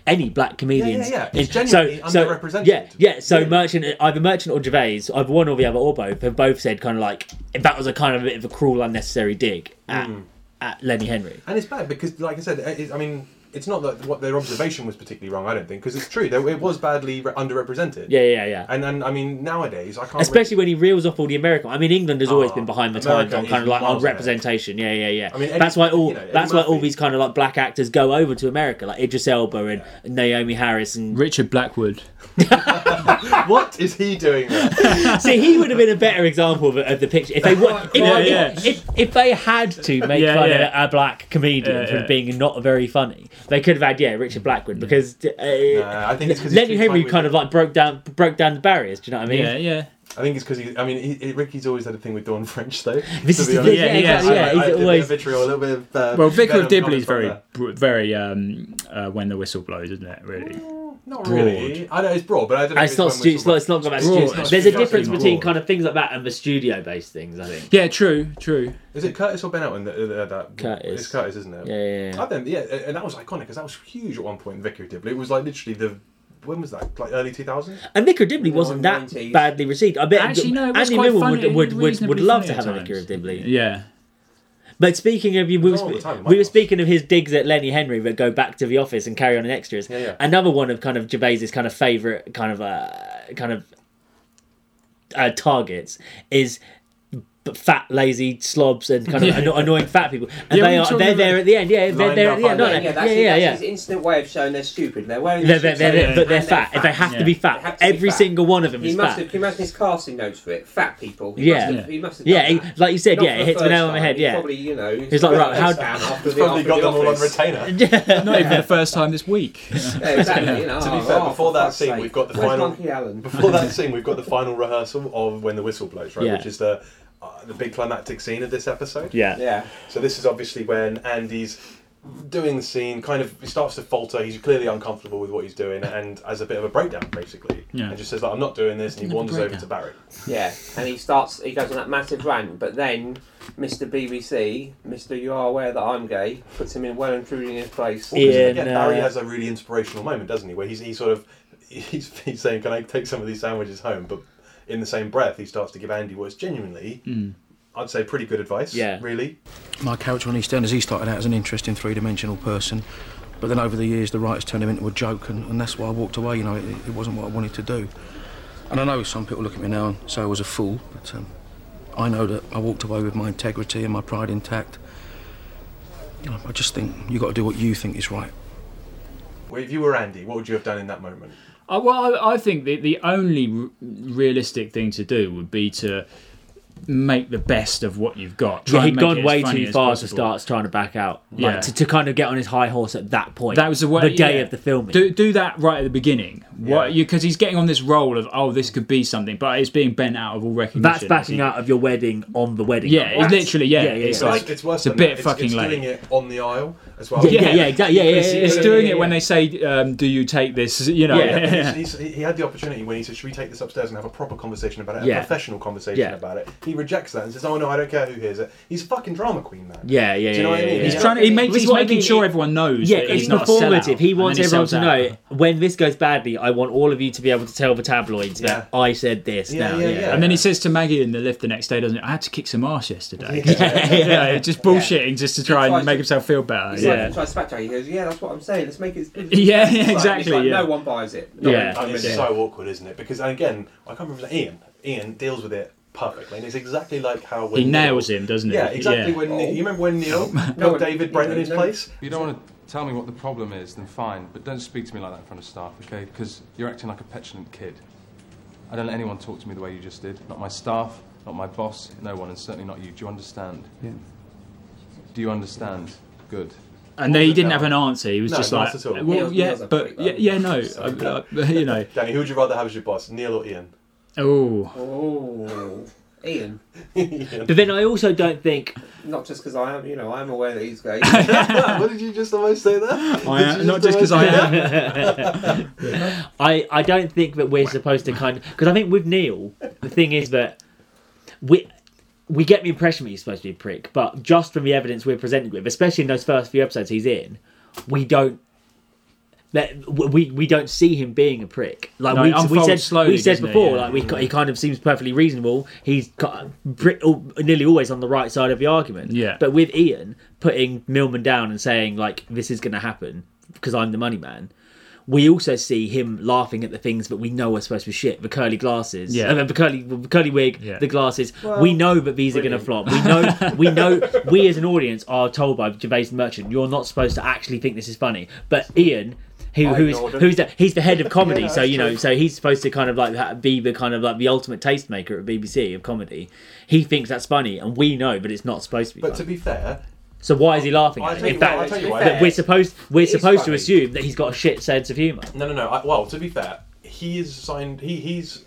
[SPEAKER 1] any black comedians
[SPEAKER 11] yeah, yeah. It's
[SPEAKER 1] in-
[SPEAKER 11] genuinely underrepresented.
[SPEAKER 1] yeah yeah so merchant either merchant or gervais either one or the other or both have both said kind of like that was a kind of a bit of a cruel unnecessary dig at,
[SPEAKER 11] Mm.
[SPEAKER 1] at lenny henry
[SPEAKER 11] And it's bad because, like I said, it, I mean, it's not that what their observation was particularly wrong. I don't think because it's true. They, it was badly re- underrepresented.
[SPEAKER 1] Yeah, yeah, yeah.
[SPEAKER 11] And and I mean, nowadays I can't.
[SPEAKER 1] Especially when he reels off all the American. I mean, England has always
[SPEAKER 11] Ah,
[SPEAKER 1] been behind the
[SPEAKER 11] America
[SPEAKER 1] times on
[SPEAKER 11] is
[SPEAKER 1] kind of like on
[SPEAKER 11] miles ahead.
[SPEAKER 1] representation. Yeah, yeah, yeah.
[SPEAKER 11] I mean, Eddie-
[SPEAKER 1] that's why all
[SPEAKER 11] you know, Eddie
[SPEAKER 1] that's why all these kind of like black actors go over to America, like Idris Elba and Naomi Harris and
[SPEAKER 13] Richard Blackwood.
[SPEAKER 11] Re- what is he doing? There?
[SPEAKER 1] See, he would have been a better example of, of the picture if they wa- if,
[SPEAKER 13] Yeah,
[SPEAKER 1] if,
[SPEAKER 13] yeah.
[SPEAKER 1] If, if they had to make
[SPEAKER 13] Yeah,
[SPEAKER 1] fun
[SPEAKER 13] yeah.
[SPEAKER 1] of a black comedian
[SPEAKER 13] Yeah,
[SPEAKER 1] for
[SPEAKER 13] yeah. Mm.
[SPEAKER 1] being not very funny, they could have had yeah Richard Blackwood because uh,
[SPEAKER 11] I think it's 'cause he's
[SPEAKER 1] Lenny
[SPEAKER 11] too
[SPEAKER 1] Henry
[SPEAKER 11] funny with
[SPEAKER 1] kind of like broke down broke down the barriers. Do you know what I mean?
[SPEAKER 11] I think it's because he. I mean, he, he- Ricky's always had a thing with Dawn French, though.
[SPEAKER 1] This
[SPEAKER 11] to
[SPEAKER 1] is
[SPEAKER 11] be
[SPEAKER 1] the-
[SPEAKER 11] honest.
[SPEAKER 1] yeah, yeah, exactly, yeah,
[SPEAKER 11] I- I-
[SPEAKER 1] he's
[SPEAKER 11] I did a bit
[SPEAKER 1] always-
[SPEAKER 11] of vitriol, a little bit of. Uh,
[SPEAKER 13] well, Vicar of
[SPEAKER 11] venom coming
[SPEAKER 13] Dibley's
[SPEAKER 11] from
[SPEAKER 13] very,
[SPEAKER 11] that.
[SPEAKER 13] br- very um, uh, when the whistle blows, isn't it? Really.
[SPEAKER 11] Not
[SPEAKER 22] broad.
[SPEAKER 11] really. I know it's broad, but I don't know.
[SPEAKER 22] it's not stu- it's not, it's not about studio. There's a difference between kind of things like that and the studio-based things. I think.
[SPEAKER 13] Yeah, true, true.
[SPEAKER 11] Is it Curtis or Ben Elton that, that, that Curtis? It's Curtis, isn't it?
[SPEAKER 22] Yeah, yeah, yeah.
[SPEAKER 11] I think, yeah, and that was iconic because that was huge at one point vicatively. It was like literally the when was that? Like early 2000s.
[SPEAKER 22] And Vicar of Dibley wasn't that badly received. I bet
[SPEAKER 13] Actually, no, it was
[SPEAKER 22] Andy
[SPEAKER 13] quite
[SPEAKER 22] Millwall
[SPEAKER 13] funny.
[SPEAKER 22] would, would, would, would
[SPEAKER 13] Reasonably
[SPEAKER 22] love
[SPEAKER 13] funny
[SPEAKER 22] to
[SPEAKER 13] at
[SPEAKER 22] have a
[SPEAKER 13] times.
[SPEAKER 22] Vicar of Dibley.
[SPEAKER 13] Yeah.
[SPEAKER 22] But speaking of you, we were,
[SPEAKER 13] all the time,
[SPEAKER 22] we were speaking of his digs at Lenny Henry, but go back to the office and carry on in extras.
[SPEAKER 13] Yeah, yeah.
[SPEAKER 22] Another one of kind of Gervais's kind of favorite kind of uh, kind of uh, targets is b- fat, lazy slobs and kind of
[SPEAKER 1] Yeah.
[SPEAKER 22] anno- annoying fat people, and
[SPEAKER 1] Yeah,
[SPEAKER 22] they
[SPEAKER 1] we're
[SPEAKER 22] are
[SPEAKER 1] talking
[SPEAKER 22] they're
[SPEAKER 1] about-
[SPEAKER 22] there at the end. Yeah, they're
[SPEAKER 1] Lined
[SPEAKER 22] there at
[SPEAKER 1] up,
[SPEAKER 22] the end. aren't
[SPEAKER 1] aren't they?
[SPEAKER 22] they?
[SPEAKER 1] Yeah, that's-
[SPEAKER 22] yeah, yeah,
[SPEAKER 1] that's
[SPEAKER 22] yeah.
[SPEAKER 1] his
[SPEAKER 2] instant way of showing they're stupid. They're wearing
[SPEAKER 22] They're,
[SPEAKER 2] the
[SPEAKER 22] they're,
[SPEAKER 2] suits
[SPEAKER 22] they're,
[SPEAKER 2] anyway,
[SPEAKER 22] but they're
[SPEAKER 2] and
[SPEAKER 22] fat. They have to be
[SPEAKER 2] They have
[SPEAKER 22] fat.
[SPEAKER 2] to be
[SPEAKER 22] Every
[SPEAKER 2] fat.
[SPEAKER 22] single one of them
[SPEAKER 2] He
[SPEAKER 22] is
[SPEAKER 2] must
[SPEAKER 22] fat.
[SPEAKER 2] have. Can you imagine his casting notes for it? Fat people. He
[SPEAKER 22] Yeah.
[SPEAKER 2] Must have, he must have
[SPEAKER 22] Yeah,
[SPEAKER 2] done
[SPEAKER 22] he- like you said,
[SPEAKER 2] Not
[SPEAKER 22] yeah,
[SPEAKER 2] for
[SPEAKER 22] it
[SPEAKER 2] the
[SPEAKER 22] hits the
[SPEAKER 2] first
[SPEAKER 22] nail on the
[SPEAKER 2] time.
[SPEAKER 22] head,
[SPEAKER 2] He
[SPEAKER 22] yeah.
[SPEAKER 2] Probably, you know.
[SPEAKER 22] He's like, right, how-
[SPEAKER 2] After
[SPEAKER 22] He's
[SPEAKER 2] the,
[SPEAKER 22] probably
[SPEAKER 2] after
[SPEAKER 22] got
[SPEAKER 2] the
[SPEAKER 22] them all on
[SPEAKER 2] office.
[SPEAKER 11] retainer.
[SPEAKER 13] Not even the first time this week.
[SPEAKER 2] exactly, you know.
[SPEAKER 11] to be
[SPEAKER 2] oh,
[SPEAKER 11] fair,
[SPEAKER 2] oh,
[SPEAKER 11] before
[SPEAKER 2] for
[SPEAKER 11] that
[SPEAKER 2] fuck's
[SPEAKER 11] scene,
[SPEAKER 2] sake.
[SPEAKER 11] we've got the
[SPEAKER 2] Where's
[SPEAKER 11] final.
[SPEAKER 2] Monkey Allen?
[SPEAKER 11] Before that scene, we've got the final rehearsal of when the whistle blows, right?
[SPEAKER 2] Yeah.
[SPEAKER 11] Which is the uh, the big climactic scene of this episode.
[SPEAKER 2] Yeah. Yeah.
[SPEAKER 11] So this is obviously when Andy's doing the scene, kind of he starts to falter. He's clearly uncomfortable with what he's doing, and as a bit of a breakdown, basically,
[SPEAKER 2] Yeah.
[SPEAKER 11] and just says like, "I'm not doing this," and he wanders over to Barry.
[SPEAKER 2] Yeah, and he starts. He goes on that massive rant, but then Mr. BBC, Mr. You are aware that I'm gay, puts him in well and truly in his place.
[SPEAKER 11] Well, 'cause again,
[SPEAKER 13] uh,
[SPEAKER 11] Barry has a really inspirational moment, doesn't he? Where he's he sort of he's, he's saying, "Can I take some of these sandwiches home?" But in the same breath, he starts to give Andy what's genuinely,
[SPEAKER 13] Hmm.
[SPEAKER 11] I'd say, pretty good advice. Yeah, really.
[SPEAKER 23] My character on EastEnders, he started out as an interesting three-dimensional person, but then over the years the writers turned him into a joke, and, and that's why I walked away. You know, it, it wasn't what I wanted to do. And I know some people look at me now and say I was a fool, but um, I know that I walked away with my integrity and my pride intact. You know, I just think you got to do what you think is right.
[SPEAKER 11] Well, if you were Andy, what would you have done in that moment?
[SPEAKER 13] Uh, well, I, I think the, the only r- realistic thing to do would be to make the best of what you've got. Try
[SPEAKER 1] Yeah,
[SPEAKER 13] and
[SPEAKER 1] he'd
[SPEAKER 13] make it
[SPEAKER 1] gone
[SPEAKER 13] as
[SPEAKER 1] way
[SPEAKER 13] funny
[SPEAKER 1] too
[SPEAKER 13] as
[SPEAKER 1] far to
[SPEAKER 13] possible.
[SPEAKER 1] start trying to back out. Like,
[SPEAKER 13] Yeah.
[SPEAKER 1] to, to kind of get on his high horse at that point.
[SPEAKER 13] That was the way.
[SPEAKER 1] The day
[SPEAKER 13] yeah.
[SPEAKER 1] of the filming.
[SPEAKER 13] Do do that right at the beginning. What you because he's getting on this role of oh this could be something, but it's being bent out of all recognition.
[SPEAKER 1] That's backing out of your wedding on the wedding.
[SPEAKER 13] Yeah, it's
[SPEAKER 1] night.
[SPEAKER 13] literally yeah. It's,
[SPEAKER 11] it's, like-
[SPEAKER 13] like-
[SPEAKER 11] it's worse
[SPEAKER 13] It's a
[SPEAKER 11] than
[SPEAKER 13] bit
[SPEAKER 11] that. It's-
[SPEAKER 13] fucking
[SPEAKER 11] it's,
[SPEAKER 13] late.
[SPEAKER 11] doing it on the aisle as well.
[SPEAKER 13] Yeah, yeah, It's, it's doing it when they say, um, "Do you take this?" You know.
[SPEAKER 11] Yeah, and he's- he's- he had the opportunity when he said, "Should we take this upstairs and have a proper conversation about it,
[SPEAKER 13] Yeah.
[SPEAKER 11] a professional conversation
[SPEAKER 13] Yeah.
[SPEAKER 11] about it?" He rejects that and says, "Oh no, I don't care who hears it." He's a fucking drama queen, man.
[SPEAKER 13] Yeah, yeah,
[SPEAKER 11] Do you know
[SPEAKER 13] yeah,
[SPEAKER 11] what I
[SPEAKER 13] yeah,
[SPEAKER 11] mean?
[SPEAKER 13] yeah. He's trying to- he makes-
[SPEAKER 11] This is
[SPEAKER 13] he's
[SPEAKER 11] what I
[SPEAKER 13] making
[SPEAKER 11] mean.
[SPEAKER 13] sure everyone knows
[SPEAKER 1] Yeah,
[SPEAKER 13] that
[SPEAKER 1] it's
[SPEAKER 13] he's not a
[SPEAKER 1] performative.
[SPEAKER 13] sellout,
[SPEAKER 1] He
[SPEAKER 13] and
[SPEAKER 1] wants
[SPEAKER 13] then he
[SPEAKER 1] everyone
[SPEAKER 13] sells
[SPEAKER 1] to
[SPEAKER 13] out.
[SPEAKER 1] know when this goes badly. I want all of you to be able to tell the tabloids that I said this. now,
[SPEAKER 13] And then he says to Maggie in the lift the next day, doesn't it? I had to kick some arse yesterday.
[SPEAKER 1] Yeah.
[SPEAKER 13] You know, just bullshitting just to try and make himself feel better.
[SPEAKER 2] He's
[SPEAKER 13] yeah.
[SPEAKER 2] like, tries to back out. He goes, yeah, that's what I'm saying. Let's make it as good. as-
[SPEAKER 13] Yeah, yeah,
[SPEAKER 2] It's like- it's
[SPEAKER 13] exactly,
[SPEAKER 2] like,
[SPEAKER 13] yeah.
[SPEAKER 2] No one buys it.
[SPEAKER 11] No,
[SPEAKER 13] Yeah.
[SPEAKER 11] and it's
[SPEAKER 13] Yeah.
[SPEAKER 11] so awkward, isn't it? Because and again, I can't remember if it was Ian. Ian deals with it perfectly, and it's exactly like how when
[SPEAKER 13] He nails him, doesn't he?
[SPEAKER 11] Yeah, exactly.
[SPEAKER 13] Yeah.
[SPEAKER 11] When Neil- you remember when Neil built David Brent in his place.
[SPEAKER 4] If you don't want to tell me what the problem is, then fine, but don't speak to me like that in front of staff, okay? Because you're acting like a petulant kid. I don't let anyone talk to me the way you just did. Not my staff, not my boss, no one, and certainly not you. Do you understand? Yeah. Do you understand? Good.
[SPEAKER 13] And then he didn't have an answer. He was
[SPEAKER 11] No,
[SPEAKER 13] just
[SPEAKER 11] not
[SPEAKER 13] like,
[SPEAKER 11] at all.
[SPEAKER 13] well,
[SPEAKER 11] Neil's-
[SPEAKER 13] yeah,
[SPEAKER 11] Neil's a
[SPEAKER 13] but
[SPEAKER 11] freak,
[SPEAKER 13] yeah, yeah, no, I- I- you know.
[SPEAKER 11] Danny, who would you rather have as your boss, Neil or Ian?
[SPEAKER 13] Oh,
[SPEAKER 2] Oh, Ian.
[SPEAKER 11] But
[SPEAKER 1] then I also don't think.
[SPEAKER 2] Not just because I am, you know, I'm aware that he's gay.
[SPEAKER 11] what did you just almost say there?
[SPEAKER 2] I am- not just 'cause I am.
[SPEAKER 1] I I don't think that we're supposed to kind of because I think with Neil the thing is that we. We get the impression that he's supposed to be a prick, but just from the evidence we're presented with, especially in those first few episodes he's in, we don't that we we don't see him being a prick. Like
[SPEAKER 13] No,
[SPEAKER 1] we,
[SPEAKER 13] it
[SPEAKER 1] we
[SPEAKER 13] unfolds
[SPEAKER 1] said
[SPEAKER 13] slowly,
[SPEAKER 1] we said
[SPEAKER 13] doesn't it?
[SPEAKER 1] before,
[SPEAKER 13] Yeah.
[SPEAKER 1] like we he kind of seems perfectly reasonable. He's got, pri- al- nearly always on the right side of the argument.
[SPEAKER 13] Yeah.
[SPEAKER 1] But with Ian putting Milman down and saying like this is going to happen because I'm the money man. We also see him laughing at the things that we know are supposed to be shit. The curly glasses,
[SPEAKER 13] Yeah.
[SPEAKER 1] I mean, the curly, the curly wig,
[SPEAKER 13] Yeah.
[SPEAKER 1] the glasses.
[SPEAKER 13] Well,
[SPEAKER 1] we know that these are going to flop. We know, we know. We as an audience are told by Gervais Merchant, you're not supposed to actually think this is funny. But Ian, who,
[SPEAKER 13] I
[SPEAKER 1] who is
[SPEAKER 13] ignored him.
[SPEAKER 1] who's the, he's the head of comedy,
[SPEAKER 13] Yeah,
[SPEAKER 1] so
[SPEAKER 13] that's
[SPEAKER 1] you know,
[SPEAKER 13] true.
[SPEAKER 1] so he's supposed to kind of like ha- be the kind of like the ultimate tastemaker at BBC of comedy. He thinks that's funny, and we know, but it's not supposed to be.
[SPEAKER 11] But
[SPEAKER 1] funny.
[SPEAKER 11] to be fair,
[SPEAKER 1] so why is he laughing?
[SPEAKER 11] I
[SPEAKER 1] at
[SPEAKER 11] tell
[SPEAKER 1] it?
[SPEAKER 11] you
[SPEAKER 1] In
[SPEAKER 11] what, I
[SPEAKER 1] fact,
[SPEAKER 11] tell you what.
[SPEAKER 1] that we're supposed we're
[SPEAKER 11] It is
[SPEAKER 1] supposed to
[SPEAKER 11] funny.
[SPEAKER 1] assume that he's got a shit sense of humour.
[SPEAKER 11] No, no, no. I, well, to be fair, he is signed. He he's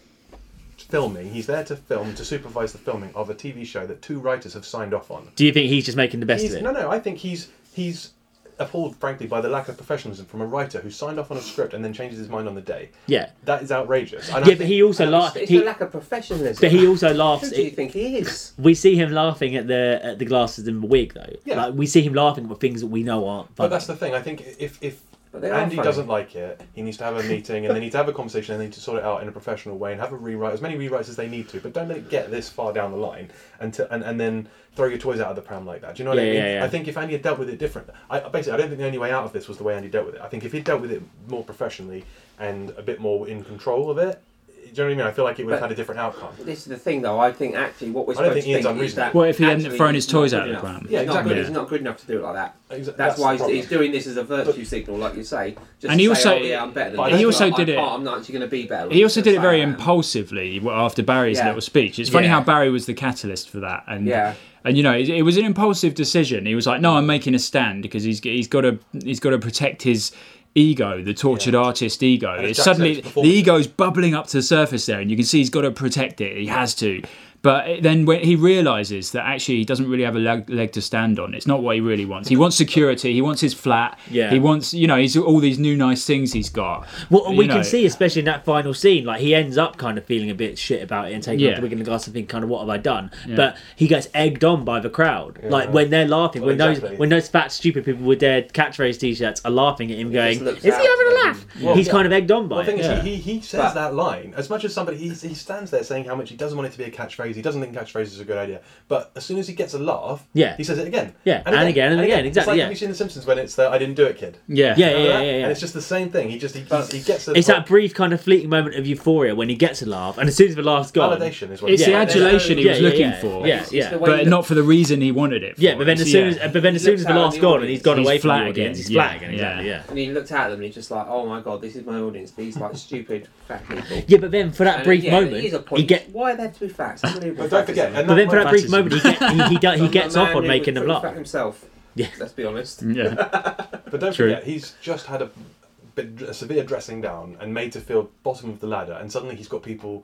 [SPEAKER 11] filming. He's there to film to supervise the filming of a TV show that two writers have signed off on.
[SPEAKER 1] Do you think he's just making the best
[SPEAKER 11] He's-
[SPEAKER 1] of it?
[SPEAKER 11] No, no. I think he's he's appalled, frankly, by the lack of professionalism from a writer who signed off on a script and then changes his mind on the day.
[SPEAKER 1] Yeah.
[SPEAKER 11] That is outrageous. And I
[SPEAKER 1] yeah, but
[SPEAKER 11] think-
[SPEAKER 1] he also laughs.
[SPEAKER 11] it's
[SPEAKER 1] he-
[SPEAKER 11] the lack of professionalism.
[SPEAKER 1] But he also laughs.
[SPEAKER 11] Who do you
[SPEAKER 1] think he is? We see him laughing at the at the glasses in the wig, though.
[SPEAKER 11] Yeah.
[SPEAKER 1] Like we see him laughing at things that we know aren't
[SPEAKER 11] But
[SPEAKER 1] funny.
[SPEAKER 11] that's the thing. I think if if
[SPEAKER 1] they are
[SPEAKER 11] Andy
[SPEAKER 1] funny.
[SPEAKER 11] doesn't like it, he needs to have a meeting and they need to have a conversation and they need to sort it out in a professional way and have a rewrite as many rewrites as they need to. But don't let it get this far down the line and to, and, and then throw your toys out of the pram like that. Do you know what
[SPEAKER 1] Yeah,
[SPEAKER 11] I mean?
[SPEAKER 1] yeah, yeah.
[SPEAKER 11] I think if Andy had dealt with it different, I basically I don't think the only way out of this was the way Andy dealt with it. I think if he'd dealt with it more professionally and a bit more in control of it. Do you know what I mean? I feel like it would have
[SPEAKER 20] But-
[SPEAKER 11] had a different outcome.
[SPEAKER 20] This is the thing, though. I think actually what we're
[SPEAKER 11] I don't
[SPEAKER 20] supposed
[SPEAKER 11] think
[SPEAKER 20] to
[SPEAKER 11] Ian's
[SPEAKER 20] think is
[SPEAKER 11] unreasonable.
[SPEAKER 20] that.
[SPEAKER 13] Well, if he hadn't
[SPEAKER 20] actually
[SPEAKER 13] thrown his
[SPEAKER 20] he's not
[SPEAKER 13] toys
[SPEAKER 20] good
[SPEAKER 13] out of the
[SPEAKER 20] enough.
[SPEAKER 13] ground.
[SPEAKER 20] Yeah,
[SPEAKER 13] Yeah,
[SPEAKER 20] exactly.
[SPEAKER 13] yeah.
[SPEAKER 20] He's not good enough to do it like that.
[SPEAKER 11] Exactly.
[SPEAKER 20] That's,
[SPEAKER 13] that's
[SPEAKER 20] why
[SPEAKER 13] the
[SPEAKER 20] he's, he's doing this as a virtue signal, like you say. Just
[SPEAKER 13] And he
[SPEAKER 20] to
[SPEAKER 13] also-
[SPEAKER 20] say, oh, yeah, I'm better than
[SPEAKER 13] but
[SPEAKER 20] you.
[SPEAKER 13] he also
[SPEAKER 20] I
[SPEAKER 13] did it-
[SPEAKER 20] can't, I'm not actually going to be better.
[SPEAKER 13] He also did it very impulsively w- after Barry's
[SPEAKER 20] Yeah.
[SPEAKER 13] little speech. It's funny
[SPEAKER 20] Yeah.
[SPEAKER 13] how Barry was the catalyst for that, and
[SPEAKER 20] Yeah.
[SPEAKER 13] and you know it, it was an impulsive decision. He was like, "No, I'm making a stand because he's he's got to he's got to protect his." Ego, the tortured artist ego.
[SPEAKER 17] as
[SPEAKER 13] It's
[SPEAKER 17] Jack
[SPEAKER 13] suddenly
[SPEAKER 17] said
[SPEAKER 13] the ego's bubbling up to the surface there, and you can see he's got to protect it. He has to, but it- then when he realizes that actually he doesn't really have a leg, leg to stand on. It's not what he really wants. He wants security. He wants his flat.
[SPEAKER 1] Yeah.
[SPEAKER 13] He wants, you know, he's all these new nice things he's got.
[SPEAKER 1] Well, and
[SPEAKER 13] You
[SPEAKER 1] we
[SPEAKER 13] know.
[SPEAKER 1] can see, especially in that final scene, like he ends up kind of feeling a bit shit about it and taking
[SPEAKER 13] Yeah.
[SPEAKER 1] off the wig and the glass and thinking, kind of, what have I done?
[SPEAKER 13] Yeah.
[SPEAKER 1] But he gets egged on by the crowd, like when they're laughing,
[SPEAKER 13] Well,
[SPEAKER 1] when
[SPEAKER 13] exactly.
[SPEAKER 1] those when those fat stupid people with their catchphrase t-shirts are laughing at him, going, "Is
[SPEAKER 11] looks
[SPEAKER 1] he
[SPEAKER 11] out
[SPEAKER 1] having a laugh?"
[SPEAKER 11] Well,
[SPEAKER 1] He's
[SPEAKER 11] yeah.
[SPEAKER 1] kind of egged on by
[SPEAKER 11] Well, the
[SPEAKER 1] it.
[SPEAKER 11] thing is,
[SPEAKER 1] Yeah.
[SPEAKER 11] he, he, he says that line as much as somebody. He, he stands there saying how much he doesn't want it to be a catchphrase. He doesn't think catchphrases are a good idea. But as soon as he gets a laugh,
[SPEAKER 1] Yeah.
[SPEAKER 11] he says it again.
[SPEAKER 1] Yeah, and again, and again, exactly,
[SPEAKER 11] It's like
[SPEAKER 1] yeah.
[SPEAKER 11] have you seen The Simpsons when it's the "I didn't do it, kid"?
[SPEAKER 13] Yeah.
[SPEAKER 1] Yeah,
[SPEAKER 11] You know
[SPEAKER 1] yeah,
[SPEAKER 11] that?
[SPEAKER 1] yeah, yeah, yeah.
[SPEAKER 11] And it's just the same thing. He just he, he, he gets a
[SPEAKER 1] It's that brief kind of fleeting moment of euphoria when he gets a laugh, and as soon as the laugh's gone,
[SPEAKER 11] Validation is what
[SPEAKER 13] It's
[SPEAKER 1] Yeah.
[SPEAKER 13] the adulation he
[SPEAKER 1] Yeah,
[SPEAKER 13] was
[SPEAKER 1] yeah,
[SPEAKER 13] looking
[SPEAKER 1] yeah.
[SPEAKER 13] for.
[SPEAKER 1] Yeah, yeah.
[SPEAKER 13] But not for the reason he wanted it. For.
[SPEAKER 1] Yeah, but then as
[SPEAKER 13] It's-
[SPEAKER 1] soon
[SPEAKER 13] yeah.
[SPEAKER 1] as but then as soon as the last gone and he's gone away from the
[SPEAKER 13] flat
[SPEAKER 1] audience, he's
[SPEAKER 13] yeah,
[SPEAKER 1] flat again. Exactly. Yeah.
[SPEAKER 20] And he looked at them and he's just like, oh my god, this is my audience. These like stupid fat people.
[SPEAKER 1] Yeah, but then for that
[SPEAKER 20] And, uh,
[SPEAKER 1] brief
[SPEAKER 20] yeah,
[SPEAKER 1] moment,
[SPEAKER 20] it is a
[SPEAKER 1] he
[SPEAKER 20] point.
[SPEAKER 1] get-
[SPEAKER 20] why are there two facts?
[SPEAKER 11] But don't forget, and
[SPEAKER 1] But then
[SPEAKER 11] that
[SPEAKER 1] for that brief
[SPEAKER 11] Fascism.
[SPEAKER 1] moment, he, get, he, he, do, he gets off on making them
[SPEAKER 20] them
[SPEAKER 1] laugh.
[SPEAKER 20] himself.
[SPEAKER 1] Yeah,
[SPEAKER 20] let's be honest.
[SPEAKER 11] but don't
[SPEAKER 1] True.
[SPEAKER 11] forget, he's just had a, bit, a severe dressing down and made to feel bottom of the ladder, and suddenly he's got people,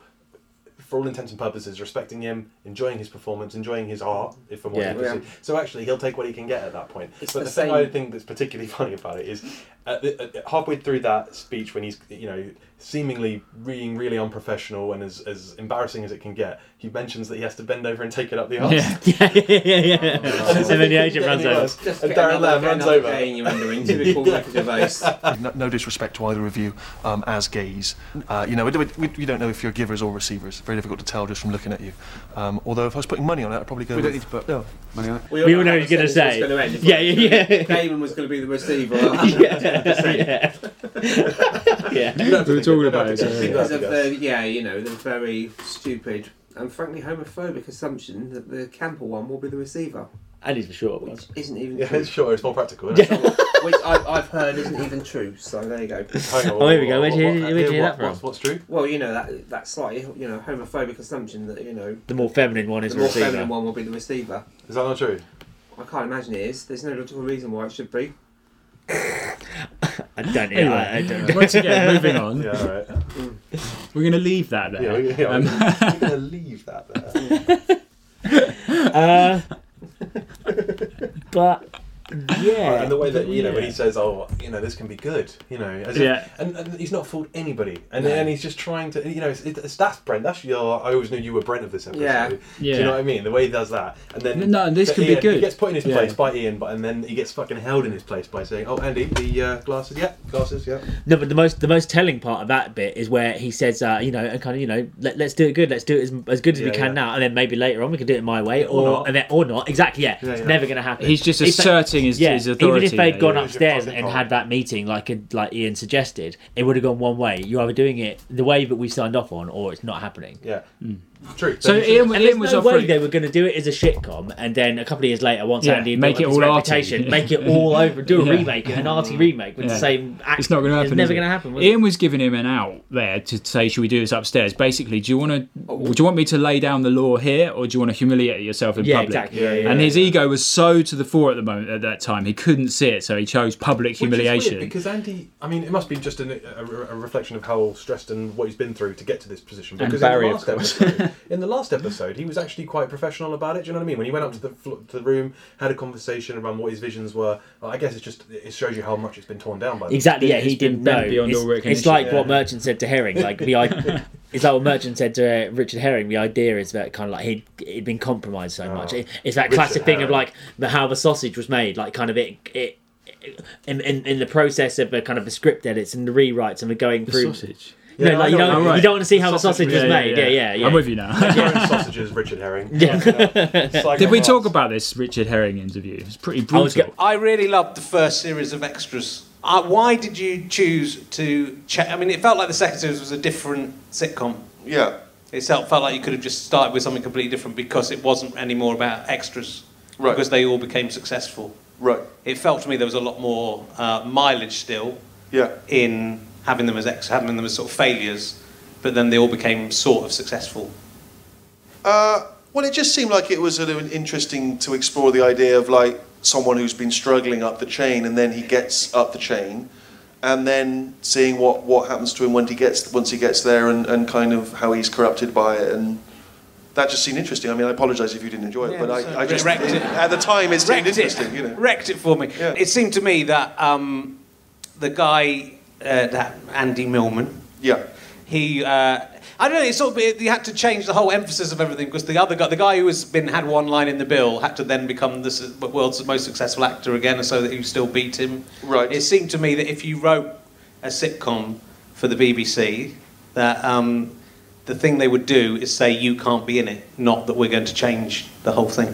[SPEAKER 11] for all intents and purposes, respecting him, enjoying his performance, enjoying his art, if from what
[SPEAKER 1] Yeah.
[SPEAKER 11] he can see.
[SPEAKER 1] Yeah.
[SPEAKER 11] So actually, he'll take what he can get at that point.
[SPEAKER 20] It's
[SPEAKER 11] but the,
[SPEAKER 20] the
[SPEAKER 11] thing
[SPEAKER 20] same-
[SPEAKER 11] I think that's particularly funny about it is, uh, the- uh, halfway through that speech, when he's you know seemingly being really unprofessional and as, as embarrassing as it can get, he mentions that he has to bend over and take it up the arse.
[SPEAKER 1] Yeah. Yeah, yeah, yeah, yeah. And
[SPEAKER 11] if
[SPEAKER 1] then
[SPEAKER 11] it
[SPEAKER 1] the
[SPEAKER 11] can
[SPEAKER 1] agent
[SPEAKER 11] get
[SPEAKER 1] runs
[SPEAKER 11] any
[SPEAKER 1] over.
[SPEAKER 11] worse,
[SPEAKER 20] Just
[SPEAKER 11] and
[SPEAKER 20] get
[SPEAKER 11] Darren
[SPEAKER 20] another-
[SPEAKER 11] Lamb
[SPEAKER 20] get
[SPEAKER 11] runs
[SPEAKER 20] another
[SPEAKER 11] over.
[SPEAKER 20] gay innuendo in, typical Ricky Gervais.
[SPEAKER 24] no, no disrespect to either of you um, as gays. Uh, you know, we, we, we don't know if you're givers or receivers. Very difficult to tell just from looking at you. Um, although if I was putting money on it, I'd probably go. We with, don't need to put no. money on it.
[SPEAKER 1] We all know what he's going to say. Yeah, yeah, yeah.
[SPEAKER 20] Damon was going to be the receiver.
[SPEAKER 1] yeah, yeah.
[SPEAKER 20] You don't have to
[SPEAKER 13] We were
[SPEAKER 20] think
[SPEAKER 13] talking
[SPEAKER 20] it.
[SPEAKER 13] about it,
[SPEAKER 20] Because
[SPEAKER 13] yeah.
[SPEAKER 20] of the, yeah, you know, the very stupid and frankly homophobic assumption that the Camper one will be the receiver.
[SPEAKER 1] And he's the shorter
[SPEAKER 20] one. Which isn't even
[SPEAKER 11] Yeah,
[SPEAKER 20] true.
[SPEAKER 11] it's sure it's more practical. Isn't it?
[SPEAKER 20] which I, I've heard isn't even true. So there you go.
[SPEAKER 11] Hang on, Oh, here we go. Where'd you- what- what- where'd you hear that what- from? what's- what's true?
[SPEAKER 20] Well, you know that that slightly you know homophobic assumption that you know
[SPEAKER 1] The more feminine one is
[SPEAKER 20] the
[SPEAKER 1] the
[SPEAKER 20] more
[SPEAKER 1] receiver.
[SPEAKER 20] feminine one will be the receiver.
[SPEAKER 11] Is that not true?
[SPEAKER 20] I can't imagine it is. There's no logical reason why it should be.
[SPEAKER 1] I don't.
[SPEAKER 13] Anyway,
[SPEAKER 1] I, I don't.
[SPEAKER 13] once again, moving on.
[SPEAKER 11] Yeah, all right.
[SPEAKER 13] We're going to leave that there.
[SPEAKER 11] Yeah, we- yeah,
[SPEAKER 13] Um,
[SPEAKER 11] we're going to leave that there.
[SPEAKER 1] Uh, but
[SPEAKER 11] Uh,
[SPEAKER 1] yeah,
[SPEAKER 11] and the way that you know when
[SPEAKER 1] yeah.
[SPEAKER 11] he says, "Oh, you know, this can be good," you know, as if-
[SPEAKER 1] Yeah.
[SPEAKER 11] and, and he's not fooled anybody, and
[SPEAKER 1] No.
[SPEAKER 11] and he's just trying to, you know, it's, it's that's Brent. That's your. I always knew you were Brent of this episode.
[SPEAKER 13] Yeah.
[SPEAKER 11] Do
[SPEAKER 13] Yeah.
[SPEAKER 11] you know what I mean? The way he does that, and then
[SPEAKER 13] No, this
[SPEAKER 11] but
[SPEAKER 13] can be
[SPEAKER 11] Ian,
[SPEAKER 13] good.
[SPEAKER 11] He gets put in his
[SPEAKER 13] Yeah.
[SPEAKER 11] place by Ian, but and then he gets fucking held in his place by saying, "Oh, Andy, the uh, glasses, yeah, glasses, yeah."
[SPEAKER 1] No, but the most the most telling part of that bit is where he says, uh, you know, and kind of, you know, let, let's do it good, let's do it as, as good as we
[SPEAKER 13] Yeah,
[SPEAKER 1] can
[SPEAKER 13] yeah.
[SPEAKER 1] now, and then maybe later on we can do it my way,
[SPEAKER 13] Or
[SPEAKER 1] or
[SPEAKER 13] not.
[SPEAKER 1] and then, or not. Exactly, yeah,
[SPEAKER 13] Yeah,
[SPEAKER 1] it's
[SPEAKER 13] yeah.
[SPEAKER 1] never going to happen.
[SPEAKER 13] He's just
[SPEAKER 1] It's like-
[SPEAKER 13] asserting his-
[SPEAKER 1] yeah,
[SPEAKER 13] his
[SPEAKER 1] Even if
[SPEAKER 13] authority
[SPEAKER 1] they'd
[SPEAKER 13] there,
[SPEAKER 1] gone
[SPEAKER 13] yeah.
[SPEAKER 1] upstairs and had that meeting, like like Ian suggested, it would have gone one way. You are doing it the way that we signed off on, or it's not happening.
[SPEAKER 11] Yeah. Mm. True.
[SPEAKER 1] So Ian,
[SPEAKER 13] Ian
[SPEAKER 1] there's
[SPEAKER 13] was
[SPEAKER 1] no way
[SPEAKER 13] offering-
[SPEAKER 1] they were going to do it as a shitcom, and then a couple of years later, once
[SPEAKER 13] Yeah,
[SPEAKER 1] Andy had
[SPEAKER 13] make
[SPEAKER 1] built up
[SPEAKER 13] it
[SPEAKER 1] his
[SPEAKER 13] all arty.
[SPEAKER 1] reputation, make it all over, do a
[SPEAKER 13] Yeah.
[SPEAKER 1] remake, an arty remake with
[SPEAKER 13] Yeah.
[SPEAKER 1] the same. Act.
[SPEAKER 13] It's not going to happen.
[SPEAKER 1] It's never
[SPEAKER 13] is it?
[SPEAKER 1] going to happen. was it?
[SPEAKER 13] Ian was giving him an out there to say, "Should we do this upstairs?" Basically, do you want to? Do you want me to lay down the law here, or do you want to humiliate yourself in
[SPEAKER 1] Yeah,
[SPEAKER 13] public?
[SPEAKER 1] exactly. Yeah, yeah,
[SPEAKER 13] and
[SPEAKER 1] yeah,
[SPEAKER 13] his ego was so to the fore at the moment at that time, he couldn't see it, so he chose public
[SPEAKER 11] Which is weird,
[SPEAKER 13] humiliation.
[SPEAKER 11] because Andy, I mean, it must be just an, a, a- a reflection of how stressed and what he's been through to get to this position.
[SPEAKER 13] And
[SPEAKER 11] Because
[SPEAKER 13] Barry,
[SPEAKER 11] in
[SPEAKER 13] of
[SPEAKER 11] the last episode, in the last episode, he was actually quite professional about it. Do you know what I mean? When he went up to the fl- to the room, had a conversation around what his visions were. Well, I guess it's just it shows you how much it's been torn down by.
[SPEAKER 1] Exactly. Yeah, he didn't know. It's, it's like what Merchant said to Herring. Like the I- it's like what Merchant said to uh, Richard Herring. The idea is that kind of like he'd he'd been compromised so much. It- it's that
[SPEAKER 22] Richard
[SPEAKER 1] classic thing of
[SPEAKER 22] Herring.
[SPEAKER 1] like the, how the sausage was made. Like kind of it. it in, in, in the process of the kind of the script edits and the rewrites and the going
[SPEAKER 13] The
[SPEAKER 1] through
[SPEAKER 13] sausage.
[SPEAKER 1] No,
[SPEAKER 13] Yeah,
[SPEAKER 1] like
[SPEAKER 13] I
[SPEAKER 1] you
[SPEAKER 13] know,
[SPEAKER 1] don't
[SPEAKER 13] I'm right.
[SPEAKER 1] you don't want to see how the
[SPEAKER 13] Sausage,
[SPEAKER 1] sausage was
[SPEAKER 13] yeah, yeah,
[SPEAKER 1] made. Yeah, yeah,
[SPEAKER 13] yeah.
[SPEAKER 1] yeah.
[SPEAKER 13] I'm with you now. Macaroni
[SPEAKER 11] sausages, Richard Herring. uh,
[SPEAKER 13] Did we talk about this Richard Herring interview? It's pretty brutal.
[SPEAKER 8] I really loved the first series of extras. Uh, why did you choose to check? I mean, it felt like the second series was a different sitcom.
[SPEAKER 5] Yeah.
[SPEAKER 8] It felt, felt like you could have just started with something completely different because it wasn't any more about extras.
[SPEAKER 5] Right.
[SPEAKER 8] Because they all became successful.
[SPEAKER 5] Right.
[SPEAKER 8] It felt to me there was a lot more uh, mileage still
[SPEAKER 5] Yeah.
[SPEAKER 8] in having them as ex, having them as sort of failures, but then they all became sort of successful.
[SPEAKER 5] Uh, well, it just seemed like it was sort of interesting to explore the idea of like someone who's been struggling up the chain and then he gets up the chain, and then seeing what, what happens to him when he gets once he gets there and, and kind of how he's corrupted by it and. That just seemed interesting. I mean, I apologise if you didn't enjoy it, but I, I just
[SPEAKER 8] Wrecked it.
[SPEAKER 5] at the time it seemed
[SPEAKER 8] Wrecked it.
[SPEAKER 5] interesting. You know,
[SPEAKER 8] wrecked it for me. It seemed to me that um, the guy, uh, that Andy Millman,
[SPEAKER 5] yeah,
[SPEAKER 8] he, uh, I don't know, it's sort of, it, he had to change the whole emphasis of everything because the other guy, the guy who has been had one line in the bill, had to then become the su- world's most successful actor again, so that you still beat him. Right. It seemed to me that if you wrote a sitcom for the BBC, that um, the thing they would do is say you can't be in it, not that we're going to change the whole thing.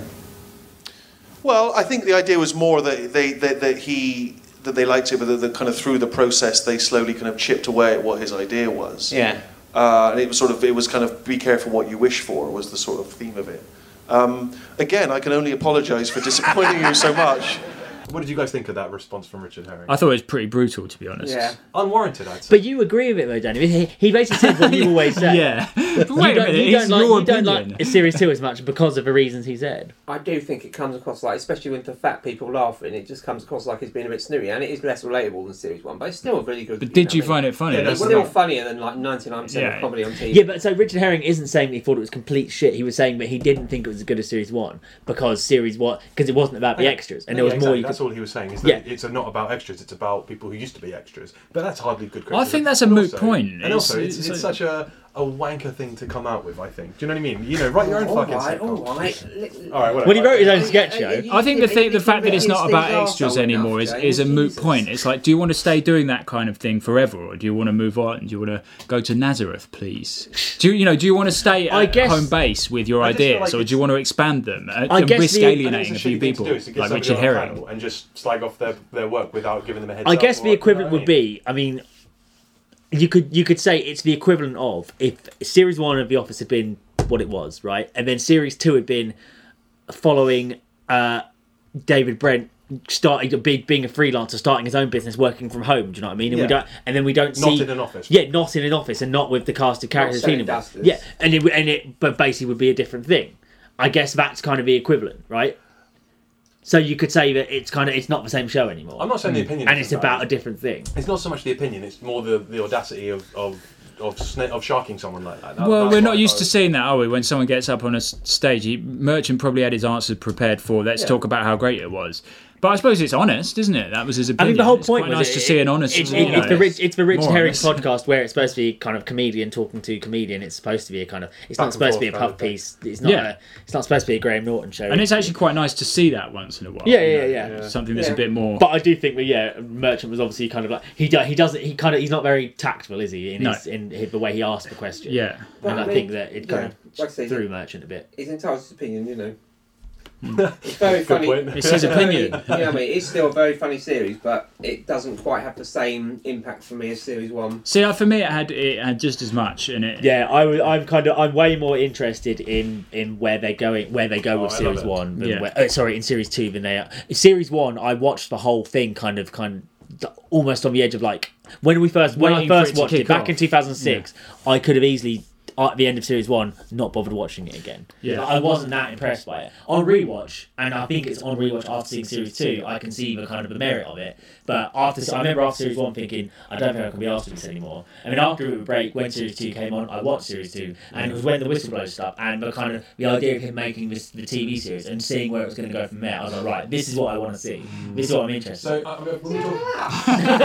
[SPEAKER 5] Well, I think the idea was more that they that, that he that they liked it, but that, that kind of through the process they slowly kind of chipped away at what his idea was.
[SPEAKER 8] Yeah.
[SPEAKER 5] Uh, and it was sort of it was kind of be careful what you wish for was the sort of theme of it. Um, again, I can only apologise for disappointing you so much.
[SPEAKER 11] What did you guys think of that response from Richard Herring?
[SPEAKER 13] I thought it was pretty brutal, to be honest.
[SPEAKER 11] unwarranted. I'd say.
[SPEAKER 1] But you agree with it though, Danny. He, he basically said what you always said.
[SPEAKER 13] Yeah.
[SPEAKER 1] You
[SPEAKER 13] Wait a
[SPEAKER 1] don't-
[SPEAKER 13] minute,
[SPEAKER 1] you
[SPEAKER 13] it's
[SPEAKER 1] don't like
[SPEAKER 13] your
[SPEAKER 1] you don't
[SPEAKER 13] opinion.
[SPEAKER 1] like series two as much because of the reasons he said.
[SPEAKER 2] I do think it comes across like, especially with the fat people laughing, it just comes across like it's been a bit snooty, and it is less relatable than series one, but it's still a really good.
[SPEAKER 13] But did you
[SPEAKER 2] know,
[SPEAKER 13] find it funny?
[SPEAKER 2] It's
[SPEAKER 13] That's
[SPEAKER 2] still
[SPEAKER 13] the thing.
[SPEAKER 2] funnier than like ninety nine percent
[SPEAKER 13] Yeah.
[SPEAKER 2] of comedy on TV.
[SPEAKER 1] Yeah, but so Richard Herring isn't saying that he thought it was complete shit. He was saying that he didn't think it was as good as series one because series one because it wasn't about the
[SPEAKER 11] Yeah.
[SPEAKER 1] extras and
[SPEAKER 11] Yeah,
[SPEAKER 1] there was
[SPEAKER 11] yeah,
[SPEAKER 1] more.
[SPEAKER 11] exactly.
[SPEAKER 1] You
[SPEAKER 11] That's
[SPEAKER 1] could,
[SPEAKER 11] all he was saying is that
[SPEAKER 1] Yeah.
[SPEAKER 11] it's not about extras; it's about people who used to be extras. But that's hardly good.
[SPEAKER 13] Well, I
[SPEAKER 11] Criticism.
[SPEAKER 13] think that's a
[SPEAKER 11] And
[SPEAKER 13] moot
[SPEAKER 11] also-
[SPEAKER 13] point.
[SPEAKER 11] And
[SPEAKER 13] It's-
[SPEAKER 11] also, it's,
[SPEAKER 13] it's
[SPEAKER 11] it's,
[SPEAKER 13] like-
[SPEAKER 11] such a, a wanker thing to come out with. I think. Do you know what I mean? You know, write your own
[SPEAKER 1] Oh,
[SPEAKER 2] All
[SPEAKER 11] fucking.
[SPEAKER 2] right, all
[SPEAKER 11] sitcom.
[SPEAKER 2] right.
[SPEAKER 11] All right, whatever.
[SPEAKER 1] Well, he wrote his own sketch
[SPEAKER 11] show.
[SPEAKER 13] I think the thing, the fact that it's not about extras anymore is, is a moot point. It's like, do you want to stay doing that kind of thing forever, or do you want to move on? Do you want to go to Nazareth, please? Do you, you know? Do you want to stay at
[SPEAKER 1] I guess-
[SPEAKER 13] home base with your
[SPEAKER 1] I just feel
[SPEAKER 13] ideas,
[SPEAKER 1] like
[SPEAKER 13] or do you want to expand them uh,
[SPEAKER 1] I
[SPEAKER 13] and
[SPEAKER 1] guess
[SPEAKER 13] risk
[SPEAKER 1] the-
[SPEAKER 13] alienating
[SPEAKER 11] I think it's
[SPEAKER 13] a few
[SPEAKER 11] a shitty thing to
[SPEAKER 13] people
[SPEAKER 11] do, is to give
[SPEAKER 13] like
[SPEAKER 11] somebody on
[SPEAKER 13] Richard
[SPEAKER 11] a
[SPEAKER 13] Herring?
[SPEAKER 11] panel And just slag off their, their work without giving them a heads
[SPEAKER 1] I
[SPEAKER 11] up.
[SPEAKER 1] guess the
[SPEAKER 11] or-
[SPEAKER 1] equivalent would be. I mean, you could you could say it's the equivalent of if series one of The Office had been what it was, right, and then series two had been following uh, David Brent starting to be being a freelancer, starting his own business, working from home. Do you know what I mean? And we
[SPEAKER 11] Yeah.
[SPEAKER 1] don't, and then we don't
[SPEAKER 11] Not
[SPEAKER 1] see
[SPEAKER 11] in an office.
[SPEAKER 1] Yeah, not in an office, and not with the cast of characters.
[SPEAKER 11] selling
[SPEAKER 1] feeling-
[SPEAKER 11] dusters.
[SPEAKER 1] Yeah, and it w- and it but basically would be a different thing. I guess that's kind of the equivalent, right? So you could say that it's kind of it's not the same show anymore.
[SPEAKER 11] I'm not saying the
[SPEAKER 13] Hmm.
[SPEAKER 11] opinion
[SPEAKER 1] and
[SPEAKER 11] is
[SPEAKER 1] it's
[SPEAKER 11] bad.
[SPEAKER 1] about a different thing.
[SPEAKER 11] It's not so much the opinion; it's more the, the audacity of of of, sna- of sharking someone like that. That-
[SPEAKER 13] Well,
[SPEAKER 11] that's
[SPEAKER 13] we're
[SPEAKER 11] what
[SPEAKER 13] not
[SPEAKER 11] I
[SPEAKER 13] used
[SPEAKER 11] thought.
[SPEAKER 13] to seeing that, are we? When someone gets up on a s- stage, he, Merchant probably had his answers prepared for. Let's
[SPEAKER 1] Yeah.
[SPEAKER 13] talk about how great it was. But I suppose it's honest, isn't it? That was his
[SPEAKER 1] I
[SPEAKER 13] opinion.
[SPEAKER 1] mean, the whole
[SPEAKER 13] It's
[SPEAKER 1] point
[SPEAKER 13] quite
[SPEAKER 1] was
[SPEAKER 13] nice
[SPEAKER 1] it-
[SPEAKER 13] to see an
[SPEAKER 1] it-
[SPEAKER 13] honest.
[SPEAKER 1] It's,
[SPEAKER 13] you
[SPEAKER 1] it- it's
[SPEAKER 13] know,
[SPEAKER 1] the Rich, it's the Rich
[SPEAKER 13] more
[SPEAKER 1] Herring
[SPEAKER 13] honest.
[SPEAKER 1] podcast where it's supposed to be kind of comedian talking to comedian. It's supposed to be a kind of. It's not
[SPEAKER 13] Back and
[SPEAKER 1] supposed to be a
[SPEAKER 13] forth
[SPEAKER 1] puff
[SPEAKER 13] kind of
[SPEAKER 1] piece. It's not.
[SPEAKER 13] Yeah.
[SPEAKER 1] A, it's not supposed to be a Graham Norton show.
[SPEAKER 13] And it's actually quite nice to see that once in a while.
[SPEAKER 1] yeah,
[SPEAKER 13] you
[SPEAKER 1] yeah,
[SPEAKER 13] know,
[SPEAKER 1] yeah, yeah.
[SPEAKER 13] Something that's
[SPEAKER 1] Yeah.
[SPEAKER 13] a bit more.
[SPEAKER 1] But I do think that yeah, Merchant was obviously kind of like he do, he doesn't he kind of he's not very tactful, is he? In
[SPEAKER 13] No.
[SPEAKER 1] his, in hi- the way he asked the question.
[SPEAKER 13] Yeah.
[SPEAKER 2] But
[SPEAKER 1] and
[SPEAKER 2] I
[SPEAKER 1] I,
[SPEAKER 2] mean,
[SPEAKER 1] think that it
[SPEAKER 2] yeah,
[SPEAKER 1] kind
[SPEAKER 2] like I
[SPEAKER 1] of
[SPEAKER 2] say,
[SPEAKER 1] threw Merchant a bit.
[SPEAKER 2] He's entitled to his opinion, you know.
[SPEAKER 11] Hmm.
[SPEAKER 2] It's very
[SPEAKER 1] Good
[SPEAKER 2] funny.
[SPEAKER 1] point. It's his opinion.
[SPEAKER 2] Yeah, I mean, it's still a very funny series, but it doesn't quite have the same impact for me as series one.
[SPEAKER 13] See, uh, for me, it had it had just as much, and it.
[SPEAKER 1] Yeah, I, w- I'm kind of I'm way more interested in in where they're going, where they go
[SPEAKER 13] Oh,
[SPEAKER 1] with
[SPEAKER 13] I love
[SPEAKER 1] series
[SPEAKER 13] it.
[SPEAKER 1] one. Than
[SPEAKER 13] Yeah.
[SPEAKER 1] where, oh, sorry, in series two than they are. Series one, I watched the whole thing kind of kind of almost on the edge of like when we first when I
[SPEAKER 13] Waiting for
[SPEAKER 1] first
[SPEAKER 13] it to
[SPEAKER 1] watched it
[SPEAKER 13] kick
[SPEAKER 1] back
[SPEAKER 13] off.
[SPEAKER 1] in 2006, I could have easily at the end of series one, not bothered watching it again.
[SPEAKER 22] Yeah.
[SPEAKER 1] Like, I wasn't that impressed by it. On rewatch, and I think it's on rewatch after seeing series two, I conceive a kind of the merit of it. But after, I remember after series one thinking, I don't think I can be asked for this anymore. I mean, after a break, when series two came on, I watched series two, and it was when the whistleblower stuff and the kind of the idea of him making this the TV series and seeing where it was going to go from there. I was like, right, this is what I want to see. This is what I'm interested.
[SPEAKER 11] So,
[SPEAKER 1] in.
[SPEAKER 11] uh, when we talk-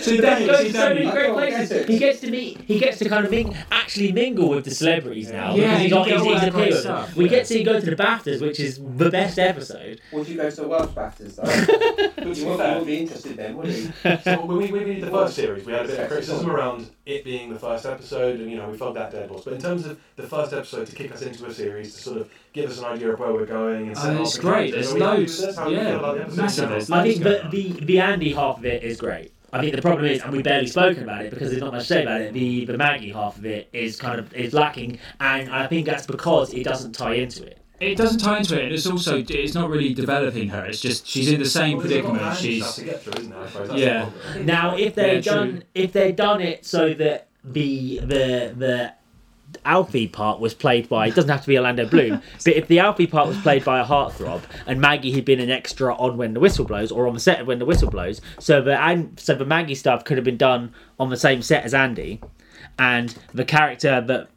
[SPEAKER 1] So
[SPEAKER 11] See,
[SPEAKER 1] Dan
[SPEAKER 11] Danny,
[SPEAKER 1] goes
[SPEAKER 11] see,
[SPEAKER 1] to so many
[SPEAKER 11] Danny.
[SPEAKER 1] great
[SPEAKER 11] Oh,
[SPEAKER 1] places.
[SPEAKER 11] that's
[SPEAKER 1] He gets to meet. He gets to kind of ming- actually mingle with the celebrities now
[SPEAKER 20] Yeah,
[SPEAKER 1] because he's
[SPEAKER 20] you
[SPEAKER 1] not
[SPEAKER 20] get
[SPEAKER 1] he's,
[SPEAKER 20] all
[SPEAKER 1] he's
[SPEAKER 20] that
[SPEAKER 1] a
[SPEAKER 20] great
[SPEAKER 1] peer.
[SPEAKER 20] stuff.
[SPEAKER 1] We get to see go to the Baftas, which is the best episode.
[SPEAKER 20] Would you go to the Welsh Baftas though? you wouldn't be interested then, would you?
[SPEAKER 11] so when we, when we did the first series, we had a bit of criticism around it being the first episode, and you know we felt that dead horse. But in terms of the first episode to kick us into a series to sort of give us an idea of where we're going and set
[SPEAKER 15] Oh,
[SPEAKER 11] up
[SPEAKER 15] it's
[SPEAKER 11] the
[SPEAKER 15] great.
[SPEAKER 11] characters,
[SPEAKER 15] There's
[SPEAKER 11] are we happy
[SPEAKER 15] loads.
[SPEAKER 11] with this? How do we
[SPEAKER 15] Yeah.
[SPEAKER 11] feel about the episode?
[SPEAKER 15] Massive. There's
[SPEAKER 1] I
[SPEAKER 15] loads
[SPEAKER 1] think
[SPEAKER 15] going
[SPEAKER 1] the, the the Andy half of it is great. I think the problem is, and we've barely spoken about it because there's not much to say about it. The the Maggie half of it is kind of is lacking, and I think that's because it doesn't tie into it.
[SPEAKER 13] It doesn't tie into it, and it's also it's not really developing her. It's just she's in the same
[SPEAKER 11] Well, there's a lot of
[SPEAKER 13] predicament.
[SPEAKER 11] hand
[SPEAKER 13] She's
[SPEAKER 11] stuff to get through, isn't there? I suppose that's the
[SPEAKER 13] yeah.
[SPEAKER 11] problem.
[SPEAKER 1] Now, if they
[SPEAKER 13] Yeah,
[SPEAKER 1] had done
[SPEAKER 13] true.
[SPEAKER 1] if they had done it so that the the the Alfie part was played by it doesn't have to be Orlando Bloom, but if the Alfie part was played by a heartthrob and Maggie had been an extra on When the Whistle Blows or on the set of When the Whistle Blows, so the and so the Maggie stuff could have been done on the same set as Andy, and the character that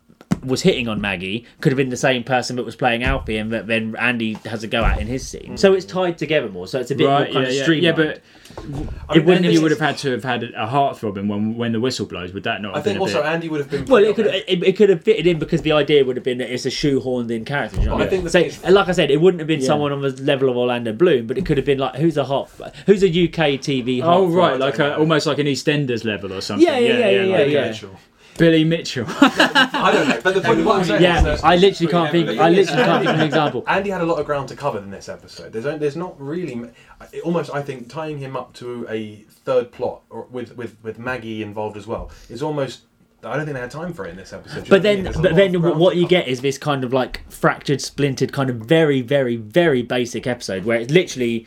[SPEAKER 1] was hitting on Maggie could have been the same person that was playing Alfie and that then Andy has a go at in his scene. So it's tied together more. So it's a bit more kind
[SPEAKER 13] Mm. yeah,
[SPEAKER 1] of
[SPEAKER 13] yeah,
[SPEAKER 1] streamlined.
[SPEAKER 13] yeah, but it wouldn't, you would have had to have had a heartthrob in when when the whistle blows. Would that not?
[SPEAKER 11] I
[SPEAKER 13] Have
[SPEAKER 11] think
[SPEAKER 13] been a
[SPEAKER 11] also
[SPEAKER 13] bit...
[SPEAKER 11] Andy would have been.
[SPEAKER 1] Well, it could it, it could have fitted in because the idea would have been that it's a shoehorned in character. do you know
[SPEAKER 11] But
[SPEAKER 1] what
[SPEAKER 11] I
[SPEAKER 1] I
[SPEAKER 11] think
[SPEAKER 1] mean?
[SPEAKER 11] the
[SPEAKER 1] so,
[SPEAKER 11] thing is-
[SPEAKER 1] and like I said, it wouldn't have been
[SPEAKER 11] Yeah.
[SPEAKER 1] someone on the level of Orlando Bloom, but it could have been like who's a hot, who's a UK TV. Hot
[SPEAKER 13] Oh right, like
[SPEAKER 11] uh,
[SPEAKER 13] a, almost like an EastEnders level or something.
[SPEAKER 1] Yeah, yeah, yeah, yeah,
[SPEAKER 13] like
[SPEAKER 1] yeah,
[SPEAKER 13] a-
[SPEAKER 1] yeah.
[SPEAKER 13] Billy Mitchell.
[SPEAKER 11] I don't know, but the point of what I'm saying
[SPEAKER 13] Yeah,
[SPEAKER 11] is that-
[SPEAKER 13] I literally can't think- I literally can't think of an example.
[SPEAKER 11] Andy had a lot of ground to cover in this episode. There's only, there's not really m- it almost I think tying him up to a third plot or with with with Maggie involved as well is almost I don't think they had time for it in this episode. Do you
[SPEAKER 1] But
[SPEAKER 11] know what
[SPEAKER 1] then,
[SPEAKER 11] I mean? There's a
[SPEAKER 1] but
[SPEAKER 11] lot
[SPEAKER 1] then,
[SPEAKER 11] of
[SPEAKER 1] wh-
[SPEAKER 11] ground
[SPEAKER 1] what you get is this kind of like fractured, splintered, kind of very, very, very basic episode where it's literally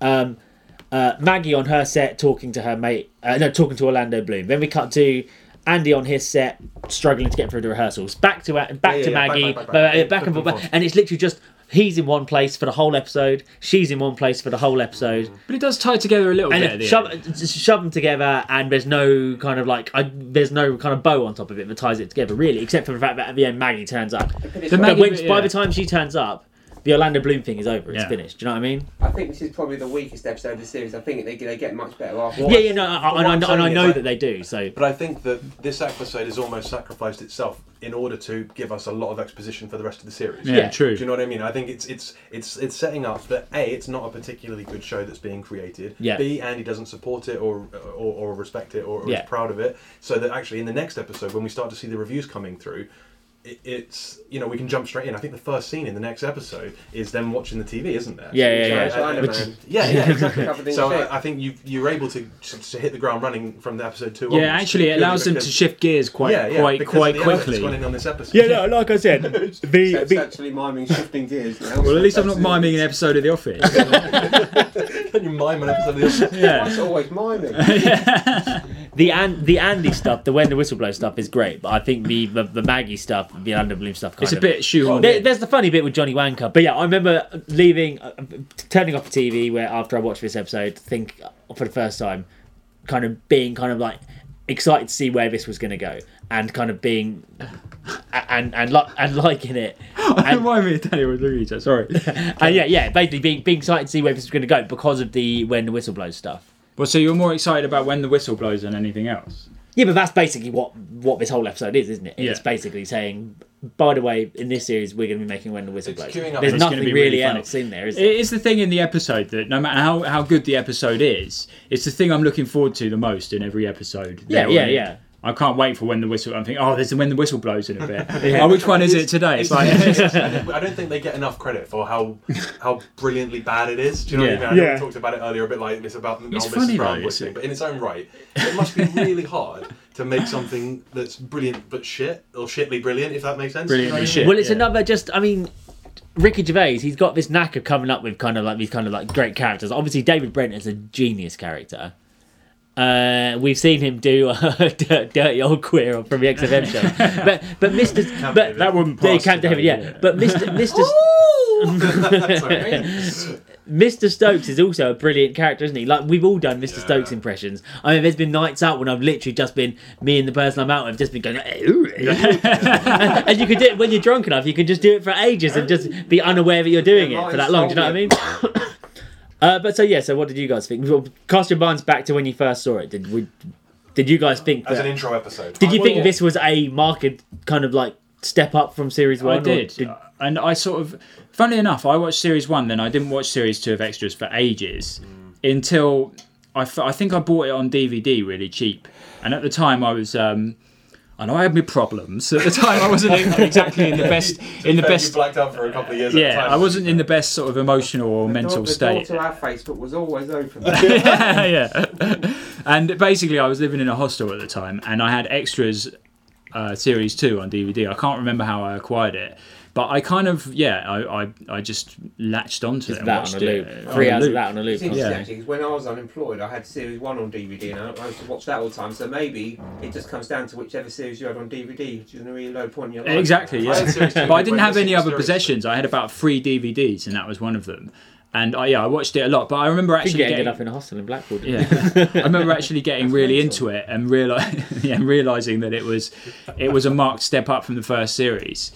[SPEAKER 1] um, uh, Maggie on her set talking to her mate, uh, no, talking to Orlando Bloom. Then we cut to Andy on his set struggling to get through the rehearsals. Back to uh, back
[SPEAKER 11] Yeah, yeah,
[SPEAKER 1] to
[SPEAKER 11] yeah, back,
[SPEAKER 1] Maggie,
[SPEAKER 11] back, back,
[SPEAKER 1] back,
[SPEAKER 11] back.
[SPEAKER 1] uh, back and forth, back. and it's literally just he's in one place for the whole episode, she's in one place for the whole episode.
[SPEAKER 13] But it does tie together a little bit. at
[SPEAKER 1] And
[SPEAKER 13] the
[SPEAKER 1] shove, just shove them together, and there's no kind of like I, there's no kind of bow on top of it that ties it together, really, except for the fact that at the end Maggie turns up.
[SPEAKER 20] The
[SPEAKER 1] But
[SPEAKER 20] Maggie
[SPEAKER 1] when-
[SPEAKER 20] bit,
[SPEAKER 1] By
[SPEAKER 20] yeah.
[SPEAKER 1] the time she turns up, the Orlando Bloom thing is over. It's
[SPEAKER 20] Yeah.
[SPEAKER 1] finished. Do you know what I mean?
[SPEAKER 20] I think this is probably the weakest episode of the series. I think they, they get much better after.
[SPEAKER 1] Yeah, yeah, no, I- I- and I, and I know that they do. So,
[SPEAKER 11] But I think that this episode has almost sacrificed itself in order to give us a lot of exposition for the rest of the series.
[SPEAKER 13] Yeah, Yeah. true.
[SPEAKER 11] Do you know what I mean? I think it's it's it's it's setting up that a it's not a particularly good show that's being created.
[SPEAKER 13] Yeah.
[SPEAKER 11] B Andy doesn't support it or or, or respect it or, or
[SPEAKER 13] Yeah.
[SPEAKER 11] is proud of it. So that actually in the next episode when we start to see the reviews coming through. it- It's you know we can jump straight in. I think the first scene in the next episode is them watching the TV, isn't there?
[SPEAKER 1] Yeah, yeah, yeah.
[SPEAKER 11] So, and-
[SPEAKER 1] Which
[SPEAKER 11] and-
[SPEAKER 1] is-
[SPEAKER 11] yeah, yeah, exactly.
[SPEAKER 1] Covered in
[SPEAKER 11] so
[SPEAKER 1] shit.
[SPEAKER 11] I, I think you you're able to, to hit the ground running from the episode two.
[SPEAKER 13] Yeah,
[SPEAKER 11] onwards,
[SPEAKER 13] actually, it
[SPEAKER 11] purely
[SPEAKER 13] allows them to
[SPEAKER 11] because-
[SPEAKER 13] shift gears quite,
[SPEAKER 11] Yeah, yeah,
[SPEAKER 13] quite,
[SPEAKER 11] because
[SPEAKER 13] quite
[SPEAKER 11] of the evidence
[SPEAKER 13] quickly.
[SPEAKER 11] gone in on this episode.
[SPEAKER 13] Yeah, no, like I said, the,
[SPEAKER 20] It's actually miming shifting gears. Now.
[SPEAKER 13] well, at least I'm not miming an episode of The Office.
[SPEAKER 11] Can you mime an episode of The Office?
[SPEAKER 13] Yeah.
[SPEAKER 20] It's always miming.
[SPEAKER 1] the and the Andy stuff, the when the whistle blows stuff is great, but I think the the, the Maggie stuff, the Orlando Bloom stuff, kind
[SPEAKER 13] It's a
[SPEAKER 1] of-
[SPEAKER 13] bit shoehorned
[SPEAKER 1] There-
[SPEAKER 13] in.
[SPEAKER 1] there's the funny bit with Johnny Wanker, but yeah, I remember leaving, uh, turning off the TV where after I watched this episode, think for the first time, kind of being kind of like excited to see where this was going to go, and kind of being and and li- and liking it. And,
[SPEAKER 13] Why me and Danny were looking at each other? Sorry.
[SPEAKER 1] and yeah, yeah, basically being being excited to see where this was going to go because of the when the whistle blows stuff.
[SPEAKER 13] Well, so you're more excited about when the whistle blows than anything else.
[SPEAKER 1] Yeah, but that's basically what what this whole episode is, isn't it? It's
[SPEAKER 13] Yeah.
[SPEAKER 1] basically saying, by the way, in this series we're going to be making when the whistle blows.
[SPEAKER 13] queuing up.
[SPEAKER 1] There's
[SPEAKER 13] It's
[SPEAKER 1] nothing
[SPEAKER 13] gonna be
[SPEAKER 1] really,
[SPEAKER 13] really funny.
[SPEAKER 1] else in there, is
[SPEAKER 13] It is the thing in the episode that no matter how, how good the episode is, it's the thing I'm looking forward to the most in every episode.
[SPEAKER 1] Yeah,
[SPEAKER 13] They're
[SPEAKER 1] yeah,
[SPEAKER 13] on it.
[SPEAKER 1] yeah.
[SPEAKER 13] I can't wait for when the whistle. I'm thinking, oh, there's the when the whistle blows in a bit.
[SPEAKER 11] Yeah.
[SPEAKER 13] Oh, which one is it today? It's like
[SPEAKER 11] I don't think they get enough credit for how how brilliantly bad it is. Do you know what I
[SPEAKER 13] Yeah.
[SPEAKER 11] mean? I know
[SPEAKER 13] Yeah.
[SPEAKER 11] we talked about it earlier a bit like it's about
[SPEAKER 13] It's
[SPEAKER 11] oh, Mrs.
[SPEAKER 13] funny
[SPEAKER 11] Brown
[SPEAKER 13] though,
[SPEAKER 11] whistling, but in its own right, it must be really hard to make something that's brilliant but shit or shitly brilliant, if that makes sense. You know what I mean?
[SPEAKER 1] Well, it's another just. I mean, Ricky Gervais, he's got this knack of coming up with kind of like these kind of like great characters. Obviously, David Brent is a genius character. Uh, we've seen him do a dirt- dirty old queer from the XFM show, but but Mister but that wouldn't pass. Camp David, yeah. But Mister Mister Mr. Stokes is also a brilliant character, isn't he? Like we've all done Mr. Stokes impressions. I mean, there's been nights out when I've literally just been me and the person I'm out with, just been going, "Eh, ooh, eh, ooh." and, and you can do it when you're drunk enough. You can just do it for ages and just be unaware that you're doing it for that long. Do you know what I mean? Uh, but so yeah, so what did you guys think? Well, Cast your minds back to when you first saw it. Did we, did you guys think
[SPEAKER 11] As
[SPEAKER 1] that-
[SPEAKER 11] an intro episode.
[SPEAKER 1] Did you think this was a marked kind of like step up from series one?
[SPEAKER 13] I
[SPEAKER 1] or
[SPEAKER 13] did. And I sort of, funnily enough, I watched series one, then I didn't watch series two of Extras for ages
[SPEAKER 11] Mm.
[SPEAKER 13] until I, f- I think I bought it on DVD really cheap. And at the time, I was. Um, I know I had my problems at the time. I wasn't exactly in the best in
[SPEAKER 11] You
[SPEAKER 13] the best.
[SPEAKER 11] blacked out for a couple of years. at the
[SPEAKER 13] Yeah,
[SPEAKER 11] time.
[SPEAKER 13] I wasn't in the best sort of emotional or
[SPEAKER 2] The
[SPEAKER 13] mental
[SPEAKER 2] door-
[SPEAKER 13] state.
[SPEAKER 2] The door to our Facebook was always open.
[SPEAKER 13] yeah. And basically, I was living in a hostel at the time, and I had extras uh, series two on DVD. I can't remember how I acquired it, but I kind of yeah, I I, I just latched onto it. And watched it on a loop.
[SPEAKER 2] It's interesting
[SPEAKER 13] Yeah.
[SPEAKER 2] actually, 'cause when I was unemployed, I had series one on DVD, and I I used to watch that all the time. So maybe it just comes down to whichever series you had on DVD, which is a really low point in your life.
[SPEAKER 13] Exactly, yeah. but I didn't have any other possessions. I had about three DVDs, and that was one of them. And I, yeah, I watched it a lot, but I remember
[SPEAKER 1] I think
[SPEAKER 13] actually
[SPEAKER 1] you ended
[SPEAKER 13] getting
[SPEAKER 1] up in a hostel in Blackpool. didn't
[SPEAKER 13] Yeah,
[SPEAKER 1] you?
[SPEAKER 13] I remember actually getting really into it and reali- yeah, and realizing that it was it was a marked step up from the first series.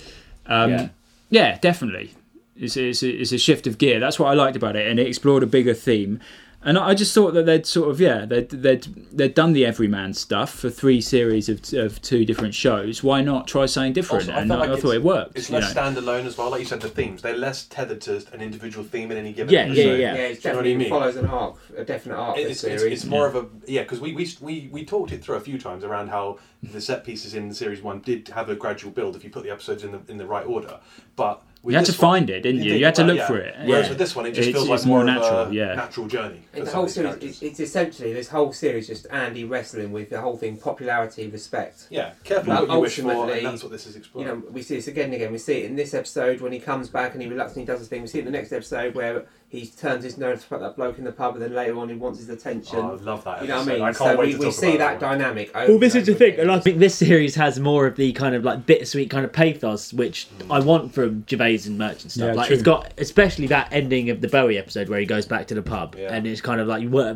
[SPEAKER 13] Um,
[SPEAKER 1] Yeah.
[SPEAKER 13] yeah. definitely. It's, it's, a, it's a shift of gear. That's what I liked about it, and it explored a bigger theme. And I I just thought that they'd sort of yeah they'd they'd they'd done the everyman stuff for three series of, of two different shows. Why not try something different?
[SPEAKER 11] Also,
[SPEAKER 13] and
[SPEAKER 11] felt
[SPEAKER 13] I,
[SPEAKER 11] like
[SPEAKER 13] I
[SPEAKER 11] it's-
[SPEAKER 13] thought it worked.
[SPEAKER 11] It's
[SPEAKER 13] you
[SPEAKER 11] less
[SPEAKER 13] know.
[SPEAKER 11] standalone as well. Like you said, the themes they're less tethered to an individual theme in any given.
[SPEAKER 13] Yeah, yeah,
[SPEAKER 11] episode.
[SPEAKER 2] Yeah, it
[SPEAKER 13] yeah.
[SPEAKER 11] Do you know what
[SPEAKER 2] definitely
[SPEAKER 11] I mean?
[SPEAKER 2] follows an arc, a definite arc.
[SPEAKER 11] It-
[SPEAKER 2] this
[SPEAKER 11] It's, it's,
[SPEAKER 2] series.
[SPEAKER 11] it's more of a yeah because we, we we we talked it through a few times around how the set pieces in series one did have a gradual build if you put the episodes in the in the right order, but with
[SPEAKER 13] You had
[SPEAKER 11] this
[SPEAKER 13] to
[SPEAKER 11] one-
[SPEAKER 13] find it, didn't you? You had to
[SPEAKER 11] well,
[SPEAKER 13] look
[SPEAKER 11] yeah.
[SPEAKER 13] for it.
[SPEAKER 11] Whereas
[SPEAKER 13] Yeah.
[SPEAKER 11] with this one, it just
[SPEAKER 13] It's-
[SPEAKER 11] feels like
[SPEAKER 13] it's more
[SPEAKER 11] more, of
[SPEAKER 13] natural,
[SPEAKER 11] a
[SPEAKER 13] yeah.
[SPEAKER 11] natural journey. for
[SPEAKER 2] The
[SPEAKER 11] some
[SPEAKER 2] whole
[SPEAKER 11] of these
[SPEAKER 2] series,
[SPEAKER 11] characters.
[SPEAKER 2] it's, it's essentially this whole series just Andy wrestling with the whole thing popularity, respect.
[SPEAKER 11] Yeah, careful
[SPEAKER 2] But
[SPEAKER 11] what you wish for, and
[SPEAKER 2] ultimately,
[SPEAKER 11] that's what this is exploring.
[SPEAKER 2] You know, we see this again and again. We see it in this episode when he comes back and he reluctantly does his thing. We see it in the next episode where he turns his nose at that bloke in the pub, and then later on he wants his attention.
[SPEAKER 11] Oh, I love that
[SPEAKER 2] You know what I
[SPEAKER 11] episode.
[SPEAKER 2] mean?
[SPEAKER 11] I can't
[SPEAKER 2] so
[SPEAKER 11] wait
[SPEAKER 2] we,
[SPEAKER 11] to
[SPEAKER 2] we
[SPEAKER 11] talk
[SPEAKER 2] see
[SPEAKER 11] about
[SPEAKER 2] that,
[SPEAKER 11] that
[SPEAKER 2] dynamic.
[SPEAKER 1] Well, this is the thing, and I think this series has more of the kind of like bittersweet kind of pathos which I want from Gervais and Merchant stuff.
[SPEAKER 13] Yeah,
[SPEAKER 1] like
[SPEAKER 13] true.
[SPEAKER 1] it's got especially that ending of the Bowie episode where he goes back to the pub, and it's kind of like you were.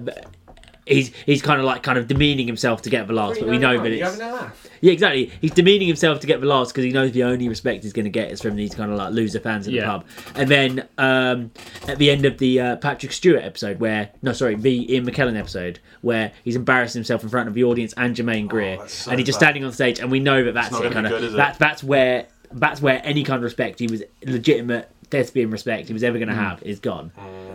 [SPEAKER 1] He's he's kind of like kind of demeaning himself to get the laughs, but we know that it's yeah exactly. He's demeaning himself to get the laughs because he knows the only respect he's going to get is from these kind of like loser fans at
[SPEAKER 13] Yeah.
[SPEAKER 1] the pub. And then um, at the end of the uh, Patrick Stewart episode, where no sorry the Ian McKellen episode where he's embarrassed himself in front of the audience and Jermaine Greer,
[SPEAKER 13] so
[SPEAKER 1] and he's just
[SPEAKER 13] bad.
[SPEAKER 1] standing on stage, and we know that that's
[SPEAKER 13] not
[SPEAKER 1] it, kind
[SPEAKER 13] gonna be
[SPEAKER 1] of
[SPEAKER 13] good, is it?
[SPEAKER 1] that that's where that's where any kind of respect he was legitimate thespian respect he was ever going to
[SPEAKER 2] Mm.
[SPEAKER 1] have is gone.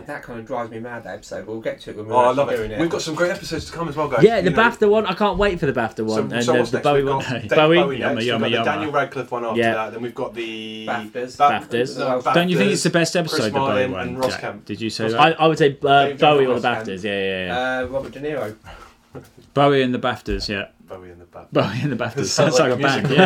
[SPEAKER 2] That kind of drives me mad. That episode. We'll get to it when we're
[SPEAKER 11] Oh, I
[SPEAKER 2] actually
[SPEAKER 11] love
[SPEAKER 2] doing
[SPEAKER 11] it.
[SPEAKER 2] it.
[SPEAKER 11] We've got some great episodes to come as well, guys.
[SPEAKER 1] yeah, the
[SPEAKER 11] You know,
[SPEAKER 1] BAFTA one. I can't wait for the BAFTA one and
[SPEAKER 11] so
[SPEAKER 1] the,
[SPEAKER 11] what's
[SPEAKER 1] the
[SPEAKER 11] next?
[SPEAKER 1] Bowie
[SPEAKER 11] We've
[SPEAKER 1] one.
[SPEAKER 11] got David Bowie next. We've got the Daniel Radcliffe one after
[SPEAKER 1] Yeah.
[SPEAKER 11] that. Then we've got the BAFTAs.
[SPEAKER 1] BAFTAs.
[SPEAKER 13] Don't you think it's the best episode?
[SPEAKER 11] uh, Chris
[SPEAKER 13] the Bowie
[SPEAKER 11] Marlin
[SPEAKER 13] one,
[SPEAKER 11] and Ross
[SPEAKER 13] Jack?
[SPEAKER 11] Kemp.
[SPEAKER 13] Did you say
[SPEAKER 1] Ross
[SPEAKER 13] that?
[SPEAKER 1] Kemp. I- I would say, uh, Dave Bowie or the Ross Kemp.
[SPEAKER 13] BAFTAs. Yeah, yeah, yeah.
[SPEAKER 2] Uh, Robert De Niro.
[SPEAKER 13] Bowie and the BAFTAs, yeah.
[SPEAKER 11] Bowie and the BAFTAs.
[SPEAKER 13] Bowie and the BAFTAs.
[SPEAKER 11] Sounds
[SPEAKER 13] Sounds
[SPEAKER 11] like
[SPEAKER 13] like, a
[SPEAKER 11] a
[SPEAKER 13] band.
[SPEAKER 11] musical.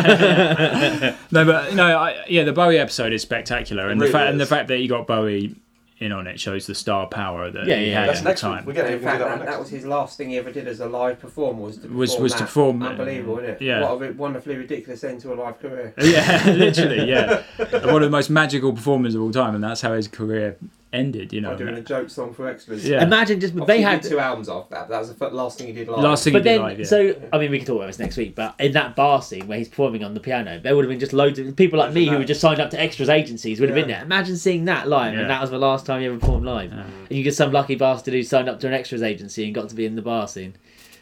[SPEAKER 13] Yeah. no, but no, I, yeah. The Bowie episode is spectacular, and
[SPEAKER 11] It really
[SPEAKER 13] the fact and the
[SPEAKER 11] is.
[SPEAKER 13] fact that you got Bowie in on it shows the star power that he had at the time.
[SPEAKER 2] And in fact,
[SPEAKER 11] that
[SPEAKER 2] that, that was his last thing he ever did as a live performer was to
[SPEAKER 13] Was-
[SPEAKER 2] perform
[SPEAKER 13] was to
[SPEAKER 2] that.
[SPEAKER 13] perform, uh,
[SPEAKER 2] unbelievable, isn't it?
[SPEAKER 13] yeah.
[SPEAKER 2] What a ri- wonderfully ridiculous end to a live career.
[SPEAKER 13] yeah, literally, yeah. One of the most magical performers of all time, and that's how his career ended. You know,
[SPEAKER 2] By doing a joke song for extras.
[SPEAKER 13] Yeah. Imagine
[SPEAKER 1] just-
[SPEAKER 2] Obviously,
[SPEAKER 1] they
[SPEAKER 2] he
[SPEAKER 1] had-
[SPEAKER 2] did two albums off that. But that was the fir- last thing he did live.
[SPEAKER 1] but then, so I mean, we can talk about this next week. But in that bar scene where he's performing on the piano, there would have been just loads of people like me who were just signed up to extras agencies would have been
[SPEAKER 13] Yeah.
[SPEAKER 1] there. Imagine seeing that live,
[SPEAKER 13] Yeah.
[SPEAKER 1] and that was the last time you ever performed live. And you get some lucky bastard who signed up to an extras agency and got to be in the bar scene.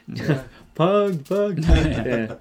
[SPEAKER 1] pug, pug. yeah.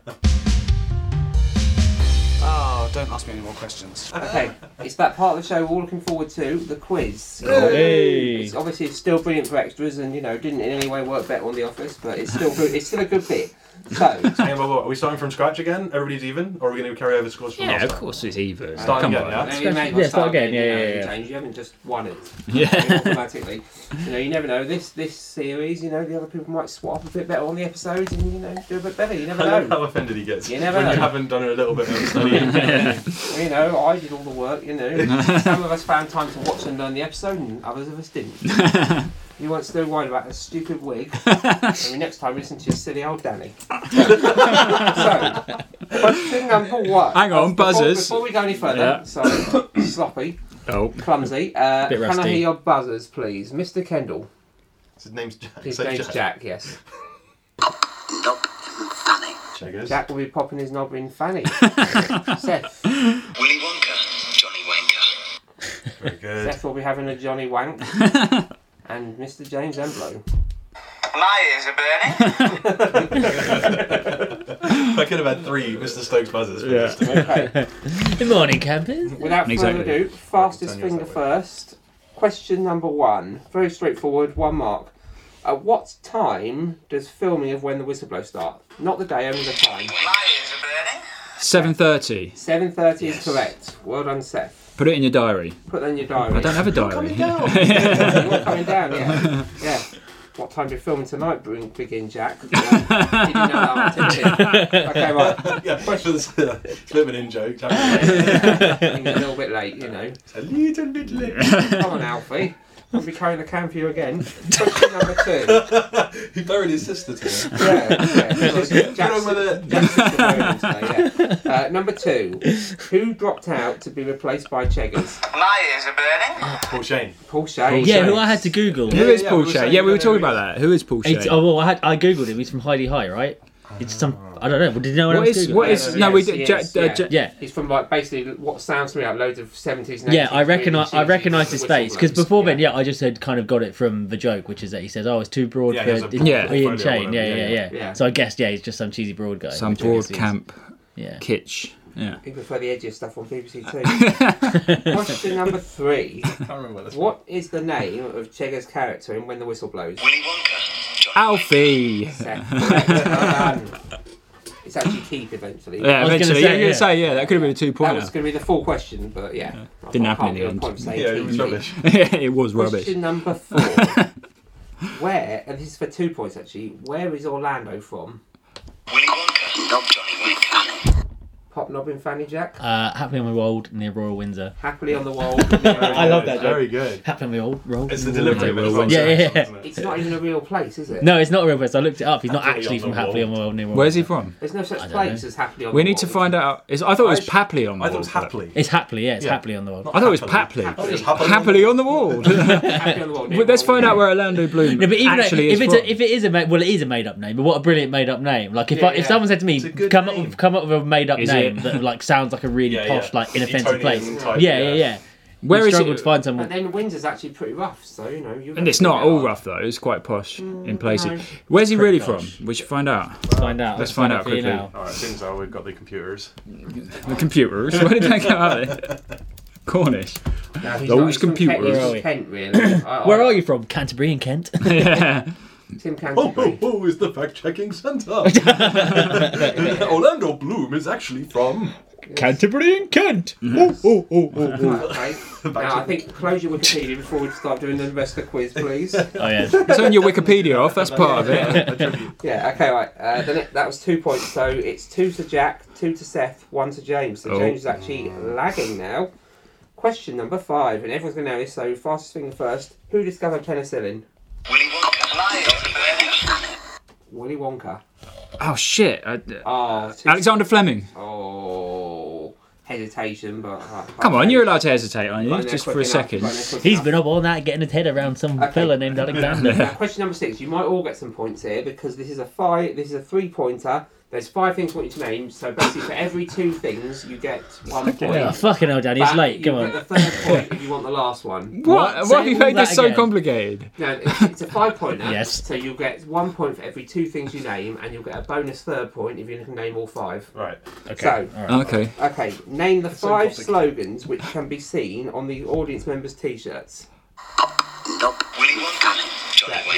[SPEAKER 9] Oh, don't ask me any more questions.
[SPEAKER 2] Okay, it's that part of the show we're all looking forward to, the quiz.
[SPEAKER 9] Hey.
[SPEAKER 2] It's obviously it's still brilliant for extras, and you know didn't in any way work better on The Office, but it's still good. It's still a good bit. So,
[SPEAKER 11] Hang on, what, are we starting from scratch again? Everybody's even, or are we going to carry over scores from
[SPEAKER 13] Yeah,
[SPEAKER 11] last
[SPEAKER 13] of
[SPEAKER 11] time?
[SPEAKER 13] course it's even.
[SPEAKER 11] Start
[SPEAKER 13] Come
[SPEAKER 11] again,
[SPEAKER 13] on.
[SPEAKER 11] yeah?
[SPEAKER 2] I mean,
[SPEAKER 13] Yeah,
[SPEAKER 2] you may as well
[SPEAKER 13] start
[SPEAKER 2] start
[SPEAKER 13] again,
[SPEAKER 2] again, you
[SPEAKER 13] yeah,
[SPEAKER 2] know,
[SPEAKER 13] yeah,
[SPEAKER 2] you
[SPEAKER 13] yeah.
[SPEAKER 2] change, You haven't just won it.
[SPEAKER 13] Yeah.
[SPEAKER 2] You automatically. You know, you never know. This this series, you know, the other people might swap up a bit better on the episodes, and you know, do a bit better. You never
[SPEAKER 11] I love
[SPEAKER 2] know.
[SPEAKER 11] how offended he gets
[SPEAKER 2] You never
[SPEAKER 11] when you
[SPEAKER 2] know.
[SPEAKER 11] haven't done a little bit of studying.
[SPEAKER 2] You know, I did all the work. You know, some of us found time to watch and learn the episode, and others of us didn't. You once still worried about a stupid wig. I mean, next time listen to your silly old Danny. so, question number one.
[SPEAKER 13] Hang on,
[SPEAKER 2] before,
[SPEAKER 13] buzzers.
[SPEAKER 2] Before we go any further,
[SPEAKER 13] Yeah.
[SPEAKER 2] so sloppy,
[SPEAKER 13] Oh.
[SPEAKER 2] clumsy. Uh,
[SPEAKER 13] Bit
[SPEAKER 2] Can I
[SPEAKER 13] rusty.
[SPEAKER 2] hear your buzzers, please, Mr. Kendall?
[SPEAKER 11] His name's Jack.
[SPEAKER 2] His
[SPEAKER 11] so
[SPEAKER 2] name's
[SPEAKER 11] Jack.
[SPEAKER 2] Jack. Yes. Jack will be popping his knob in Fanny. Seth.
[SPEAKER 6] Willy Wonka, Johnny Wanker.
[SPEAKER 11] Very good.
[SPEAKER 2] Seth will be having a Johnny Wank. and Mr. James Emblow.
[SPEAKER 6] My ears are burning.
[SPEAKER 11] I could have had three Mr. Stokes buzzers.
[SPEAKER 13] Yeah.
[SPEAKER 2] Okay.
[SPEAKER 1] Good morning, campers.
[SPEAKER 2] Without further
[SPEAKER 13] Exactly.
[SPEAKER 2] ado, fastest finger first. Question number one. Very straightforward, one mark. At what time does filming of When the Whistle Blows start? Not the day, only the time.
[SPEAKER 13] Seven thirty.
[SPEAKER 2] 7.30 is correct. Well done, Seth.
[SPEAKER 13] Put it in your diary.
[SPEAKER 2] Put that in your diary.
[SPEAKER 13] I don't have a diary.
[SPEAKER 2] You're coming down. You're coming down, yeah. Yeah. What time do you filming tonight, bring, begin, Jack? Yeah. You didn't know that one, did you? Okay, right.
[SPEAKER 11] yeah, thanks for this. uh, It's a bit of an in joke.
[SPEAKER 2] Things are a little bit late, you know.
[SPEAKER 11] a little bit late.
[SPEAKER 2] Come on, Alfie. I'll be carrying the can for you again. Question number two.
[SPEAKER 11] he buried his sister today.
[SPEAKER 2] Yeah, yeah.
[SPEAKER 11] Get on
[SPEAKER 2] Jack's-
[SPEAKER 11] with it.
[SPEAKER 2] Jack's sister buried him today, yeah. Uh, number two. Who dropped out to be replaced by Cheggers?
[SPEAKER 6] My ears are burning.
[SPEAKER 11] Paul Shane.
[SPEAKER 2] Paul Shane.
[SPEAKER 1] Yeah, who I had to Google.
[SPEAKER 13] Who is Paul Shea? Yeah, we were talking about that. Who is Paul Shea?
[SPEAKER 1] It's- oh, well, I, had, I Googled him. He's from Highly High, right? It's some. I don't know. Well, Did no one
[SPEAKER 13] What
[SPEAKER 1] else
[SPEAKER 13] is-
[SPEAKER 1] Google
[SPEAKER 13] what
[SPEAKER 1] it?
[SPEAKER 13] is- no, we did-
[SPEAKER 2] Yes, yes,
[SPEAKER 13] Jack- uh,
[SPEAKER 2] yeah.
[SPEAKER 13] Jack-
[SPEAKER 1] Yeah.
[SPEAKER 2] He's from like basically what sounds to me like loads of seventies and
[SPEAKER 1] Yeah, I
[SPEAKER 2] 80s
[SPEAKER 1] reckon I,
[SPEAKER 2] movies,
[SPEAKER 1] I
[SPEAKER 2] usually
[SPEAKER 1] recognise
[SPEAKER 2] with
[SPEAKER 1] his
[SPEAKER 2] whistle
[SPEAKER 1] face because
[SPEAKER 2] blows.
[SPEAKER 1] before then, yeah, I just had kind of got it from the joke, which is that he says, "Oh, it's too broad
[SPEAKER 13] Yeah, he has
[SPEAKER 1] for
[SPEAKER 13] a
[SPEAKER 1] Ian-
[SPEAKER 13] yeah.
[SPEAKER 1] Ian
[SPEAKER 13] portfolio or
[SPEAKER 1] Chain." Yeah
[SPEAKER 13] whatever,
[SPEAKER 1] yeah, yeah,
[SPEAKER 13] yeah,
[SPEAKER 1] yeah,
[SPEAKER 13] yeah. Yeah.
[SPEAKER 1] So I guessed, yeah, he's just some cheesy broad guy.
[SPEAKER 13] Some
[SPEAKER 1] which I guess
[SPEAKER 13] broad
[SPEAKER 1] he is.
[SPEAKER 13] camp
[SPEAKER 1] Yeah.
[SPEAKER 13] kitsch. Yeah.
[SPEAKER 2] He prefer the edgiest stuff on BBC Two. Question number three. What is the name of Cheggers' character in When the Whistle Blows?
[SPEAKER 13] Alfie.
[SPEAKER 2] Seth, correct. Well done. It's actually Keith eventually.
[SPEAKER 13] Yeah, eventually. Yeah, you're gonna say yeah. That could have been a two
[SPEAKER 2] That
[SPEAKER 13] pointer.
[SPEAKER 2] was going to be the full question, but yeah. I
[SPEAKER 13] Didn't
[SPEAKER 2] can't
[SPEAKER 13] happen in the
[SPEAKER 2] get a
[SPEAKER 13] end.
[SPEAKER 2] point for saying
[SPEAKER 13] Yeah, it
[SPEAKER 2] Keith.
[SPEAKER 13] was rubbish. It was rubbish.
[SPEAKER 2] Question number four. where, and this is for two points actually, where is Orlando from? Pop knob in Fanny Jack.
[SPEAKER 1] Uh, happily on the Wold near Royal Windsor.
[SPEAKER 2] Happily on the Wold.
[SPEAKER 1] I love that.
[SPEAKER 11] Very
[SPEAKER 1] joke.
[SPEAKER 11] good.
[SPEAKER 1] Happily on the Wold. Royal
[SPEAKER 11] It's the
[SPEAKER 1] Royal
[SPEAKER 11] delivery
[SPEAKER 1] Windsor.
[SPEAKER 11] of it as
[SPEAKER 1] Yeah,
[SPEAKER 11] well,
[SPEAKER 1] yeah, yeah.
[SPEAKER 2] It's not even a real place, is it?
[SPEAKER 1] No, it's not a real place. I looked it up. He's not
[SPEAKER 2] Happily
[SPEAKER 1] actually
[SPEAKER 2] on
[SPEAKER 1] from
[SPEAKER 2] the
[SPEAKER 1] Happily on the Wold near Royal
[SPEAKER 13] Where's he
[SPEAKER 1] Windsor.
[SPEAKER 13] from?
[SPEAKER 2] There's no such
[SPEAKER 1] I don't
[SPEAKER 2] place
[SPEAKER 1] know.
[SPEAKER 2] as Happily on
[SPEAKER 13] We
[SPEAKER 2] the
[SPEAKER 13] need to find out. Is I thought it was Papley on the
[SPEAKER 11] I
[SPEAKER 13] wall.
[SPEAKER 11] thought it was Hapley.
[SPEAKER 1] It's Happily, yeah, it's Happily on the Wold.
[SPEAKER 13] I thought it was Papley.
[SPEAKER 1] Happily.
[SPEAKER 13] Happily on the wall. But Let's find out where Orlando Bloom
[SPEAKER 1] No, but even though-
[SPEAKER 13] actually
[SPEAKER 1] if
[SPEAKER 13] is
[SPEAKER 1] it's
[SPEAKER 13] from.
[SPEAKER 1] a, if it is a ma- well, it is a made up name. But what a brilliant made up name! Like if
[SPEAKER 13] Yeah,
[SPEAKER 1] I,
[SPEAKER 13] yeah.
[SPEAKER 1] if someone said to me, come up with come up with a made up
[SPEAKER 13] Is
[SPEAKER 1] name
[SPEAKER 13] it?
[SPEAKER 1] that like sounds like a really
[SPEAKER 13] Yeah,
[SPEAKER 1] posh,
[SPEAKER 13] yeah.
[SPEAKER 1] like inoffensive
[SPEAKER 13] Etonian
[SPEAKER 1] place.
[SPEAKER 13] type,
[SPEAKER 1] yeah,
[SPEAKER 13] yeah.
[SPEAKER 1] yeah, yeah.
[SPEAKER 13] Where
[SPEAKER 1] We
[SPEAKER 13] is it-
[SPEAKER 1] struggled to find
[SPEAKER 2] But
[SPEAKER 1] someone.
[SPEAKER 2] then Windsor's actually pretty rough, so you know. You're
[SPEAKER 13] And it's not all rough though. It's quite posh in places.
[SPEAKER 2] no.
[SPEAKER 13] Where's he
[SPEAKER 2] Pretty
[SPEAKER 13] really from? We should find out.
[SPEAKER 1] find out.
[SPEAKER 13] Let's find out quickly.
[SPEAKER 11] All right, seems like we've got the computers.
[SPEAKER 13] The computers. Where did that go out of? Cornish.
[SPEAKER 2] No, he's not.
[SPEAKER 13] Those
[SPEAKER 2] He's from Kent-
[SPEAKER 13] computers.
[SPEAKER 2] he's from Kent, really. I-
[SPEAKER 1] Where
[SPEAKER 2] I-
[SPEAKER 1] are you from? Canterbury and Kent.
[SPEAKER 13] yeah.
[SPEAKER 2] Tim
[SPEAKER 11] Oh,
[SPEAKER 2] Canterbury.
[SPEAKER 11] oh, oh, is the fact checking centre. Orlando Bloom is actually from.
[SPEAKER 13] Canterbury and Kent. Oh, oh, oh, oh,
[SPEAKER 2] Right, okay. Now I think close your Wikipedia before we start doing the rest of the quiz, please.
[SPEAKER 13] Oh yeah. It's on your Wikipedia off. That's part of it.
[SPEAKER 2] Yeah. Okay. Right. Uh, the ne- that was two points. So it's two to Jack, two to Seth, one to James. So
[SPEAKER 13] Oh.
[SPEAKER 2] James is actually lagging now. Question number five, and everyone's going to know this. So fastest thing first. Who discovered penicillin? Willy Wonka.
[SPEAKER 13] Oh shit. I,
[SPEAKER 2] Oh, two-
[SPEAKER 13] Alexander Fleming.
[SPEAKER 2] Oh, hesitation, but uh,
[SPEAKER 13] Come on, you're allowed to hesitate, aren't you?
[SPEAKER 2] Right there,
[SPEAKER 13] Just
[SPEAKER 2] quick
[SPEAKER 13] for a
[SPEAKER 2] enough,
[SPEAKER 13] second.
[SPEAKER 2] right there, quick
[SPEAKER 1] He's been up all night getting his head around some fella named
[SPEAKER 2] Now,
[SPEAKER 1] Alexander.
[SPEAKER 2] question number six. You might all get some points here because this is a five. This is a three-pointer. There's five things I want you to name. So basically, for every two things, you get one point.
[SPEAKER 1] Yeah, fucking hell, Danny, it's
[SPEAKER 2] But
[SPEAKER 1] late.
[SPEAKER 2] you
[SPEAKER 1] Come on.
[SPEAKER 2] get the third point if you want the last one.
[SPEAKER 13] What? Why have
[SPEAKER 2] Say
[SPEAKER 13] you
[SPEAKER 2] all
[SPEAKER 13] made
[SPEAKER 2] that
[SPEAKER 13] this so
[SPEAKER 2] again.
[SPEAKER 13] complicated?
[SPEAKER 2] No, it's, it's a five-pointer.
[SPEAKER 13] Yes.
[SPEAKER 2] So you'll get one point for every two things you name, and you'll get a bonus third point if you can name all five.
[SPEAKER 11] Right.
[SPEAKER 2] Okay. So,
[SPEAKER 13] All right. Okay.
[SPEAKER 2] Okay. Name the
[SPEAKER 13] so
[SPEAKER 2] five
[SPEAKER 13] complicated.
[SPEAKER 2] slogans which can be seen on the audience members' t-shirts.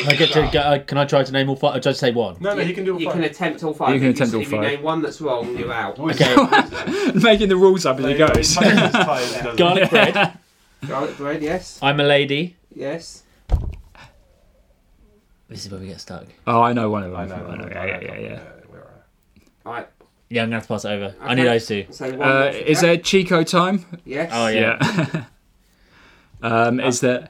[SPEAKER 1] I get to, go, uh, can I try to name all five? Or just say one?
[SPEAKER 11] No, no, you can do all
[SPEAKER 2] You
[SPEAKER 11] five.
[SPEAKER 2] can attempt all five.
[SPEAKER 1] You can
[SPEAKER 2] If
[SPEAKER 1] attempt all
[SPEAKER 2] If you
[SPEAKER 1] five.
[SPEAKER 2] name one that's wrong, you're out.
[SPEAKER 13] Making the rules up as he goes.
[SPEAKER 1] Garlic bread.
[SPEAKER 2] Garlic bread, yes.
[SPEAKER 1] I'm a lady.
[SPEAKER 2] Yes.
[SPEAKER 1] This is where we get stuck.
[SPEAKER 13] Oh, I know one of them. I know. Yeah, yeah, yeah. yeah.
[SPEAKER 2] Alright.
[SPEAKER 1] Yeah, I'm gonna have to pass it over. I
[SPEAKER 2] Okay.
[SPEAKER 1] need those two.
[SPEAKER 2] So one
[SPEAKER 13] Uh,
[SPEAKER 2] more for
[SPEAKER 13] is
[SPEAKER 2] Jack.
[SPEAKER 13] Oh, there Chico time?
[SPEAKER 2] Yes.
[SPEAKER 1] Oh, yeah.
[SPEAKER 13] um, is there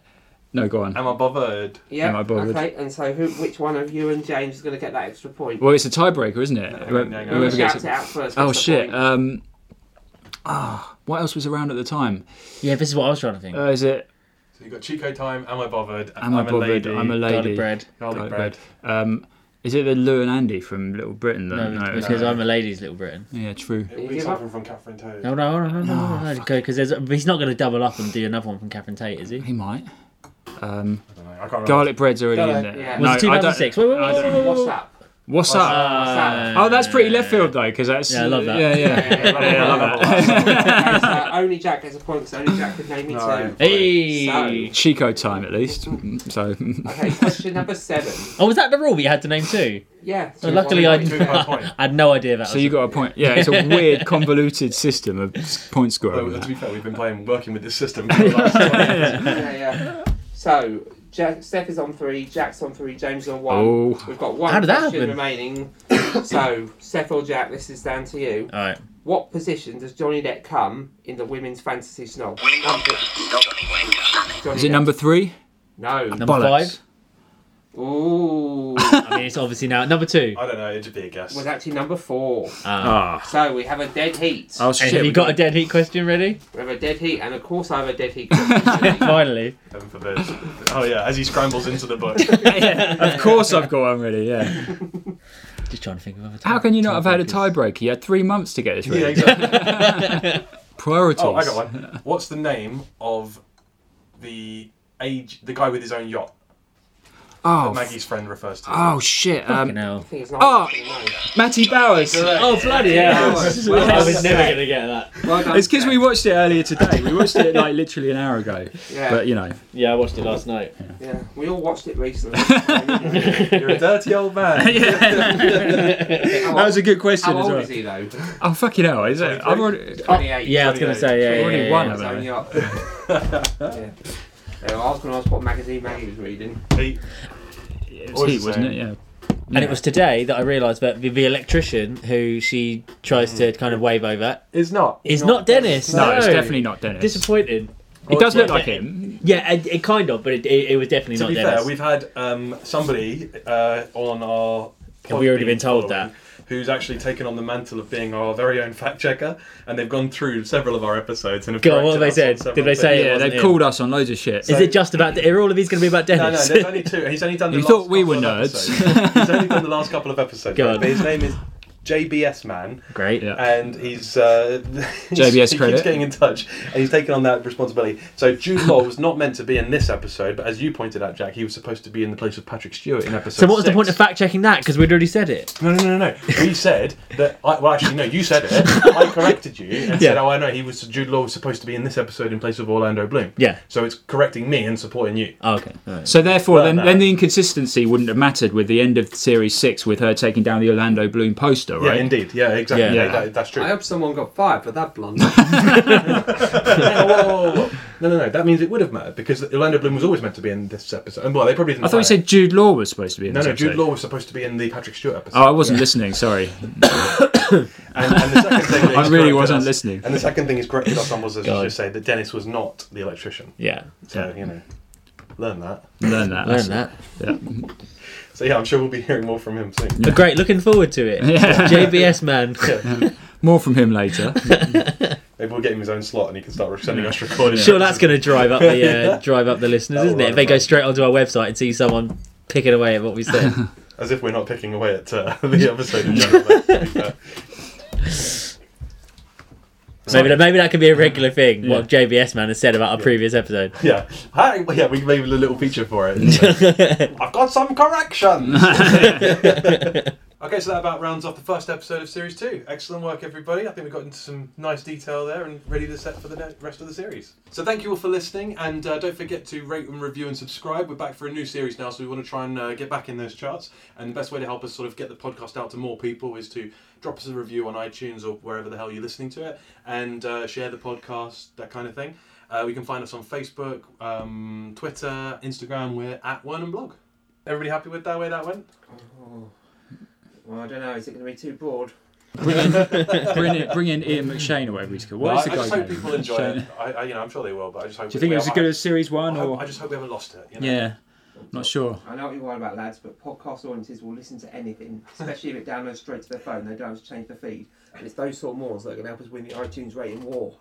[SPEAKER 13] No, go on.
[SPEAKER 11] Am I bothered?
[SPEAKER 2] Yeah.
[SPEAKER 13] Am I bothered?
[SPEAKER 2] Okay, and so who, which one of you and James is going to get that extra point?
[SPEAKER 13] Well, it's a tiebreaker, isn't it? Whoever-
[SPEAKER 2] no, no.
[SPEAKER 13] whoever
[SPEAKER 2] Shout
[SPEAKER 13] gets
[SPEAKER 2] it out first,
[SPEAKER 13] Oh
[SPEAKER 2] what's the
[SPEAKER 13] shit! Um, ah, what else was around at the time?
[SPEAKER 1] Yeah, this is what I was trying to think.
[SPEAKER 13] Uh, is it?
[SPEAKER 11] So you've got Chico time, am I bothered?
[SPEAKER 13] Am i
[SPEAKER 11] I'm
[SPEAKER 13] bothered?
[SPEAKER 11] A lady.
[SPEAKER 13] I'm a lady.
[SPEAKER 11] Garlic, bread.
[SPEAKER 13] Um, is it the Lou and Andy from Little Britain? Though?
[SPEAKER 1] No, because I'm a lady's Little Britain.
[SPEAKER 13] Yeah, true.
[SPEAKER 11] It'll be something from Catherine Tate.
[SPEAKER 1] No, no, no, no,
[SPEAKER 13] Ah,
[SPEAKER 1] no, no, because he's not going to double up and do another one from Catherine Tate, is he? He
[SPEAKER 13] might. Um,
[SPEAKER 11] I can't remember.
[SPEAKER 13] garlic bread's already in
[SPEAKER 1] Garlic,
[SPEAKER 13] there.
[SPEAKER 1] yeah. Was it
[SPEAKER 13] I don't-
[SPEAKER 1] 2006? Wait, wait,
[SPEAKER 13] I don't-
[SPEAKER 1] wait, wait, wait, wait.
[SPEAKER 13] What's up? oh, that's pretty left field though, because that's
[SPEAKER 1] uh, Yeah, I love that.
[SPEAKER 13] Yeah, yeah,
[SPEAKER 2] Yeah,
[SPEAKER 13] yeah, I love
[SPEAKER 2] Okay,
[SPEAKER 13] that.
[SPEAKER 2] so only Jack gets a point because only Jack could name me two.
[SPEAKER 13] Hey, Chico time at least. So
[SPEAKER 2] Okay, question number seven.
[SPEAKER 1] Oh, was that the rule? You had to name two.
[SPEAKER 2] Yeah.
[SPEAKER 1] So luckily, I,
[SPEAKER 2] Two per point.
[SPEAKER 1] I had no idea that.
[SPEAKER 13] So
[SPEAKER 1] was
[SPEAKER 13] you
[SPEAKER 1] a-
[SPEAKER 13] got a point. Yeah, it's a weird, convoluted system of s- point scoring.
[SPEAKER 11] Although, to be fair, we've been playing, working with this system for the last 20 years.
[SPEAKER 2] yeah, yeah. So Jack, Steph is on three, Jack's on three, James is on one.
[SPEAKER 13] Oh.
[SPEAKER 2] We've got one
[SPEAKER 13] How did that
[SPEAKER 2] question
[SPEAKER 13] happen?
[SPEAKER 2] remaining. so Steph or Jack, this is down to you.
[SPEAKER 1] All right.
[SPEAKER 2] What position does Johnny Depp come in the women's fantasy snob?
[SPEAKER 13] Is it number three?
[SPEAKER 2] No.
[SPEAKER 1] Number
[SPEAKER 13] Bollocks.
[SPEAKER 2] five. Ooh.
[SPEAKER 1] I mean, it's obviously now number two.
[SPEAKER 11] I don't know. It'd be a guess.
[SPEAKER 2] Was actually number four.
[SPEAKER 1] Ah.
[SPEAKER 2] So we have a dead heat.
[SPEAKER 13] Oh.
[SPEAKER 1] And Have you Oh, got a dead heat question ready?
[SPEAKER 2] We have a dead heat, and of course I have a dead heat. question.
[SPEAKER 1] Finally.
[SPEAKER 11] Heaven forbid. Oh, yeah, as he scrambles into the book.
[SPEAKER 13] of course, I've got one ready. Yeah.
[SPEAKER 1] Just trying to think of other.
[SPEAKER 13] How can you not have had a tiebreaker? You had three months to get this ready.
[SPEAKER 11] Yeah, exactly.
[SPEAKER 13] Priorities.
[SPEAKER 11] Oh, I got one. What's the name of the age? The guy with his own yacht.
[SPEAKER 13] Oh,
[SPEAKER 11] that Maggie's friend refers to.
[SPEAKER 13] Oh shit! Um,
[SPEAKER 11] Fucking hell. I think it's not
[SPEAKER 13] oh, Matty Bowers.
[SPEAKER 11] Correct.
[SPEAKER 13] Oh
[SPEAKER 11] Matty
[SPEAKER 13] bloody hell!
[SPEAKER 11] Bowers. Well
[SPEAKER 1] I was never going to get that.
[SPEAKER 13] it's because we watched it earlier today. We watched it like literally an hour ago.
[SPEAKER 2] Yeah.
[SPEAKER 13] But you know.
[SPEAKER 1] Yeah, I watched it last night.
[SPEAKER 2] yeah, we all watched it recently.
[SPEAKER 11] You're a dirty old man.
[SPEAKER 13] that was a good question
[SPEAKER 2] How
[SPEAKER 13] as
[SPEAKER 2] old
[SPEAKER 13] well.
[SPEAKER 2] is he though?
[SPEAKER 13] Oh fucking hell! Is it? I've already.
[SPEAKER 2] 28.
[SPEAKER 1] Yeah, I was going to say yeah.
[SPEAKER 13] I've already
[SPEAKER 1] yeah, yeah,
[SPEAKER 13] won,
[SPEAKER 1] yeah.
[SPEAKER 13] haven't I?
[SPEAKER 2] Only up. yeah. Yeah, I was going to ask what magazine Maggie was reading.
[SPEAKER 11] Heat.
[SPEAKER 13] It was Heat, wasn't it? Yeah.
[SPEAKER 1] And it was today that I realised that the, the electrician who she tries to kind of wave over
[SPEAKER 11] is not
[SPEAKER 1] is not, Dennis.
[SPEAKER 13] No, it's definitely not Dennis.
[SPEAKER 1] Disappointing.
[SPEAKER 13] It does look
[SPEAKER 1] Yeah,
[SPEAKER 13] like
[SPEAKER 1] it-
[SPEAKER 13] him.
[SPEAKER 1] Yeah, it, it kind of, but it, it, it was definitely
[SPEAKER 11] to
[SPEAKER 1] not
[SPEAKER 11] be
[SPEAKER 1] Dennis.
[SPEAKER 11] fair, we've had um, somebody uh, on our.
[SPEAKER 1] Have we already
[SPEAKER 11] Podbean
[SPEAKER 1] been told
[SPEAKER 11] following Who's actually taken on the mantle of being our very own fact checker, and they've gone through several of our episodes and have
[SPEAKER 1] Go on, what have
[SPEAKER 11] corrected
[SPEAKER 1] they
[SPEAKER 11] us
[SPEAKER 1] said?
[SPEAKER 11] on several
[SPEAKER 1] Did they say
[SPEAKER 11] things.
[SPEAKER 1] it
[SPEAKER 13] Yeah,
[SPEAKER 1] wasn't
[SPEAKER 13] they've
[SPEAKER 1] him?
[SPEAKER 13] called us on loads of shit.
[SPEAKER 1] Is it just about? Are all of these going to be about
[SPEAKER 11] No, no,
[SPEAKER 1] Dennis?
[SPEAKER 11] there's only two. He's only done the
[SPEAKER 13] You
[SPEAKER 11] last
[SPEAKER 13] thought we were
[SPEAKER 11] couple of
[SPEAKER 13] nerds.
[SPEAKER 11] episodes. he's only done the last couple of episodes.
[SPEAKER 13] Go on.
[SPEAKER 11] But his name is JBS Man.
[SPEAKER 1] Great.
[SPEAKER 11] And he's uh,
[SPEAKER 13] JBS
[SPEAKER 11] he keeps
[SPEAKER 13] credit.
[SPEAKER 11] getting in touch, and he's taken on that responsibility. So Jude Law was not meant to be in this episode, but as you pointed out, Jack, he was supposed to be in the place of Patrick Stewart in episode.
[SPEAKER 1] so what was the
[SPEAKER 11] six.
[SPEAKER 1] point of fact checking that? Because we'd already said it.
[SPEAKER 11] No, no, no, no. We said that. I, well, actually, no. You said it. I corrected you and said,
[SPEAKER 1] Yeah.
[SPEAKER 11] "Oh, I know. He was Jude Law was supposed to be in this episode in place of Orlando Bloom."
[SPEAKER 13] Yeah.
[SPEAKER 11] So it's correcting me and supporting you.
[SPEAKER 1] okay.
[SPEAKER 13] So therefore,
[SPEAKER 11] Well,
[SPEAKER 13] then,
[SPEAKER 11] no.
[SPEAKER 13] then the inconsistency wouldn't have mattered with the end of series six with her taking down the Orlando Bloom poster,
[SPEAKER 11] Yeah,
[SPEAKER 13] right?
[SPEAKER 11] indeed. Yeah, exactly. Yeah, that- that's true.
[SPEAKER 2] I hope someone got fired for that blunder.
[SPEAKER 11] no, whoa, whoa, whoa, whoa. no, no, no. That means it would have mattered because Orlando Bloom was always meant to be in this episode. And well, they probably didn't.
[SPEAKER 13] I thought you
[SPEAKER 11] say
[SPEAKER 13] said Jude Law was supposed to be
[SPEAKER 11] it.
[SPEAKER 13] in
[SPEAKER 11] No,
[SPEAKER 13] this
[SPEAKER 11] no. Jude
[SPEAKER 13] episode.
[SPEAKER 11] Law was supposed to be in the Patrick Stewart episode.
[SPEAKER 13] Oh, I wasn't listening. Sorry.
[SPEAKER 11] And, and the second thing that
[SPEAKER 13] I
[SPEAKER 11] he's
[SPEAKER 13] really
[SPEAKER 11] corrected
[SPEAKER 13] wasn't
[SPEAKER 11] us-
[SPEAKER 13] listening.
[SPEAKER 11] And the second thing he's corrected us on was, as you
[SPEAKER 13] God.
[SPEAKER 11] just say, that Dennis was not the electrician.
[SPEAKER 13] Yeah.
[SPEAKER 11] So you know, learn that.
[SPEAKER 13] Learn that. that's
[SPEAKER 1] Learn
[SPEAKER 13] it. Yeah.
[SPEAKER 11] So yeah, I'm sure we'll be hearing more from him soon.
[SPEAKER 1] But Great. Looking forward to it.
[SPEAKER 13] Yeah.
[SPEAKER 1] JBS man.
[SPEAKER 13] More from him later.
[SPEAKER 11] Maybe we'll get him his own slot and he can start sending us recordings.
[SPEAKER 1] Sure, that's going to drive up the uh, drive up the listeners,
[SPEAKER 11] That'll
[SPEAKER 1] isn't it? If
[SPEAKER 11] run
[SPEAKER 1] they go
[SPEAKER 11] around.
[SPEAKER 1] straight onto our website and see someone picking away at what we said.
[SPEAKER 11] As if we're not picking away at uh, the episode in general. uh, though, to be fair.
[SPEAKER 1] maybe that, maybe that could be a regular thing. What JBS man has said about our previous episode.
[SPEAKER 11] Yeah, Hi, yeah, we can make a little feature for it. I've got some corrections. okay, so that about rounds off the first episode of series two. Excellent work, everybody. I think we got into some nice detail there and ready to set for the ne- rest of the series. So thank you all for listening, and uh, don't forget to rate and review and subscribe. We're back for a new series now, so we want to try and uh, get back in those charts. And the best way to help us sort of get the podcast out to more people is to drop us a review on iTunes or wherever the hell you're listening to it, and uh, share the podcast, that kind of thing. Uh, we can find us on Facebook, um, Twitter, Instagram. We're at One and Blog. Everybody happy with that way that went?
[SPEAKER 2] Well, I don't know. Is it going to be too bored?
[SPEAKER 13] Bring in, bring in, bring in Ian McShane or whatever he's called.
[SPEAKER 11] No,
[SPEAKER 13] What is
[SPEAKER 11] I, I
[SPEAKER 13] the
[SPEAKER 11] just
[SPEAKER 13] guy
[SPEAKER 11] hope
[SPEAKER 13] name?
[SPEAKER 11] people enjoy it.
[SPEAKER 13] Shane.
[SPEAKER 11] I, I, you know, I'm sure they will, but I just hope.
[SPEAKER 13] Do you think it was as good as series one
[SPEAKER 11] I, hope-
[SPEAKER 13] or?
[SPEAKER 11] I just hope we haven't lost it. You know?
[SPEAKER 13] Yeah, not sure.
[SPEAKER 10] I know what you want about lads, but podcast audiences will listen to anything, especially if it downloads straight to their phone. They don't have to change the feed. And it's those sort of morons that are going to help us win the iTunes rating war.